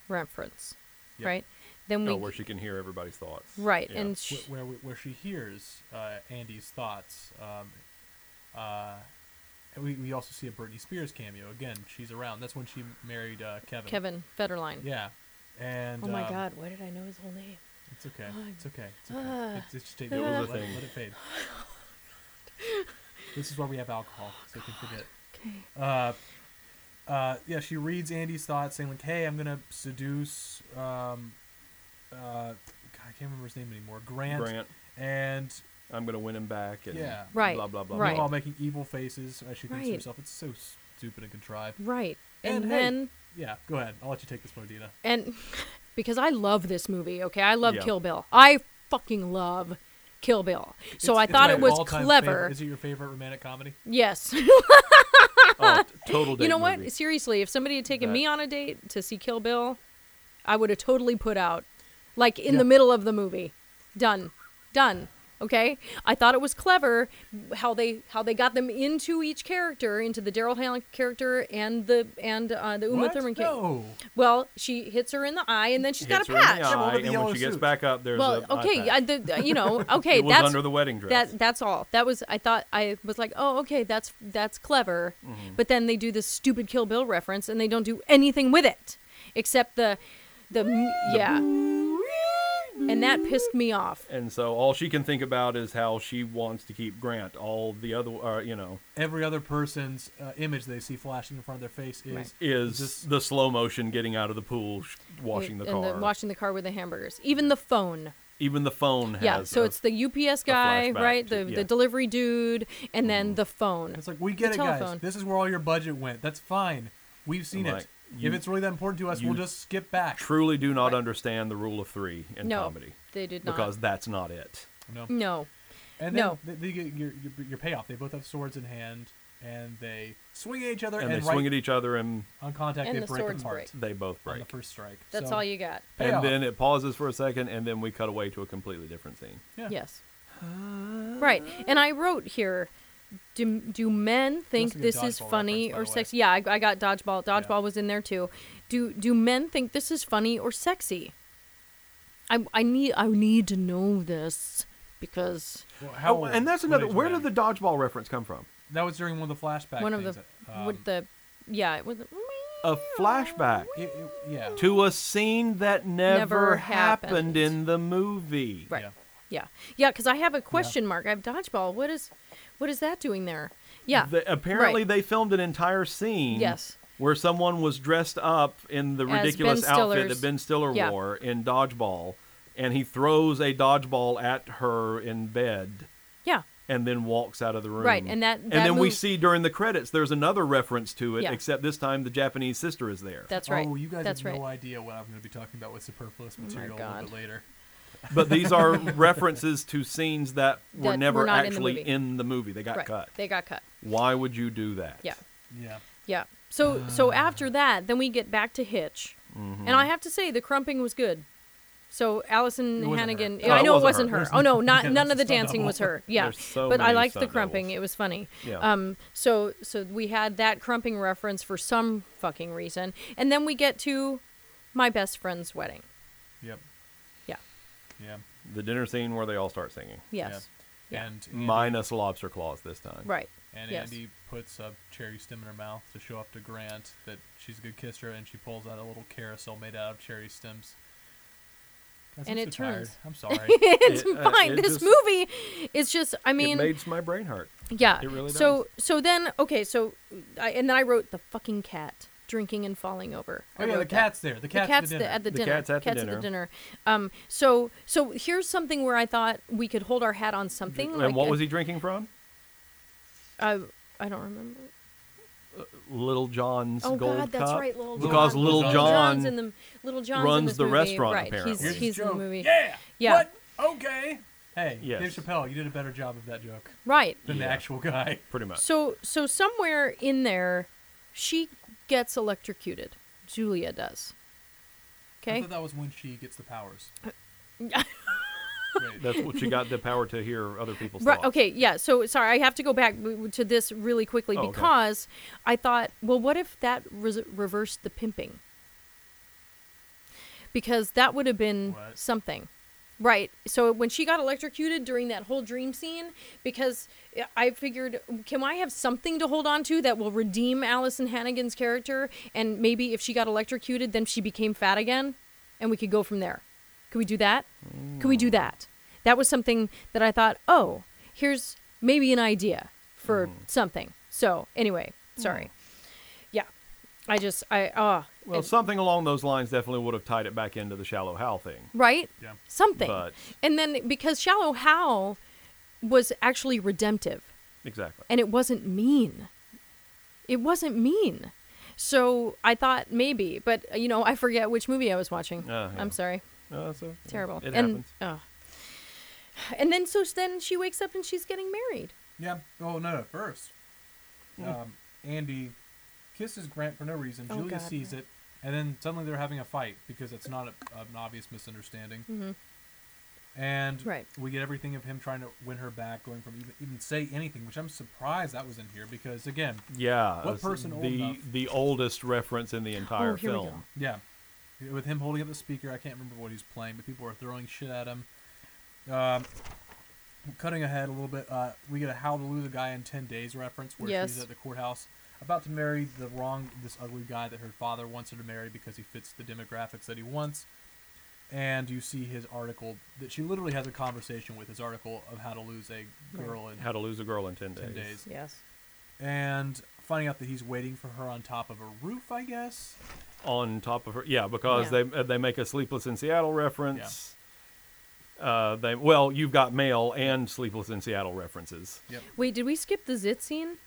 [SPEAKER 5] reference,
[SPEAKER 6] Yep.
[SPEAKER 5] right? Then we
[SPEAKER 6] Oh, where she can hear everybody's thoughts.
[SPEAKER 5] Mm-hmm. right
[SPEAKER 6] Yeah.
[SPEAKER 5] and sh-
[SPEAKER 4] Wh- where we- where she hears uh, Andy's thoughts. Um, uh, and we, we also see a Britney Spears cameo again. She's around. That's when she married uh, Kevin.
[SPEAKER 5] Kevin Federline.
[SPEAKER 4] Yeah. And
[SPEAKER 5] oh my
[SPEAKER 4] um,
[SPEAKER 5] God, why did I know his whole name?
[SPEAKER 4] It's okay. It's okay. It's okay.
[SPEAKER 5] Oh, Ah.
[SPEAKER 4] it's, it's just take
[SPEAKER 6] That
[SPEAKER 4] let,
[SPEAKER 6] was a
[SPEAKER 4] let it,
[SPEAKER 6] thing.
[SPEAKER 4] let it fade. this is why we have alcohol, so we can forget.
[SPEAKER 5] Okay.
[SPEAKER 4] Uh, uh, yeah, she reads Andy's thoughts, saying like, "Hey, I'm gonna seduce." Um, uh, God, I can't remember his name anymore. Grant.
[SPEAKER 6] Grant.
[SPEAKER 4] And
[SPEAKER 6] I'm going to win him back. And
[SPEAKER 4] Yeah.
[SPEAKER 5] Right,
[SPEAKER 6] Blah blah blah.
[SPEAKER 5] right.
[SPEAKER 4] all making evil faces as she thinks to
[SPEAKER 5] Right.
[SPEAKER 4] herself, "It's so stupid and contrived."
[SPEAKER 5] Right.
[SPEAKER 4] And,
[SPEAKER 5] And,
[SPEAKER 4] hey.
[SPEAKER 5] then
[SPEAKER 4] Yeah, go ahead. I'll let you take this one, Dina.
[SPEAKER 5] and because I love this movie, okay? I love
[SPEAKER 6] Yeah.
[SPEAKER 5] Kill Bill. I fucking love Kill Bill. So
[SPEAKER 4] It's-
[SPEAKER 5] I
[SPEAKER 4] it's
[SPEAKER 5] thought
[SPEAKER 4] my
[SPEAKER 5] it was
[SPEAKER 4] all-time
[SPEAKER 5] clever.
[SPEAKER 4] favorite- Is it your favorite romantic comedy?
[SPEAKER 5] yes.
[SPEAKER 6] Oh, t- total.
[SPEAKER 5] you
[SPEAKER 6] date
[SPEAKER 5] know what?
[SPEAKER 6] movie.
[SPEAKER 5] Seriously, if somebody had taken
[SPEAKER 6] That-
[SPEAKER 5] me on a date to see Kill Bill, I would have totally put out, like in
[SPEAKER 4] Yeah.
[SPEAKER 5] the middle of the movie, done, done. Okay, I thought it was clever how they how they got them into each character, into the Daryl Hannah character and the and uh, the Uma
[SPEAKER 4] What?
[SPEAKER 5] Thurman character.
[SPEAKER 4] No.
[SPEAKER 5] Well, she hits her in the eye, and then she's got
[SPEAKER 6] Hits
[SPEAKER 5] a
[SPEAKER 6] her in the
[SPEAKER 5] patch.
[SPEAKER 6] eye,
[SPEAKER 4] with the
[SPEAKER 6] and
[SPEAKER 4] yellow
[SPEAKER 6] when she gets
[SPEAKER 4] suit.
[SPEAKER 6] back up, there's
[SPEAKER 5] Well,
[SPEAKER 6] a eye
[SPEAKER 5] okay, I,
[SPEAKER 6] patch.
[SPEAKER 5] the, you know, okay,
[SPEAKER 6] It was
[SPEAKER 5] that's
[SPEAKER 6] under the wedding dress.
[SPEAKER 5] That that's all. That was I thought I was like, oh, okay, that's that's clever.
[SPEAKER 6] Mm-hmm.
[SPEAKER 5] But then they do this stupid Kill Bill reference, and they don't do anything with it except the the m- yeah. And that pissed me off.
[SPEAKER 6] and so all she can think about is how she wants to keep Grant. All the other, uh, you know,
[SPEAKER 4] every other person's uh, image they see flashing in front of their face is
[SPEAKER 6] is the slow motion getting out of the pool, sh- washing the
[SPEAKER 5] and
[SPEAKER 6] car.
[SPEAKER 5] washing the car with the hamburgers, even the phone.
[SPEAKER 6] Even the phone has.
[SPEAKER 5] yeah, so
[SPEAKER 6] a-
[SPEAKER 5] it's the UPS guy,
[SPEAKER 6] flashback
[SPEAKER 5] right?
[SPEAKER 6] to-
[SPEAKER 5] The
[SPEAKER 6] yeah. Mm-hmm.
[SPEAKER 5] the delivery dude, and then the phone.
[SPEAKER 4] it's like we get
[SPEAKER 5] The
[SPEAKER 4] it, guys.
[SPEAKER 5] telephone.
[SPEAKER 4] This is where all your budget went. That's fine. We've seen
[SPEAKER 6] Like,
[SPEAKER 4] it.
[SPEAKER 6] you-
[SPEAKER 4] if it's really that important to us,
[SPEAKER 6] you
[SPEAKER 4] we'll just skip back.
[SPEAKER 6] truly do not understand the rule of three in
[SPEAKER 5] No,
[SPEAKER 6] comedy.
[SPEAKER 5] they did not.
[SPEAKER 6] Because that's not it.
[SPEAKER 4] No.
[SPEAKER 5] No,
[SPEAKER 4] And then
[SPEAKER 5] no.
[SPEAKER 4] they, they get your, your your payoff. They both have swords in hand, and they swing at each other,
[SPEAKER 6] And,
[SPEAKER 4] and,
[SPEAKER 6] they
[SPEAKER 4] right
[SPEAKER 6] swing at e- each other and
[SPEAKER 4] on contact.
[SPEAKER 5] And
[SPEAKER 4] they
[SPEAKER 5] the
[SPEAKER 4] break them
[SPEAKER 5] swords
[SPEAKER 4] apart
[SPEAKER 5] break.
[SPEAKER 6] they both
[SPEAKER 4] on the
[SPEAKER 6] break.
[SPEAKER 4] first strike.
[SPEAKER 5] that's
[SPEAKER 4] So,
[SPEAKER 5] all you got.
[SPEAKER 6] And
[SPEAKER 4] payoff.
[SPEAKER 6] then it pauses for a second, and then we cut away to a completely different scene.
[SPEAKER 4] Yeah.
[SPEAKER 5] Yes. Right. And I wrote here do, do men think
[SPEAKER 4] a good
[SPEAKER 5] this is
[SPEAKER 4] dodgeball
[SPEAKER 5] funny
[SPEAKER 4] reference, by
[SPEAKER 5] or
[SPEAKER 4] the way.
[SPEAKER 5] sexy? Yeah, I, I got dodgeball. Dodgeball was in there too. Do do men think this is funny or sexy? I, I need I need to know this because
[SPEAKER 4] Well, how
[SPEAKER 6] oh,
[SPEAKER 4] old
[SPEAKER 6] and that's
[SPEAKER 4] were
[SPEAKER 6] another.
[SPEAKER 4] they
[SPEAKER 6] Where
[SPEAKER 4] today?
[SPEAKER 6] did the dodgeball reference come from?
[SPEAKER 4] that was during one of the Um, flashbacks.
[SPEAKER 5] one of the with the yeah it was
[SPEAKER 6] A flashback
[SPEAKER 4] yeah.
[SPEAKER 6] to a scene that never,
[SPEAKER 5] Never
[SPEAKER 6] happened
[SPEAKER 5] happened.
[SPEAKER 6] in the movie.
[SPEAKER 5] right
[SPEAKER 4] Yeah.
[SPEAKER 5] yeah yeah yeah because I have a question mark I have dodgeball what is what is that doing there yeah
[SPEAKER 6] The- apparently,
[SPEAKER 5] right.
[SPEAKER 6] they filmed an entire scene.
[SPEAKER 5] Yes.
[SPEAKER 6] Where someone was dressed up in the
[SPEAKER 5] As Ben
[SPEAKER 6] ridiculous outfit that
[SPEAKER 5] Stiller's-
[SPEAKER 6] Ben Stiller
[SPEAKER 5] yeah.
[SPEAKER 6] wore in dodgeball, and he throws a dodgeball at her in bed,
[SPEAKER 5] yeah
[SPEAKER 6] and then walks out of the room.
[SPEAKER 5] Right, and that-
[SPEAKER 6] and
[SPEAKER 5] that
[SPEAKER 6] then we
[SPEAKER 5] move-
[SPEAKER 6] see during the credits there's another reference to it,
[SPEAKER 5] Yeah.
[SPEAKER 6] except this time the Japanese sister is there.
[SPEAKER 5] that's right
[SPEAKER 4] Oh, you guys
[SPEAKER 5] that's
[SPEAKER 4] have
[SPEAKER 5] right Oh
[SPEAKER 4] no idea what I'm going to be talking about with superfluous material a little
[SPEAKER 5] God.
[SPEAKER 4] bit later.
[SPEAKER 6] But these are references to scenes that were
[SPEAKER 5] That
[SPEAKER 6] never
[SPEAKER 5] were not in the
[SPEAKER 6] actually
[SPEAKER 5] movie.
[SPEAKER 6] in the movie. They got
[SPEAKER 5] right
[SPEAKER 6] cut.
[SPEAKER 5] they got cut
[SPEAKER 6] Why would you do that?
[SPEAKER 5] yeah.
[SPEAKER 4] Yeah.
[SPEAKER 5] Yeah. So so
[SPEAKER 6] Ah.
[SPEAKER 5] after that, then we get back to Hitch,
[SPEAKER 6] Mm-hmm.
[SPEAKER 5] and I have to say the crumping was good. So
[SPEAKER 4] It
[SPEAKER 5] Allison
[SPEAKER 4] wasn't
[SPEAKER 5] Hannigan,
[SPEAKER 6] her. No,
[SPEAKER 5] I
[SPEAKER 6] it
[SPEAKER 5] know it wasn't
[SPEAKER 6] wasn't her.
[SPEAKER 5] her. Oh no, not
[SPEAKER 4] Yeah,
[SPEAKER 5] none of
[SPEAKER 4] that's
[SPEAKER 5] the
[SPEAKER 4] a stunt
[SPEAKER 5] dancing was
[SPEAKER 4] double.
[SPEAKER 5] her. Yeah,
[SPEAKER 6] There's so
[SPEAKER 5] but I
[SPEAKER 6] many
[SPEAKER 5] liked the
[SPEAKER 6] stunt
[SPEAKER 5] crumping;
[SPEAKER 6] doubles.
[SPEAKER 5] it was funny.
[SPEAKER 6] Yeah.
[SPEAKER 5] Um. So so we had that crumping reference for some fucking reason, and then we get to my best friend's wedding.
[SPEAKER 4] Yep.
[SPEAKER 5] Yeah.
[SPEAKER 4] Yeah.
[SPEAKER 6] The dinner scene where they all start singing.
[SPEAKER 5] Yes.
[SPEAKER 4] Yeah.
[SPEAKER 5] Yeah.
[SPEAKER 4] And Andy,
[SPEAKER 6] Minus lobster claws this time.
[SPEAKER 5] Right.
[SPEAKER 4] and
[SPEAKER 5] yes.
[SPEAKER 4] Andy puts a cherry stem in her mouth to show off to Grant that she's a good kisser, and she pulls out a little carousel made out of cherry stems. Guys, I'm
[SPEAKER 5] and
[SPEAKER 4] so
[SPEAKER 5] it
[SPEAKER 4] tired.
[SPEAKER 5] turns.
[SPEAKER 4] I'm sorry.
[SPEAKER 5] it's
[SPEAKER 6] It, uh,
[SPEAKER 5] fine.
[SPEAKER 6] it
[SPEAKER 5] this
[SPEAKER 6] just-
[SPEAKER 5] movie is just. I mean,
[SPEAKER 6] it made my brain hurt.
[SPEAKER 5] Yeah.
[SPEAKER 6] It really
[SPEAKER 5] so so then okay so I, and then I wrote the fucking cat drinking and falling over. I
[SPEAKER 4] Oh, yeah, the
[SPEAKER 5] wrote that.
[SPEAKER 4] cat's there. The cat's at the dinner.
[SPEAKER 5] at the
[SPEAKER 6] The
[SPEAKER 5] dinner.
[SPEAKER 6] cat's at the dinner.
[SPEAKER 5] Um. So so here's something where I thought we could hold our hat on something.
[SPEAKER 6] does.
[SPEAKER 5] like
[SPEAKER 6] And what
[SPEAKER 5] a-
[SPEAKER 6] was he drinking from?
[SPEAKER 5] I I don't remember.
[SPEAKER 6] Little John's
[SPEAKER 5] Oh
[SPEAKER 6] gold
[SPEAKER 5] God, that's
[SPEAKER 6] cup.
[SPEAKER 5] right, Little John.
[SPEAKER 6] because Little
[SPEAKER 5] Little
[SPEAKER 6] John,
[SPEAKER 5] John's in the Little John's in
[SPEAKER 6] runs
[SPEAKER 5] this
[SPEAKER 6] the
[SPEAKER 5] movie.
[SPEAKER 6] restaurant,
[SPEAKER 5] Right.
[SPEAKER 6] apparently.
[SPEAKER 5] He's,
[SPEAKER 6] Here's
[SPEAKER 5] he's in the
[SPEAKER 4] joke.
[SPEAKER 5] movie.
[SPEAKER 4] Yeah.
[SPEAKER 5] Yeah.
[SPEAKER 4] What? Okay. Hey,
[SPEAKER 6] Yes.
[SPEAKER 4] Dave Chappelle, you did a better job of that joke
[SPEAKER 5] Right.
[SPEAKER 4] than the actual guy.
[SPEAKER 6] pretty much.
[SPEAKER 5] So so somewhere in there, she gets electrocuted. Julia does.
[SPEAKER 4] I
[SPEAKER 5] Okay.
[SPEAKER 4] thought that was when she gets the powers.
[SPEAKER 6] That's what she got the power to hear other people's
[SPEAKER 5] Right.
[SPEAKER 6] thoughts.
[SPEAKER 5] Okay. Yeah. So sorry, I have to go back w- to this really quickly
[SPEAKER 6] Oh, okay.
[SPEAKER 5] because I thought, well, what if that re- reversed the pimping? Because that would have been
[SPEAKER 4] What?
[SPEAKER 5] something, right? So when she got electrocuted during that whole dream scene, because I figured, can I have something to hold on to that will redeem Allison Hannigan's character? And maybe if she got electrocuted, then she became fat again, and we could go from there. Could we do that? Could we do that? That was something that I thought, oh, here's maybe an idea for something. So anyway, sorry. Yeah, I just I ah
[SPEAKER 6] Well, something along those lines definitely would have tied it back into the shallow Hal thing.
[SPEAKER 5] right
[SPEAKER 4] Yeah.
[SPEAKER 5] something,
[SPEAKER 6] But-
[SPEAKER 5] and then because shallow how was actually redemptive,
[SPEAKER 6] Exactly.
[SPEAKER 5] and it wasn't mean. It wasn't mean. So I thought maybe, but uh, you know, I forget which movie I was watching.
[SPEAKER 6] Ah, yeah.
[SPEAKER 5] I'm sorry.
[SPEAKER 6] Uh, so,
[SPEAKER 5] terrible. and
[SPEAKER 6] It happens.
[SPEAKER 5] oh. and then so then she wakes up and she's getting married.
[SPEAKER 4] Yeah. Oh no. no, First, um, Andy kisses Grant for no reason.
[SPEAKER 5] Mm. Oh,
[SPEAKER 4] Julia
[SPEAKER 5] God,
[SPEAKER 4] sees it, and then suddenly they're having a fight because it's not a, an obvious misunderstanding. And
[SPEAKER 5] Mm-hmm. Right.
[SPEAKER 4] we get everything of him trying to win her back, going from even, even say anything, which I'm surprised that was in here because again,
[SPEAKER 6] Yeah.
[SPEAKER 4] What
[SPEAKER 6] it's
[SPEAKER 4] person old
[SPEAKER 6] The
[SPEAKER 4] enough?
[SPEAKER 6] the oldest reference in the entire
[SPEAKER 5] Oh, here we go.
[SPEAKER 6] film.
[SPEAKER 4] yeah, with him holding up the speaker, I can't remember what he's playing, but people are throwing shit at him. Um, cutting ahead a little bit, uh, we get a "How to Lose a Guy in Ten Days" reference where
[SPEAKER 5] Yes.
[SPEAKER 4] she's at the courthouse about to marry the wrong, this ugly guy that her father wants her to marry because he fits the demographics that he wants. And you see his article that she literally has a conversation with his article of how to lose a girl in
[SPEAKER 6] How to lose a girl in ten days.
[SPEAKER 4] ten days
[SPEAKER 5] Yes.
[SPEAKER 4] and finding out that he's waiting for her on top of a roof, I guess.
[SPEAKER 6] On top of her, yeah, because
[SPEAKER 5] Yeah.
[SPEAKER 6] they they make a Sleepless in Seattle reference. Uh, they well, you've got mail and Sleepless in Seattle references.
[SPEAKER 5] Wait, did we skip the zit scene?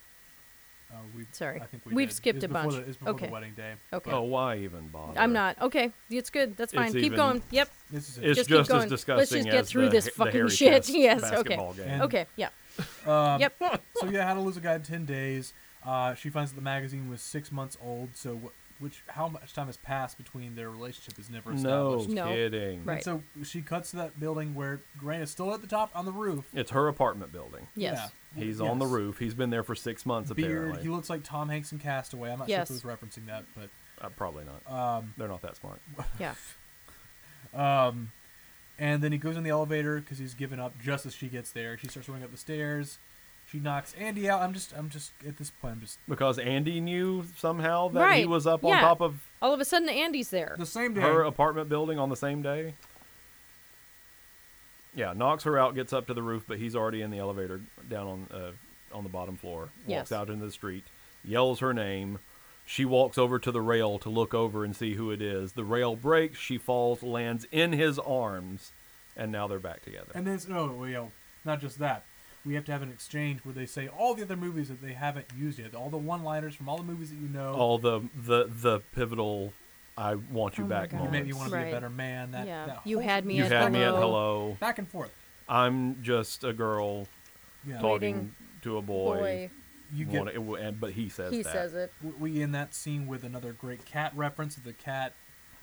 [SPEAKER 4] Uh, we
[SPEAKER 5] Sorry.
[SPEAKER 4] I think we
[SPEAKER 5] We've
[SPEAKER 4] did.
[SPEAKER 5] skipped
[SPEAKER 4] It's
[SPEAKER 5] a
[SPEAKER 4] before
[SPEAKER 5] bunch.
[SPEAKER 4] The, it's before
[SPEAKER 5] Okay.
[SPEAKER 4] the wedding day.
[SPEAKER 5] Okay.
[SPEAKER 6] Oh, why even bother?
[SPEAKER 5] I'm not. Okay. It's good. That's
[SPEAKER 6] It's
[SPEAKER 5] fine. Keep
[SPEAKER 6] even-
[SPEAKER 5] going. Yep.
[SPEAKER 4] This is it.
[SPEAKER 6] It's
[SPEAKER 5] Just
[SPEAKER 6] just,
[SPEAKER 5] keep going.
[SPEAKER 6] as
[SPEAKER 5] Let's just
[SPEAKER 6] disgusting
[SPEAKER 5] get
[SPEAKER 6] as
[SPEAKER 5] through
[SPEAKER 6] the,
[SPEAKER 5] this
[SPEAKER 6] ha- the
[SPEAKER 5] fucking
[SPEAKER 6] hairy
[SPEAKER 5] shit.
[SPEAKER 6] chest
[SPEAKER 5] Yes, okay.
[SPEAKER 6] basketball Game.
[SPEAKER 4] And-
[SPEAKER 5] Okay. Yeah.
[SPEAKER 4] Um,
[SPEAKER 5] Yep.
[SPEAKER 4] so yeah, how to lose a guy in ten days. Uh, she finds that the magazine was six months old. So wh- which how much time has passed between their relationship is never
[SPEAKER 6] No,
[SPEAKER 4] established.
[SPEAKER 5] No.
[SPEAKER 6] kidding.
[SPEAKER 5] Right.
[SPEAKER 4] And so she cuts to that building where Grant is still at the top on the roof.
[SPEAKER 6] It's her apartment building.
[SPEAKER 5] Yes.
[SPEAKER 4] Yeah.
[SPEAKER 6] He's on the
[SPEAKER 4] Yes.
[SPEAKER 6] roof. He's been there for six months
[SPEAKER 4] Beard.
[SPEAKER 6] apparently.
[SPEAKER 4] He looks like Tom Hanks in Castaway. I'm not
[SPEAKER 5] Yes.
[SPEAKER 4] sure if he was referencing that, but
[SPEAKER 6] uh, probably not. Um, They're not that smart.
[SPEAKER 5] Yeah.
[SPEAKER 4] And then he goes in the elevator because he's given up. Just as she gets there, she starts running up the stairs. She knocks Andy out. I'm just, I'm just at this point. I'm just
[SPEAKER 6] Because Andy knew somehow that he
[SPEAKER 5] Right.
[SPEAKER 6] was up
[SPEAKER 5] Yeah.
[SPEAKER 6] on top of
[SPEAKER 5] All of a sudden, Andy's there.
[SPEAKER 4] the same day.
[SPEAKER 6] her apartment building on the same day. Yeah, knocks her out, gets up to the roof, but he's already in the elevator down on uh, on the bottom floor. Walks
[SPEAKER 5] Yes.
[SPEAKER 6] out into the street, yells her name. She walks over to the rail to look over and see who it is. The rail breaks. She falls, lands in his arms, and now they're back together.
[SPEAKER 4] And then, it's- no, well, you know, not just that. We have to have an exchange where they say all the other movies that they haven't used yet, all the one-liners from all the movies that you know.
[SPEAKER 6] All the the the pivotal, I want you
[SPEAKER 5] Oh my
[SPEAKER 6] back
[SPEAKER 5] God.
[SPEAKER 4] you
[SPEAKER 6] moments.
[SPEAKER 4] made me want to be
[SPEAKER 5] Right.
[SPEAKER 4] a better man. That,
[SPEAKER 5] yeah.
[SPEAKER 4] that
[SPEAKER 5] you
[SPEAKER 4] whole
[SPEAKER 5] had
[SPEAKER 4] thing.
[SPEAKER 5] me
[SPEAKER 6] you
[SPEAKER 5] at hello.
[SPEAKER 6] had me at hello.
[SPEAKER 4] back and forth.
[SPEAKER 6] I'm just a girl
[SPEAKER 4] Yeah,
[SPEAKER 6] talking
[SPEAKER 5] Waiting.
[SPEAKER 6] to a
[SPEAKER 5] Boy.
[SPEAKER 4] you get.
[SPEAKER 6] Wanna- it will end, but he says
[SPEAKER 5] He
[SPEAKER 6] that.
[SPEAKER 5] says it.
[SPEAKER 4] w- We in that scene with another great cat reference of the cat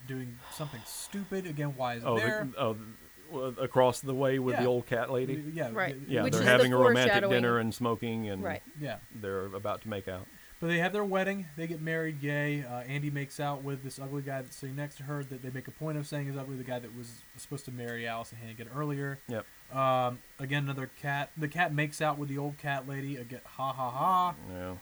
[SPEAKER 4] doing something stupid again. Why is it
[SPEAKER 6] Oh,
[SPEAKER 4] there?
[SPEAKER 6] the, oh, th- well, across the way with the
[SPEAKER 4] Yeah.
[SPEAKER 6] old cat lady.
[SPEAKER 4] yeah,
[SPEAKER 5] Right.
[SPEAKER 4] the-
[SPEAKER 6] Yeah,
[SPEAKER 5] Which
[SPEAKER 6] they're
[SPEAKER 5] is the
[SPEAKER 6] having a romantic
[SPEAKER 5] foreshadowing.
[SPEAKER 6] dinner and smoking, and
[SPEAKER 5] Right.
[SPEAKER 4] yeah.
[SPEAKER 6] they're about to make out.
[SPEAKER 4] But they have their wedding. They get married. Yay! Uh, Andy makes out with this ugly guy that's sitting next to her. That they make a point of saying is ugly. The guy that was supposed to marry Allison Hannigan earlier.
[SPEAKER 6] Yep.
[SPEAKER 4] Um, again, another cat. The cat makes out with the old cat lady. Again, ha ha ha.
[SPEAKER 6] Yeah.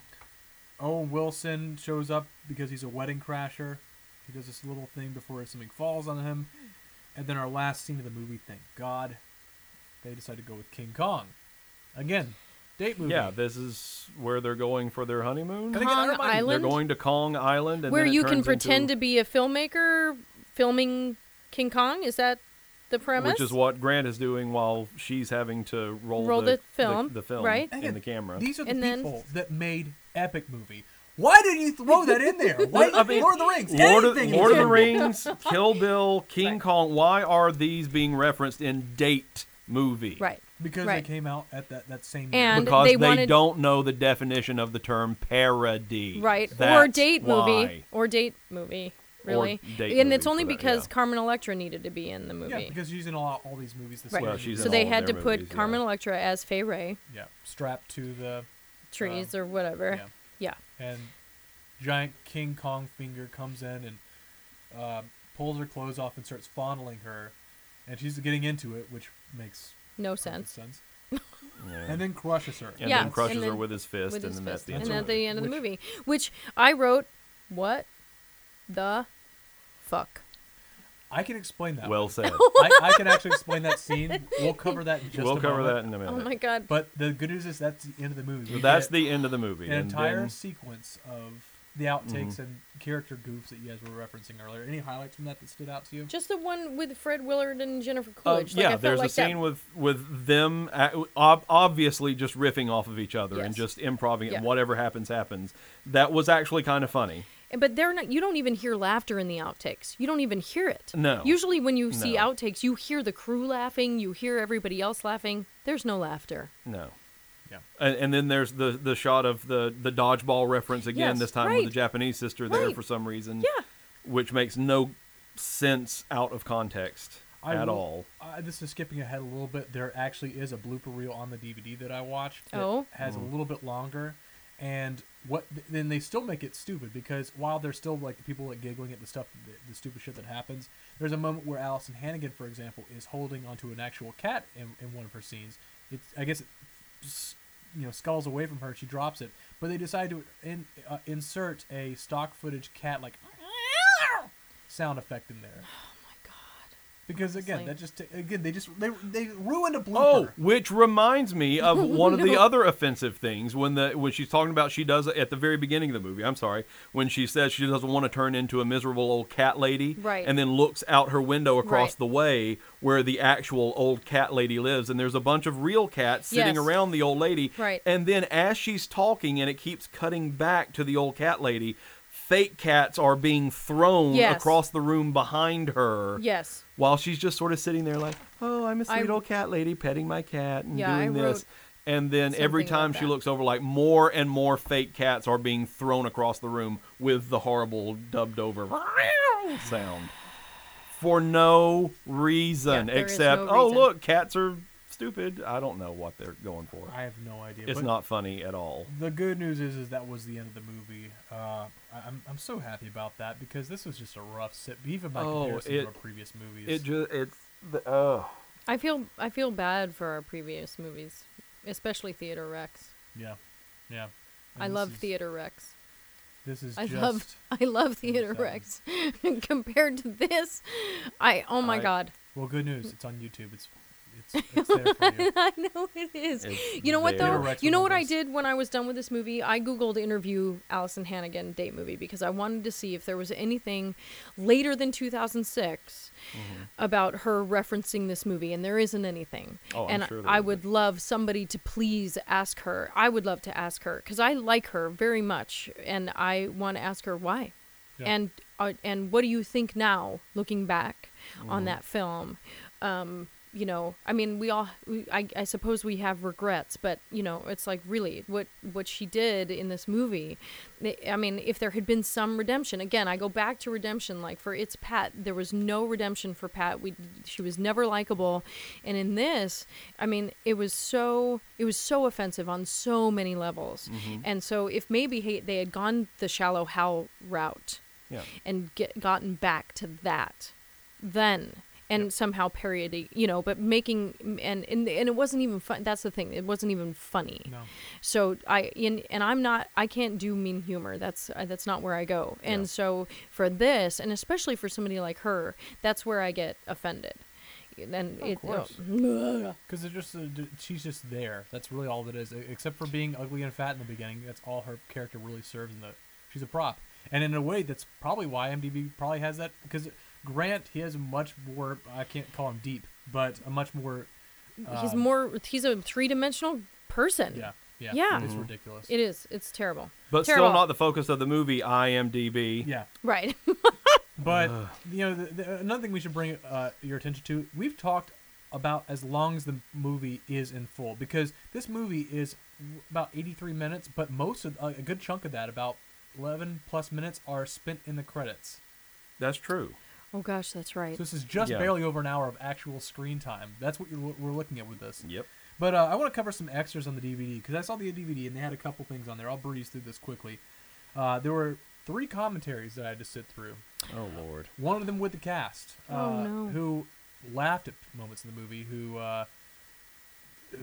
[SPEAKER 4] Owen Wilson shows up because he's a wedding crasher. He does this little thing before something falls on him. And then our last scene of the movie, thank God, they decide to go with King Kong. Again, date movie.
[SPEAKER 6] Yeah, this is where they're going for their honeymoon.
[SPEAKER 5] I think it- Kong everybody- Island?
[SPEAKER 6] They're going to Kong Island, and
[SPEAKER 5] Where
[SPEAKER 6] then it
[SPEAKER 5] you can
[SPEAKER 6] turns
[SPEAKER 5] pretend
[SPEAKER 6] into,
[SPEAKER 5] to be a filmmaker filming King Kong? Is that the premise?
[SPEAKER 6] which is what Grant is doing while she's having to roll,
[SPEAKER 5] Roll the film,
[SPEAKER 6] the, film
[SPEAKER 5] right?
[SPEAKER 6] in
[SPEAKER 5] Again,
[SPEAKER 6] the camera.
[SPEAKER 4] These are the
[SPEAKER 5] And then-
[SPEAKER 4] people that made epic movie. Why didn't you throw that in there? Why
[SPEAKER 6] I mean,
[SPEAKER 4] Lord of the Rings?
[SPEAKER 6] Lord of,
[SPEAKER 4] anything you
[SPEAKER 6] Lord of the
[SPEAKER 4] can.
[SPEAKER 6] Rings, Kill Bill, King Kong. Why are these being referenced in date movie?
[SPEAKER 5] Right.
[SPEAKER 4] Because
[SPEAKER 5] Right.
[SPEAKER 4] they came out at that, that same year.
[SPEAKER 5] And
[SPEAKER 6] because
[SPEAKER 5] they
[SPEAKER 6] they,
[SPEAKER 5] wanted-
[SPEAKER 6] don't know the definition of the term parody.
[SPEAKER 5] Right. or
[SPEAKER 6] That's
[SPEAKER 5] date
[SPEAKER 6] why.
[SPEAKER 5] movie. Or date movie.
[SPEAKER 6] Or
[SPEAKER 5] Really.
[SPEAKER 6] date
[SPEAKER 5] and
[SPEAKER 6] movie
[SPEAKER 5] it's only
[SPEAKER 6] for that,
[SPEAKER 5] because
[SPEAKER 6] yeah.
[SPEAKER 5] Carmen Electra needed to be in the movie.
[SPEAKER 4] Yeah, because she's in all, all these movies. This
[SPEAKER 5] right.
[SPEAKER 6] Well, she's in
[SPEAKER 5] so they
[SPEAKER 6] all of
[SPEAKER 5] had to
[SPEAKER 6] their
[SPEAKER 5] put
[SPEAKER 6] movies, yeah. Uh,
[SPEAKER 5] Carmen Electra as Fay Ray,
[SPEAKER 4] yeah, strapped to the
[SPEAKER 5] trees
[SPEAKER 4] Um,
[SPEAKER 5] or whatever.
[SPEAKER 4] yeah.
[SPEAKER 5] Yeah.
[SPEAKER 4] and giant King Kong finger comes in and uh, pulls her clothes off and starts fondling her, and she's getting into it, which makes
[SPEAKER 5] No
[SPEAKER 4] perfect
[SPEAKER 5] sense.
[SPEAKER 4] sense.
[SPEAKER 6] Yeah.
[SPEAKER 4] And then crushes her.
[SPEAKER 6] And
[SPEAKER 5] yeah.
[SPEAKER 6] then crushes
[SPEAKER 5] and
[SPEAKER 6] her with his fist,
[SPEAKER 5] with
[SPEAKER 6] and
[SPEAKER 5] his
[SPEAKER 6] then that's
[SPEAKER 5] fist.
[SPEAKER 6] the
[SPEAKER 5] And
[SPEAKER 6] end.
[SPEAKER 5] then at
[SPEAKER 6] of it.
[SPEAKER 5] the end of the
[SPEAKER 4] Which-
[SPEAKER 5] movie, which I wrote, what the fuck?
[SPEAKER 4] I can explain that.
[SPEAKER 6] Well said.
[SPEAKER 4] I, I can actually explain that scene. We'll cover that. In just
[SPEAKER 6] we'll
[SPEAKER 4] a
[SPEAKER 6] cover
[SPEAKER 4] moment.
[SPEAKER 6] that in a minute.
[SPEAKER 5] Oh my god.
[SPEAKER 4] But the good news is that's the end of the movie. We
[SPEAKER 6] That's
[SPEAKER 4] get
[SPEAKER 6] the end of the movie.
[SPEAKER 4] an
[SPEAKER 6] and
[SPEAKER 4] entire
[SPEAKER 6] then- uh, Mm-hmm.
[SPEAKER 4] sequence of the outtakes and character goofs that you guys were referencing earlier. Any highlights from that that stood out to you?
[SPEAKER 5] Just the one with Fred Willard and Jennifer
[SPEAKER 6] Uh,
[SPEAKER 5] Coolidge. like, I
[SPEAKER 6] yeah,
[SPEAKER 5] felt
[SPEAKER 6] there's
[SPEAKER 5] like
[SPEAKER 6] a
[SPEAKER 5] that-
[SPEAKER 6] scene with with them at, ob- obviously just riffing off of each other and
[SPEAKER 5] Yes.
[SPEAKER 6] just improvising it
[SPEAKER 5] Yeah.
[SPEAKER 6] and whatever happens happens. That was actually kind of funny.
[SPEAKER 5] But they're not. You don't even hear laughter in the outtakes. You don't even hear it.
[SPEAKER 6] No.
[SPEAKER 5] Usually, when you see
[SPEAKER 6] No.
[SPEAKER 5] outtakes, you hear the crew laughing. You hear everybody else laughing. There's no laughter.
[SPEAKER 6] No.
[SPEAKER 4] Yeah.
[SPEAKER 6] And, and then there's the the shot of the the dodgeball reference again
[SPEAKER 5] Yes,
[SPEAKER 6] this time
[SPEAKER 5] right.
[SPEAKER 6] with the Japanese sister there
[SPEAKER 5] Right.
[SPEAKER 6] for some reason.
[SPEAKER 5] Yeah.
[SPEAKER 6] Which makes no sense out of context
[SPEAKER 4] I
[SPEAKER 6] at
[SPEAKER 4] will-
[SPEAKER 6] all.
[SPEAKER 4] Uh, this is skipping ahead a little bit. There actually is a blooper reel on the DVD that I watched. That
[SPEAKER 5] Oh.
[SPEAKER 4] has
[SPEAKER 6] Mm.
[SPEAKER 4] a little bit longer, and what then they still make it stupid because while they're still like the people like giggling at the stuff, the, the stupid shit that happens. There's a moment where Allison Hannigan, for example, is holding onto an actual cat in, in one of her scenes. It's I guess it, s- you know skulls away from her. She drops it, but they decide to in, uh, insert a stock footage cat like sound effect in there.
[SPEAKER 5] Oh
[SPEAKER 4] Because again,
[SPEAKER 5] like-
[SPEAKER 4] that just ta- again they just they they ruined a
[SPEAKER 6] Oh,
[SPEAKER 4] blooper.
[SPEAKER 6] which reminds me of one of the other offensive things when the when she's talking about she does it at the very beginning of the movie. I'm sorry, when she says she doesn't want to turn into a miserable old cat lady,
[SPEAKER 5] Right.
[SPEAKER 6] And then looks out her window across
[SPEAKER 5] Right.
[SPEAKER 6] the way where the actual old cat lady lives, and there's a bunch of real cats sitting
[SPEAKER 5] Yes.
[SPEAKER 6] around the old lady.
[SPEAKER 5] Right.
[SPEAKER 6] And then as she's talking, and it keeps cutting back to the old cat lady. Fake cats are being thrown
[SPEAKER 5] Yes.
[SPEAKER 6] across the room behind her
[SPEAKER 5] Yes.
[SPEAKER 6] while she's just sort of sitting there like, "Oh, I'm a
[SPEAKER 5] I-
[SPEAKER 6] sweet old cat lady petting my cat and
[SPEAKER 5] Yeah, I
[SPEAKER 6] doing this."
[SPEAKER 5] wrote
[SPEAKER 6] And then every
[SPEAKER 5] something about
[SPEAKER 6] time she
[SPEAKER 5] that.
[SPEAKER 6] looks over, like more and more fake cats are being thrown across the room with the horrible dubbed over sound for no reason
[SPEAKER 5] Yeah, there is
[SPEAKER 6] except,
[SPEAKER 5] no
[SPEAKER 6] "Oh,
[SPEAKER 5] reason."
[SPEAKER 6] look, cats are stupid." I don't know what they're going for.
[SPEAKER 4] I have no idea.
[SPEAKER 6] It's
[SPEAKER 4] but
[SPEAKER 6] not funny at all.
[SPEAKER 4] The good news is, is that was the end of the movie. Uh, I- I'm I'm so happy about that because this was just a rough sit, even by
[SPEAKER 6] Oh,
[SPEAKER 4] comparison
[SPEAKER 6] it-
[SPEAKER 4] to our previous movies.
[SPEAKER 6] It just it's the oh.
[SPEAKER 5] I feel. I feel bad for our previous movies, especially Theater Rex.
[SPEAKER 4] yeah, yeah. And
[SPEAKER 5] I
[SPEAKER 4] this
[SPEAKER 5] love
[SPEAKER 4] is-
[SPEAKER 5] Theater Rex.
[SPEAKER 4] This is
[SPEAKER 5] I
[SPEAKER 4] just
[SPEAKER 5] love. I love Theater
[SPEAKER 4] Seven.
[SPEAKER 5] Rex. Compared to this, I. Oh my
[SPEAKER 6] I-
[SPEAKER 5] god.
[SPEAKER 4] well, good news. It's on YouTube. It's it's, it's there for you.
[SPEAKER 5] I know it is.
[SPEAKER 6] It's
[SPEAKER 5] you know what
[SPEAKER 6] there.
[SPEAKER 5] though?
[SPEAKER 4] Theater Rex
[SPEAKER 5] you know
[SPEAKER 4] was
[SPEAKER 5] what
[SPEAKER 4] the
[SPEAKER 5] I
[SPEAKER 4] best.
[SPEAKER 5] did when I was done with this movie? I googled interview Allison Hannigan date movie because I wanted to see if there was anything later than 2006
[SPEAKER 6] Mm-hmm.
[SPEAKER 5] about her referencing this movie, and there isn't anything.
[SPEAKER 6] Oh, I'm
[SPEAKER 5] and
[SPEAKER 6] sure there
[SPEAKER 5] I
[SPEAKER 6] isn't.
[SPEAKER 5] would love somebody to please ask her. I would love to ask her because I like her very much, and I want to ask her why.
[SPEAKER 4] Yeah.
[SPEAKER 5] And uh, and what do you think now, looking back
[SPEAKER 6] Mm-hmm.
[SPEAKER 5] on that film? Um, you know, I mean, we all, we, I, I suppose we have regrets, but you know, it's like really what what she did in this movie. they- I mean, if there had been some redemption, again, I go back to redemption. Like for it's Pat, there was no redemption for Pat. We she was never likable, and in this, I mean, it was so it was so offensive on so many levels. And so, if maybe hey, they had gone the shallow hell route,
[SPEAKER 6] Yeah.
[SPEAKER 5] and get, gotten back to that then and somehow parody, you know, but making and and and it wasn't even fun. That's the thing; it wasn't even funny.
[SPEAKER 4] No.
[SPEAKER 5] So I and, and I'm not I can't do mean humor. That's uh, that's not where I go. And so for this, and especially for somebody like her, that's where I get offended. Then it
[SPEAKER 4] course.
[SPEAKER 5] oh,
[SPEAKER 4] Because it's just uh, d- she's just there. That's really all that is. E- Except for being ugly and fat in the beginning, that's all her character really serves. In the she's a prop, and in a way, that's probably why IMDb probably has that. Because Grant, he has much more. I can't call him deep, but a much more.
[SPEAKER 5] he's
[SPEAKER 4] um,
[SPEAKER 5] more he's a three dimensional person.
[SPEAKER 4] Yeah, yeah,
[SPEAKER 5] yeah.
[SPEAKER 4] It's ridiculous.
[SPEAKER 5] It is. It's terrible.
[SPEAKER 6] But
[SPEAKER 5] terrible.
[SPEAKER 6] still not the focus of the movie, IMDb.
[SPEAKER 4] yeah,
[SPEAKER 5] right.
[SPEAKER 4] But you know, the, the, another thing we should bring uh, your attention to: we've talked about as long as the movie is in full, because this movie is about 83 minutes, but most of a good chunk of that, about 11 plus minutes, are spent in the credits.
[SPEAKER 6] That's true.
[SPEAKER 5] oh gosh, that's right.
[SPEAKER 4] So this is just
[SPEAKER 6] Yeah.
[SPEAKER 4] barely over an hour of actual screen time. That's what you're, we're looking at with this.
[SPEAKER 6] Yep.
[SPEAKER 4] But uh, I want to cover some extras on the DVD because I saw the DVD and they had a couple things on there. I'll breeze through this quickly. Uh, there were three commentaries that I had to sit through.
[SPEAKER 6] Oh Lord.
[SPEAKER 4] One of them with the cast, uh,
[SPEAKER 5] Oh, no.
[SPEAKER 4] who laughed at moments in the movie, who uh,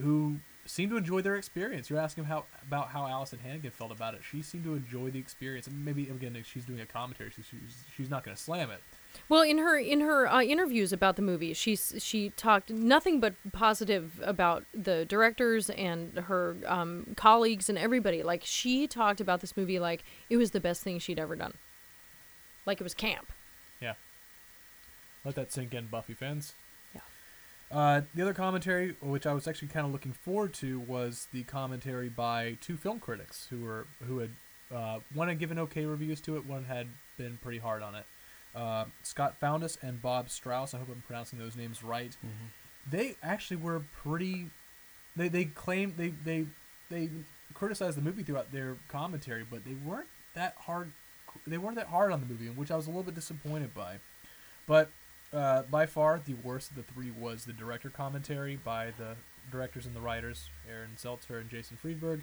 [SPEAKER 4] who seemed to enjoy their experience. You're asking how about how Allison Hannigan felt about it. She seemed to enjoy the experience, and maybe again if she's doing a commentary, so she's she's not going to slam it.
[SPEAKER 5] Well, in her in her uh, interviews about the movie, she s- she talked nothing but positive about the directors and her um, colleagues and everybody. Like she talked about this movie like it was the best thing she'd ever done. Like it was camp.
[SPEAKER 4] Yeah, let that sink in, Buffy fans.
[SPEAKER 5] Yeah.
[SPEAKER 4] Uh, the other commentary, which I was actually kind of looking forward to, was the commentary by two film critics who were who had uh, one had given okay reviews to it, one had been pretty hard on it. Uh, Scott Foundas and Bob Strauss. I hope I'm pronouncing those names right. They actually were pretty. They they claimed they they they criticized the movie throughout their commentary, but they weren't that hard. They weren't that hard on the movie, which I was a little bit disappointed by. But uh, by far, the worst of the three was the director commentary by the directors and the writers, Aaron Seltzer and Jason Friedberg,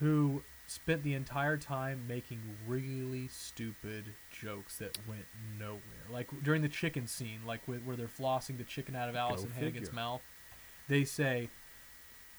[SPEAKER 4] who spent the entire time making really stupid jokes that went nowhere. Like during the chicken scene, like with, where they're flossing the chicken out of Allison Hannigan's
[SPEAKER 6] figure.
[SPEAKER 4] mouth, they say,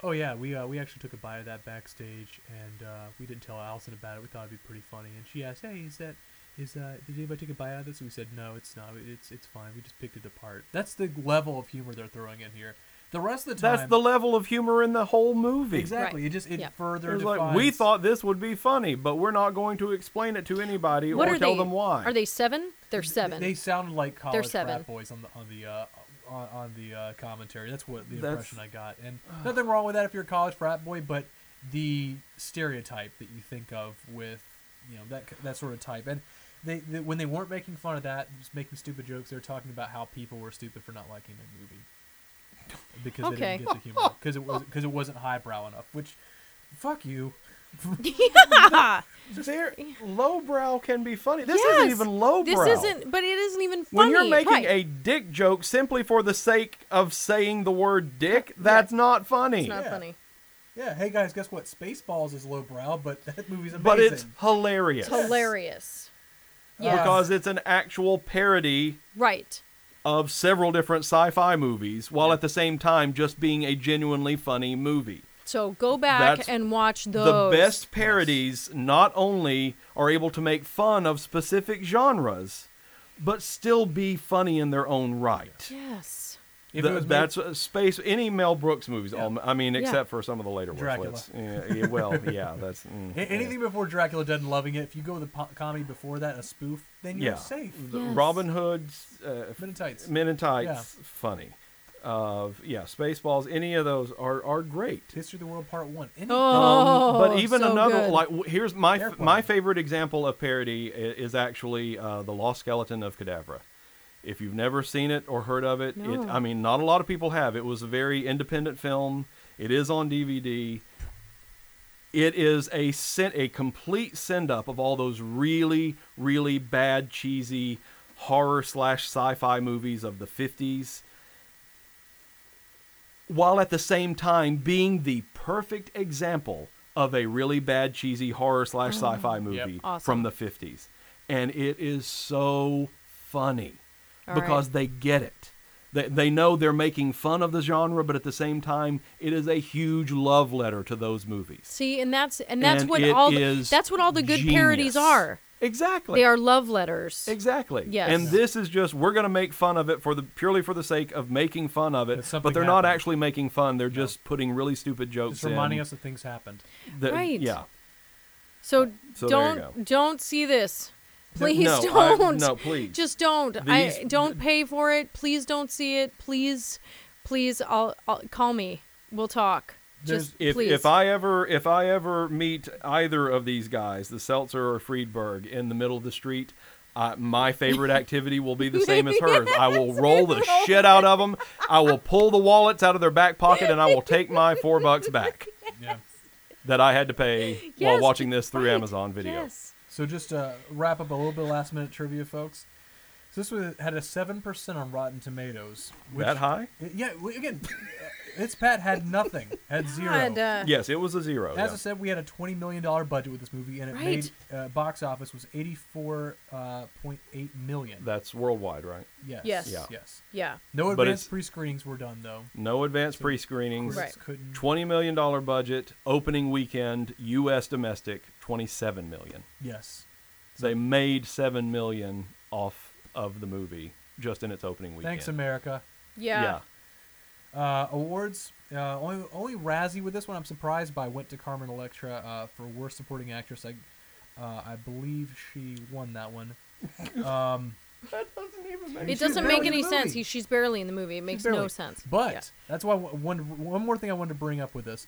[SPEAKER 4] "Oh yeah, we uh, we actually took a bite of that backstage, and uh, we didn't tell Allison about it. We thought it'd be pretty funny." And she asked, "Hey, is that is uh did anybody take a bite out of this?" And we said, "No, it's not. It's it's fine. We just picked it apart." That's the level of humor they're throwing in here. The rest of the time,
[SPEAKER 6] That's the level of humor in the whole movie.
[SPEAKER 4] exactly.
[SPEAKER 5] Right.
[SPEAKER 4] It just it
[SPEAKER 5] Yeah.
[SPEAKER 4] further
[SPEAKER 6] It was like we
[SPEAKER 4] defines-
[SPEAKER 6] thought this would be funny, but we're not going to explain it to anybody
[SPEAKER 5] what
[SPEAKER 6] or
[SPEAKER 5] are
[SPEAKER 6] tell
[SPEAKER 5] they?
[SPEAKER 6] them why.
[SPEAKER 5] Are they seven? They're
[SPEAKER 4] Th-
[SPEAKER 5] seven.
[SPEAKER 4] They sounded like college
[SPEAKER 5] seven.
[SPEAKER 4] frat boys on the on the uh, on, on the uh, commentary. That's what the
[SPEAKER 6] That's-
[SPEAKER 4] impression I got. And nothing wrong with that if you're a college frat boy, but the stereotype that you think of with you know that that sort of type and. They, they, when they weren't making fun of that, just making stupid jokes, they were talking about how people were stupid for not liking the movie because they
[SPEAKER 5] Okay.
[SPEAKER 4] didn't get the humor because it was because it wasn't highbrow enough. Which, fuck you.
[SPEAKER 6] They're- lowbrow can be funny. This isn't
[SPEAKER 5] Yes!
[SPEAKER 6] even lowbrow.
[SPEAKER 5] This isn't. But it isn't even funny.
[SPEAKER 6] When you're making
[SPEAKER 5] right.
[SPEAKER 6] a dick joke simply for the sake of saying the word dick, that's not funny.
[SPEAKER 5] It's not
[SPEAKER 4] Yeah.
[SPEAKER 5] funny.
[SPEAKER 4] Yeah, hey guys, guess what? Spaceballs is lowbrow, but that movie's amazing.
[SPEAKER 6] but it's hilarious.
[SPEAKER 5] It's hilarious. Yeah.
[SPEAKER 6] Because it's an actual parody
[SPEAKER 5] right.
[SPEAKER 6] of several different sci-fi movies while at the same time just being a genuinely funny movie.
[SPEAKER 5] So go back
[SPEAKER 6] That's
[SPEAKER 5] and watch those.
[SPEAKER 6] The best parodies not only are able to make fun of specific genres, but still be funny in their own right.
[SPEAKER 5] Yes.
[SPEAKER 4] If
[SPEAKER 6] Th-
[SPEAKER 4] it was made-
[SPEAKER 6] that's uh, space. Any Mel Brooks movies, all, I mean, except for some of the later
[SPEAKER 4] Dracula.
[SPEAKER 6] ones. Let's- yeah, yeah, well, yeah, that's mm,
[SPEAKER 4] A- Anything before Dracula Dead and Loving It, if you go with a po- comedy before that, a spoof, then you're
[SPEAKER 6] yeah.
[SPEAKER 4] safe.
[SPEAKER 6] The
[SPEAKER 5] Yes.
[SPEAKER 6] Robin Hood's uh,
[SPEAKER 4] Men in tights.
[SPEAKER 6] Men in Tights,
[SPEAKER 4] Yeah.
[SPEAKER 6] funny. Of yeah, Spaceballs. Any of those are are great.
[SPEAKER 4] History of the World Part One. Any-
[SPEAKER 5] Oh,
[SPEAKER 6] Um, but even
[SPEAKER 5] so
[SPEAKER 6] another
[SPEAKER 5] good.
[SPEAKER 6] like w- here's my f-
[SPEAKER 4] Airplane.
[SPEAKER 6] my favorite example of parody i- is actually uh, the Lost Skeleton of Cadavra. If you've never seen it or heard of it,
[SPEAKER 5] No.
[SPEAKER 6] it I mean, not a lot of people have. It was a very independent film. It is on DVD. It is a sen- a complete send up of all those really really bad cheesy horror slash sci-fi movies of the 50s while at the same time being the perfect example of a really bad cheesy horror slash sci-fi movie
[SPEAKER 5] Oh. Awesome.
[SPEAKER 6] from the 50s and it is so funny
[SPEAKER 5] All right.
[SPEAKER 6] because they get it They, they know they're making fun of the genre, but at the same time, it is a huge love letter to those movies.
[SPEAKER 5] See, and that's and that's
[SPEAKER 6] And
[SPEAKER 5] what
[SPEAKER 6] it
[SPEAKER 5] all the,
[SPEAKER 6] is
[SPEAKER 5] that's what all the good parodies
[SPEAKER 6] genius.
[SPEAKER 5] are.
[SPEAKER 6] Exactly.
[SPEAKER 5] They are love letters.
[SPEAKER 6] Exactly.
[SPEAKER 5] Yes.
[SPEAKER 6] And this is just we're going to make fun of it for the purely for the sake of making fun of it, but
[SPEAKER 4] something
[SPEAKER 6] they're not
[SPEAKER 4] happened.
[SPEAKER 6] actually making fun. They're just putting really stupid jokes.
[SPEAKER 4] Just reminding
[SPEAKER 6] in
[SPEAKER 4] us that things happened.
[SPEAKER 6] that-
[SPEAKER 5] Right.
[SPEAKER 6] Yeah.
[SPEAKER 5] So,
[SPEAKER 6] So there you
[SPEAKER 5] don't don't see this. Please
[SPEAKER 6] no, I-
[SPEAKER 5] don't.
[SPEAKER 6] no, please.
[SPEAKER 5] Just don't. I
[SPEAKER 6] These-
[SPEAKER 5] don't pay for it. Please don't see it. Please, please. I'll, I'll call me. We'll talk. Just
[SPEAKER 6] if,
[SPEAKER 5] please.
[SPEAKER 6] if I ever if I ever meet either of these guys, the Seltzer or Friedberg, in the middle of the street, uh, my favorite activity will be the same as hers. I will roll the shit out of them. I will pull the wallets out of their back pocket, and I will take my four bucks back
[SPEAKER 4] Yeah.
[SPEAKER 6] that I had to pay while
[SPEAKER 5] Yes,
[SPEAKER 6] watching this through
[SPEAKER 5] right.
[SPEAKER 6] Amazon Video.
[SPEAKER 5] Yes.
[SPEAKER 4] So just uh, wrap up a little bit of last minute trivia, folks. So this was, had a seven percent on Rotten Tomatoes.
[SPEAKER 6] That high?
[SPEAKER 4] Yeah. well, Again, its Pat had nothing, had zero.
[SPEAKER 5] God, uh,
[SPEAKER 6] Yes, it was a zero.
[SPEAKER 4] As
[SPEAKER 6] Oh, yeah.
[SPEAKER 4] I said, we had a twenty million dollar budget with this movie, and it
[SPEAKER 5] Right.
[SPEAKER 4] made uh, box office was eighty four point eight million.
[SPEAKER 6] That's worldwide, right?
[SPEAKER 4] yes.
[SPEAKER 5] Yes.
[SPEAKER 6] Yeah.
[SPEAKER 4] Yes.
[SPEAKER 5] yeah.
[SPEAKER 4] No
[SPEAKER 6] But
[SPEAKER 4] advanced
[SPEAKER 6] it's-
[SPEAKER 4] pre screenings were done though.
[SPEAKER 6] No advanced pre screenings.
[SPEAKER 4] Critics
[SPEAKER 5] Right.
[SPEAKER 4] Couldn't.
[SPEAKER 6] $20 million budget, opening weekend, U.S. domestic, $27 million.
[SPEAKER 4] Yes.
[SPEAKER 6] They made $7 million off of the movie just in its opening weekend.
[SPEAKER 4] Thanks, America.
[SPEAKER 5] Yeah.
[SPEAKER 4] Uh, awards. Uh, only, only Razzie with this one. I'm surprised by went to Carmen Electra uh, for worst supporting actress. I, uh, I believe she won that one.
[SPEAKER 5] It
[SPEAKER 4] She's
[SPEAKER 5] doesn't
[SPEAKER 4] barely
[SPEAKER 5] make
[SPEAKER 4] in
[SPEAKER 5] any
[SPEAKER 4] the
[SPEAKER 5] sense.
[SPEAKER 4] movie.
[SPEAKER 5] He, she's barely in the movie. It makes no
[SPEAKER 4] Barely.
[SPEAKER 5] sense.
[SPEAKER 4] But
[SPEAKER 5] Yeah.
[SPEAKER 4] that's why one- one one more thing I wanted to bring up with this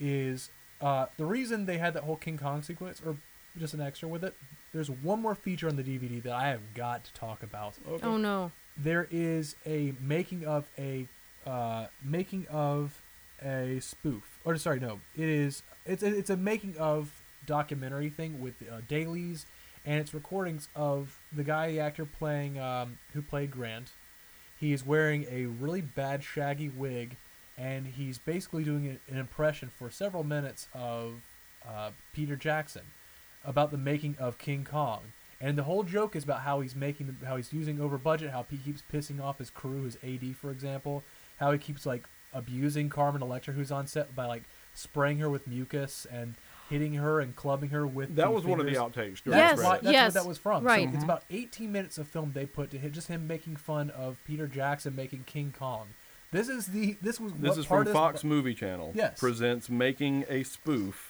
[SPEAKER 4] is uh, the reason they had that whole King Kong sequence, or just an extra with it. There's one more feature on the DVD that I have got to talk about.
[SPEAKER 5] oh no.
[SPEAKER 4] There is a making of a uh, making of a spoof, or sorry, no, it is it's it's a making of documentary thing with uh, dailies, and it's recordings of the guy, the actor playing um, who played Grant. He is wearing a really bad shaggy wig, and he's basically doing an- an impression for several minutes of uh, Peter Jackson about the making of King Kong. And the whole joke is about how he's making, how he's using over budget, how he keeps pissing off his crew, his AD, for example, how he keeps like abusing Carmen Electra, who's on set, by like spraying her with mucus and hitting her and clubbing her with.
[SPEAKER 6] That
[SPEAKER 4] the
[SPEAKER 6] was one of the
[SPEAKER 4] fingers.
[SPEAKER 6] outtakes. during
[SPEAKER 5] Yes.
[SPEAKER 4] That's
[SPEAKER 6] the
[SPEAKER 4] why-
[SPEAKER 6] credits.
[SPEAKER 4] that's where
[SPEAKER 5] Yes.
[SPEAKER 4] that was from.
[SPEAKER 5] Right.
[SPEAKER 6] Mm-hmm.
[SPEAKER 4] So it's about 18 minutes of film they put to hit just him making fun of Peter Jackson making King Kong. This is the this was
[SPEAKER 6] This
[SPEAKER 4] what
[SPEAKER 6] is
[SPEAKER 4] part
[SPEAKER 6] from
[SPEAKER 4] of
[SPEAKER 6] Fox Movie Channel.
[SPEAKER 4] Yes.
[SPEAKER 6] Presents Making a Spoof,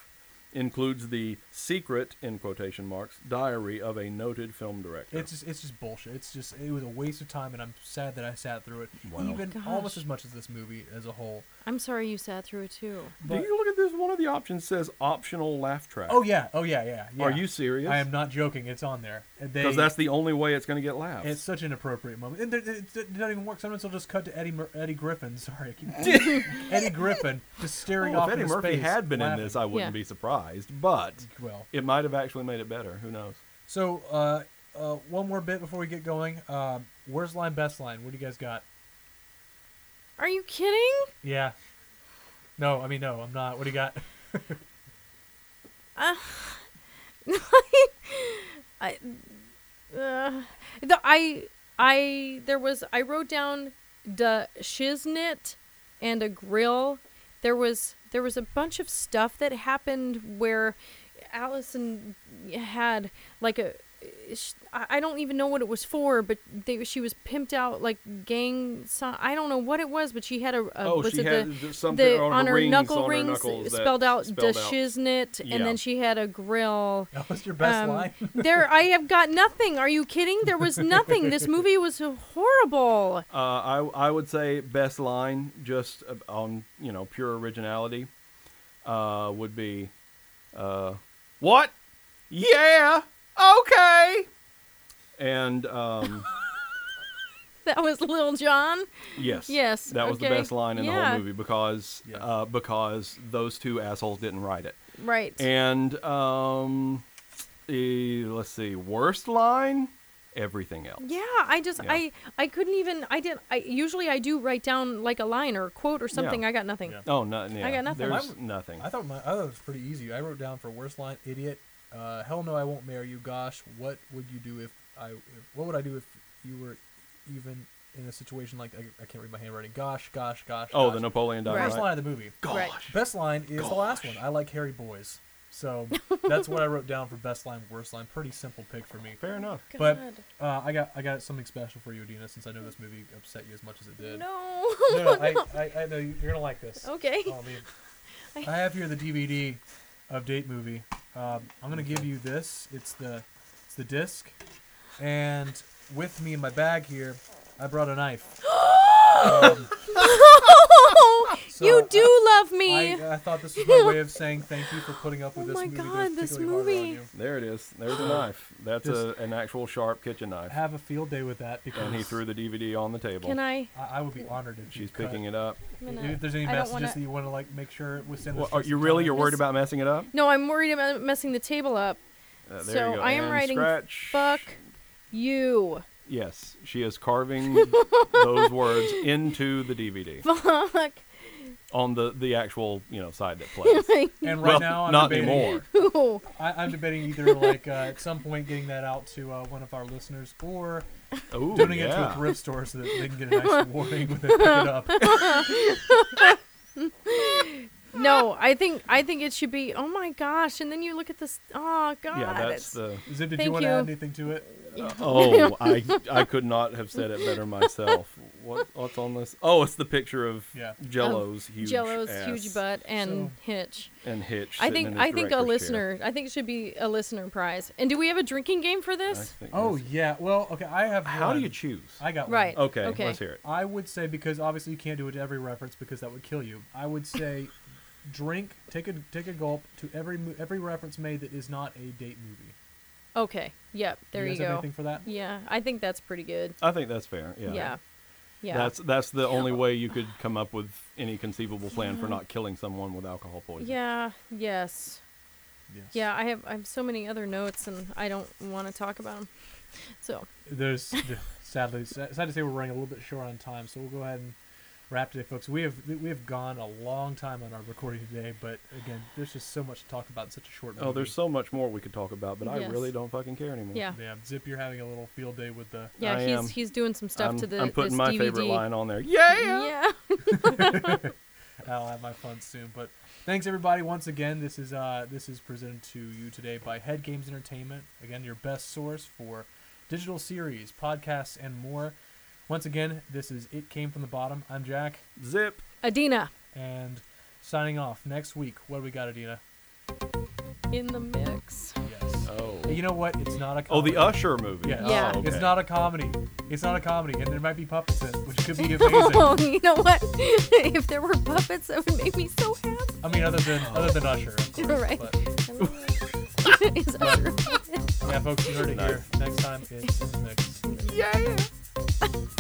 [SPEAKER 6] includes the secret, in quotation marks, diary of a noted film director.
[SPEAKER 4] It's just it's just bullshit. It's just it was a waste of time, and I'm sad that I sat through it, even
[SPEAKER 5] Gosh.
[SPEAKER 4] almost as much as this movie as a whole.
[SPEAKER 5] I'm sorry you sat through it too.
[SPEAKER 6] Do you look at this? One of the options says optional laugh track.
[SPEAKER 4] Oh yeah, oh yeah, yeah. yeah.
[SPEAKER 6] Are you serious?
[SPEAKER 4] I am not joking. It's on there. And They,
[SPEAKER 6] Because that's the only way it's going to get laughs.
[SPEAKER 4] it's such an appropriate moment, and there- there- it, it doesn't even work. Sometimes they'll just cut to Eddie Mur- Eddie Griffin. Sorry, I keep Eddie Griffin just staring
[SPEAKER 6] Well,
[SPEAKER 4] off
[SPEAKER 6] Oh, if Eddie
[SPEAKER 4] into
[SPEAKER 6] Murphy
[SPEAKER 4] space,
[SPEAKER 6] had been
[SPEAKER 4] laughing.
[SPEAKER 6] in this, I wouldn't
[SPEAKER 5] Yeah.
[SPEAKER 6] be surprised. But
[SPEAKER 4] Well.
[SPEAKER 6] it might have actually made it better. Who knows?
[SPEAKER 4] So, uh, uh, one more bit before we get going. Um, worst line, best line. What do you guys got?
[SPEAKER 5] Are you kidding?
[SPEAKER 4] Yeah. No, I mean no, I'm not. What do you got?
[SPEAKER 5] I, uh, the, I, I, there was, I wrote down the shiznit and a grill. There was, there was a bunch of stuff that happened where Allison had like a, sh- I I don't even know what it was for, but they, she was pimped out like gang. si- I don't know what it was, but she had a, a
[SPEAKER 6] Oh,
[SPEAKER 5] was
[SPEAKER 6] she
[SPEAKER 5] it
[SPEAKER 6] had
[SPEAKER 5] the,
[SPEAKER 6] th- something
[SPEAKER 5] the-
[SPEAKER 6] on her
[SPEAKER 5] on her
[SPEAKER 6] rings-
[SPEAKER 5] knuckle
[SPEAKER 6] on her
[SPEAKER 5] rings
[SPEAKER 6] knuckles that
[SPEAKER 5] spelled out
[SPEAKER 6] spelled
[SPEAKER 5] the
[SPEAKER 6] out-
[SPEAKER 5] shiznit,
[SPEAKER 6] Yeah.
[SPEAKER 5] and then she had a grill.
[SPEAKER 4] That was your best
[SPEAKER 5] Um,
[SPEAKER 4] line.
[SPEAKER 5] there, I have got nothing. Are you kidding? There was nothing. This movie was horrible.
[SPEAKER 6] Uh, I I would say best line just uh, on you know pure originality uh, would be uh, what? Yeah. Okay. And um,
[SPEAKER 5] That was Lil John.
[SPEAKER 6] yes,
[SPEAKER 5] Yes,
[SPEAKER 6] that was the
[SPEAKER 5] okay,
[SPEAKER 6] best line in the
[SPEAKER 5] yeah.
[SPEAKER 6] whole movie because uh, because those two assholes didn't write it.
[SPEAKER 5] Right.
[SPEAKER 6] And um, eh, let's see, worst line, everything else.
[SPEAKER 5] yeah, I just
[SPEAKER 6] Yeah.
[SPEAKER 5] I I couldn't even I did I usually I do write down like a line or a quote or something.
[SPEAKER 6] Yeah.
[SPEAKER 5] I got nothing.
[SPEAKER 4] Yeah.
[SPEAKER 6] Oh, nothing. Yeah.
[SPEAKER 5] I got nothing.
[SPEAKER 6] There's
[SPEAKER 4] Mine-
[SPEAKER 6] nothing.
[SPEAKER 4] I thought my I thought it was pretty easy. I wrote down for worst line, idiot. Uh, hell no, I won't marry you. Gosh, what would you do if I? If, what would I do if you were even in a situation like I, I can't read my handwriting. Gosh, gosh, gosh.
[SPEAKER 6] Oh, the
[SPEAKER 4] gosh.
[SPEAKER 6] Napoleon
[SPEAKER 4] First
[SPEAKER 6] Dynamite.
[SPEAKER 4] line of the movie.
[SPEAKER 6] Gosh. Right.
[SPEAKER 4] Best line is the last one. I like Harry Boys. So that's what I wrote down for best line, worst line. Pretty simple pick for me.
[SPEAKER 6] Fair enough.
[SPEAKER 4] But
[SPEAKER 5] God.
[SPEAKER 4] uh, I got I got something special for you, Adina, since I know this movie upset you as much as it did.
[SPEAKER 5] No.
[SPEAKER 4] no, no, I, I, I know you- you're gonna like this.
[SPEAKER 5] Okay.
[SPEAKER 4] Oh, man. I have here the DVD of Date Movie. Um, I'm gonna give you this. It's the it's the disc, and with me in my bag here, I brought a knife. Um, Oh. so
[SPEAKER 5] you do
[SPEAKER 4] I-
[SPEAKER 5] love me.
[SPEAKER 4] I, I thought this was my way of saying thank you for putting up with this
[SPEAKER 5] Oh my
[SPEAKER 4] movie. that was
[SPEAKER 5] God, this
[SPEAKER 4] particularly hard on
[SPEAKER 5] movie.
[SPEAKER 4] you.
[SPEAKER 6] There it is. There's a knife. That's a,
[SPEAKER 4] Just-
[SPEAKER 6] an actual sharp kitchen knife.
[SPEAKER 4] Have a field day with that because
[SPEAKER 6] And he threw the DVD on the table.
[SPEAKER 5] Can I?
[SPEAKER 4] I, I would be honored if
[SPEAKER 6] She's
[SPEAKER 4] you cut.
[SPEAKER 6] picking it up.
[SPEAKER 5] I'm gonna-
[SPEAKER 4] If there's any
[SPEAKER 5] I don't
[SPEAKER 4] messages
[SPEAKER 5] wanna-
[SPEAKER 4] that you want to like make sure we send.
[SPEAKER 6] Well,
[SPEAKER 4] us
[SPEAKER 6] are
[SPEAKER 4] just
[SPEAKER 6] you
[SPEAKER 4] in
[SPEAKER 6] really?
[SPEAKER 4] time.
[SPEAKER 6] You're worried about messing it up?
[SPEAKER 5] No, I'm worried about messing the table up.
[SPEAKER 6] Uh, there
[SPEAKER 5] so
[SPEAKER 6] you go.
[SPEAKER 5] I am
[SPEAKER 6] And
[SPEAKER 5] writing.
[SPEAKER 6] Scratch.
[SPEAKER 5] Fuck you.
[SPEAKER 6] Yes, she is carving those words into the DVD
[SPEAKER 5] Fuck.
[SPEAKER 6] on the the actual you know side that plays.
[SPEAKER 4] And right
[SPEAKER 6] Well,
[SPEAKER 4] now, I'm
[SPEAKER 6] not
[SPEAKER 4] debating,
[SPEAKER 6] anymore.
[SPEAKER 5] you.
[SPEAKER 4] I, I'm debating either like uh, at some point getting that out to uh, one of our listeners or
[SPEAKER 6] Ooh,
[SPEAKER 4] donating it to a
[SPEAKER 6] yeah.
[SPEAKER 4] thrift store so that they can get a nice warning when they pick it up.
[SPEAKER 5] No, I think I think it should be. Oh my gosh! And then you look at this. Oh god.
[SPEAKER 6] Yeah, that's
[SPEAKER 5] it's-
[SPEAKER 6] the.
[SPEAKER 4] Zip, did
[SPEAKER 5] Thank
[SPEAKER 4] you want
[SPEAKER 5] you.
[SPEAKER 4] to add anything to it?
[SPEAKER 6] Oh, I I could not have said it better myself. What what's on this? Oh, it's the picture of
[SPEAKER 4] Yeah.
[SPEAKER 6] Jello's huge
[SPEAKER 5] Um, Jello's
[SPEAKER 6] ass
[SPEAKER 5] huge butt and Hitch.
[SPEAKER 6] and Hitch.
[SPEAKER 5] I
[SPEAKER 6] sitting
[SPEAKER 5] think
[SPEAKER 6] in his
[SPEAKER 5] I think a
[SPEAKER 6] director's chair.
[SPEAKER 5] listener. I think it should be a listener prize. And do we have a drinking game for
[SPEAKER 6] I
[SPEAKER 5] this?
[SPEAKER 6] think
[SPEAKER 4] Oh
[SPEAKER 6] this-
[SPEAKER 4] yeah. Well, okay. I have.
[SPEAKER 6] how do
[SPEAKER 4] one.
[SPEAKER 6] you choose?
[SPEAKER 4] I got one.
[SPEAKER 5] Right.
[SPEAKER 6] Okay,
[SPEAKER 5] Okay.
[SPEAKER 6] let's hear it.
[SPEAKER 4] I would say because obviously you can't do it to every reference because that would kill you. I would say, drink, take a take a gulp to every mo- every reference made that is not a date movie.
[SPEAKER 5] Okay. Yep. There you,
[SPEAKER 4] guys Have
[SPEAKER 5] go.
[SPEAKER 4] anything for that?
[SPEAKER 5] Yeah, I think that's pretty good.
[SPEAKER 6] I think that's fair.
[SPEAKER 5] Yeah.
[SPEAKER 6] Yeah.
[SPEAKER 5] Yeah.
[SPEAKER 6] That's that's the only way you could come up with any conceivable plan for not killing someone with alcohol poisoning.
[SPEAKER 5] yeah. Yes.
[SPEAKER 4] Yes.
[SPEAKER 5] Yeah, I have I have so many other notes and I don't want to talk about them. So,
[SPEAKER 4] There's sadly sad sad to say we're running a little bit short on time, so we'll go ahead and wrap today, folks. We have we have gone a long time on our recording today, but again, there's just so much to talk about in such a short.
[SPEAKER 6] Oh, there's
[SPEAKER 4] movie.
[SPEAKER 6] so much more we could talk about, but I
[SPEAKER 5] Yes.
[SPEAKER 6] really don't fucking care anymore.
[SPEAKER 5] yeah.
[SPEAKER 4] Yeah, Zip, you're having a little field day with the.
[SPEAKER 5] Yeah,
[SPEAKER 6] I
[SPEAKER 5] he's
[SPEAKER 6] am-
[SPEAKER 5] he's doing some stuff
[SPEAKER 6] I'm,
[SPEAKER 5] to the
[SPEAKER 6] I'm putting
[SPEAKER 5] this
[SPEAKER 6] my
[SPEAKER 5] DVD.
[SPEAKER 6] favorite line on there. Yeah.
[SPEAKER 5] Yeah.
[SPEAKER 4] I'll have my fun soon. But thanks everybody once again. This is uh this is presented to you today by Head Games Entertainment. Again, your best source for digital series, podcasts, and more. Once again, this is It Came From the Bottom. I'm Jack
[SPEAKER 6] Zip.
[SPEAKER 5] Adina
[SPEAKER 4] and signing off. Next week, what do we got, Adina?
[SPEAKER 5] in the mix.
[SPEAKER 4] Yes.
[SPEAKER 6] Oh.
[SPEAKER 4] Hey, you know what? It's not a
[SPEAKER 6] Oh,
[SPEAKER 4] comedy.
[SPEAKER 6] the Usher movie.
[SPEAKER 4] Yes.
[SPEAKER 5] Yeah.
[SPEAKER 6] Oh,
[SPEAKER 4] It's
[SPEAKER 6] okay.
[SPEAKER 4] not a comedy. It's not a comedy, and there might be puppets in it, which could be
[SPEAKER 5] Oh,
[SPEAKER 4] amazing.
[SPEAKER 5] you know what? if there were puppets, that would make me so happy.
[SPEAKER 4] I mean, other than other than Usher, of course.
[SPEAKER 5] Right.
[SPEAKER 4] But
[SPEAKER 5] Is that-
[SPEAKER 4] yeah, folks, you heard it here. Next time, it's in the mix.
[SPEAKER 5] yeah.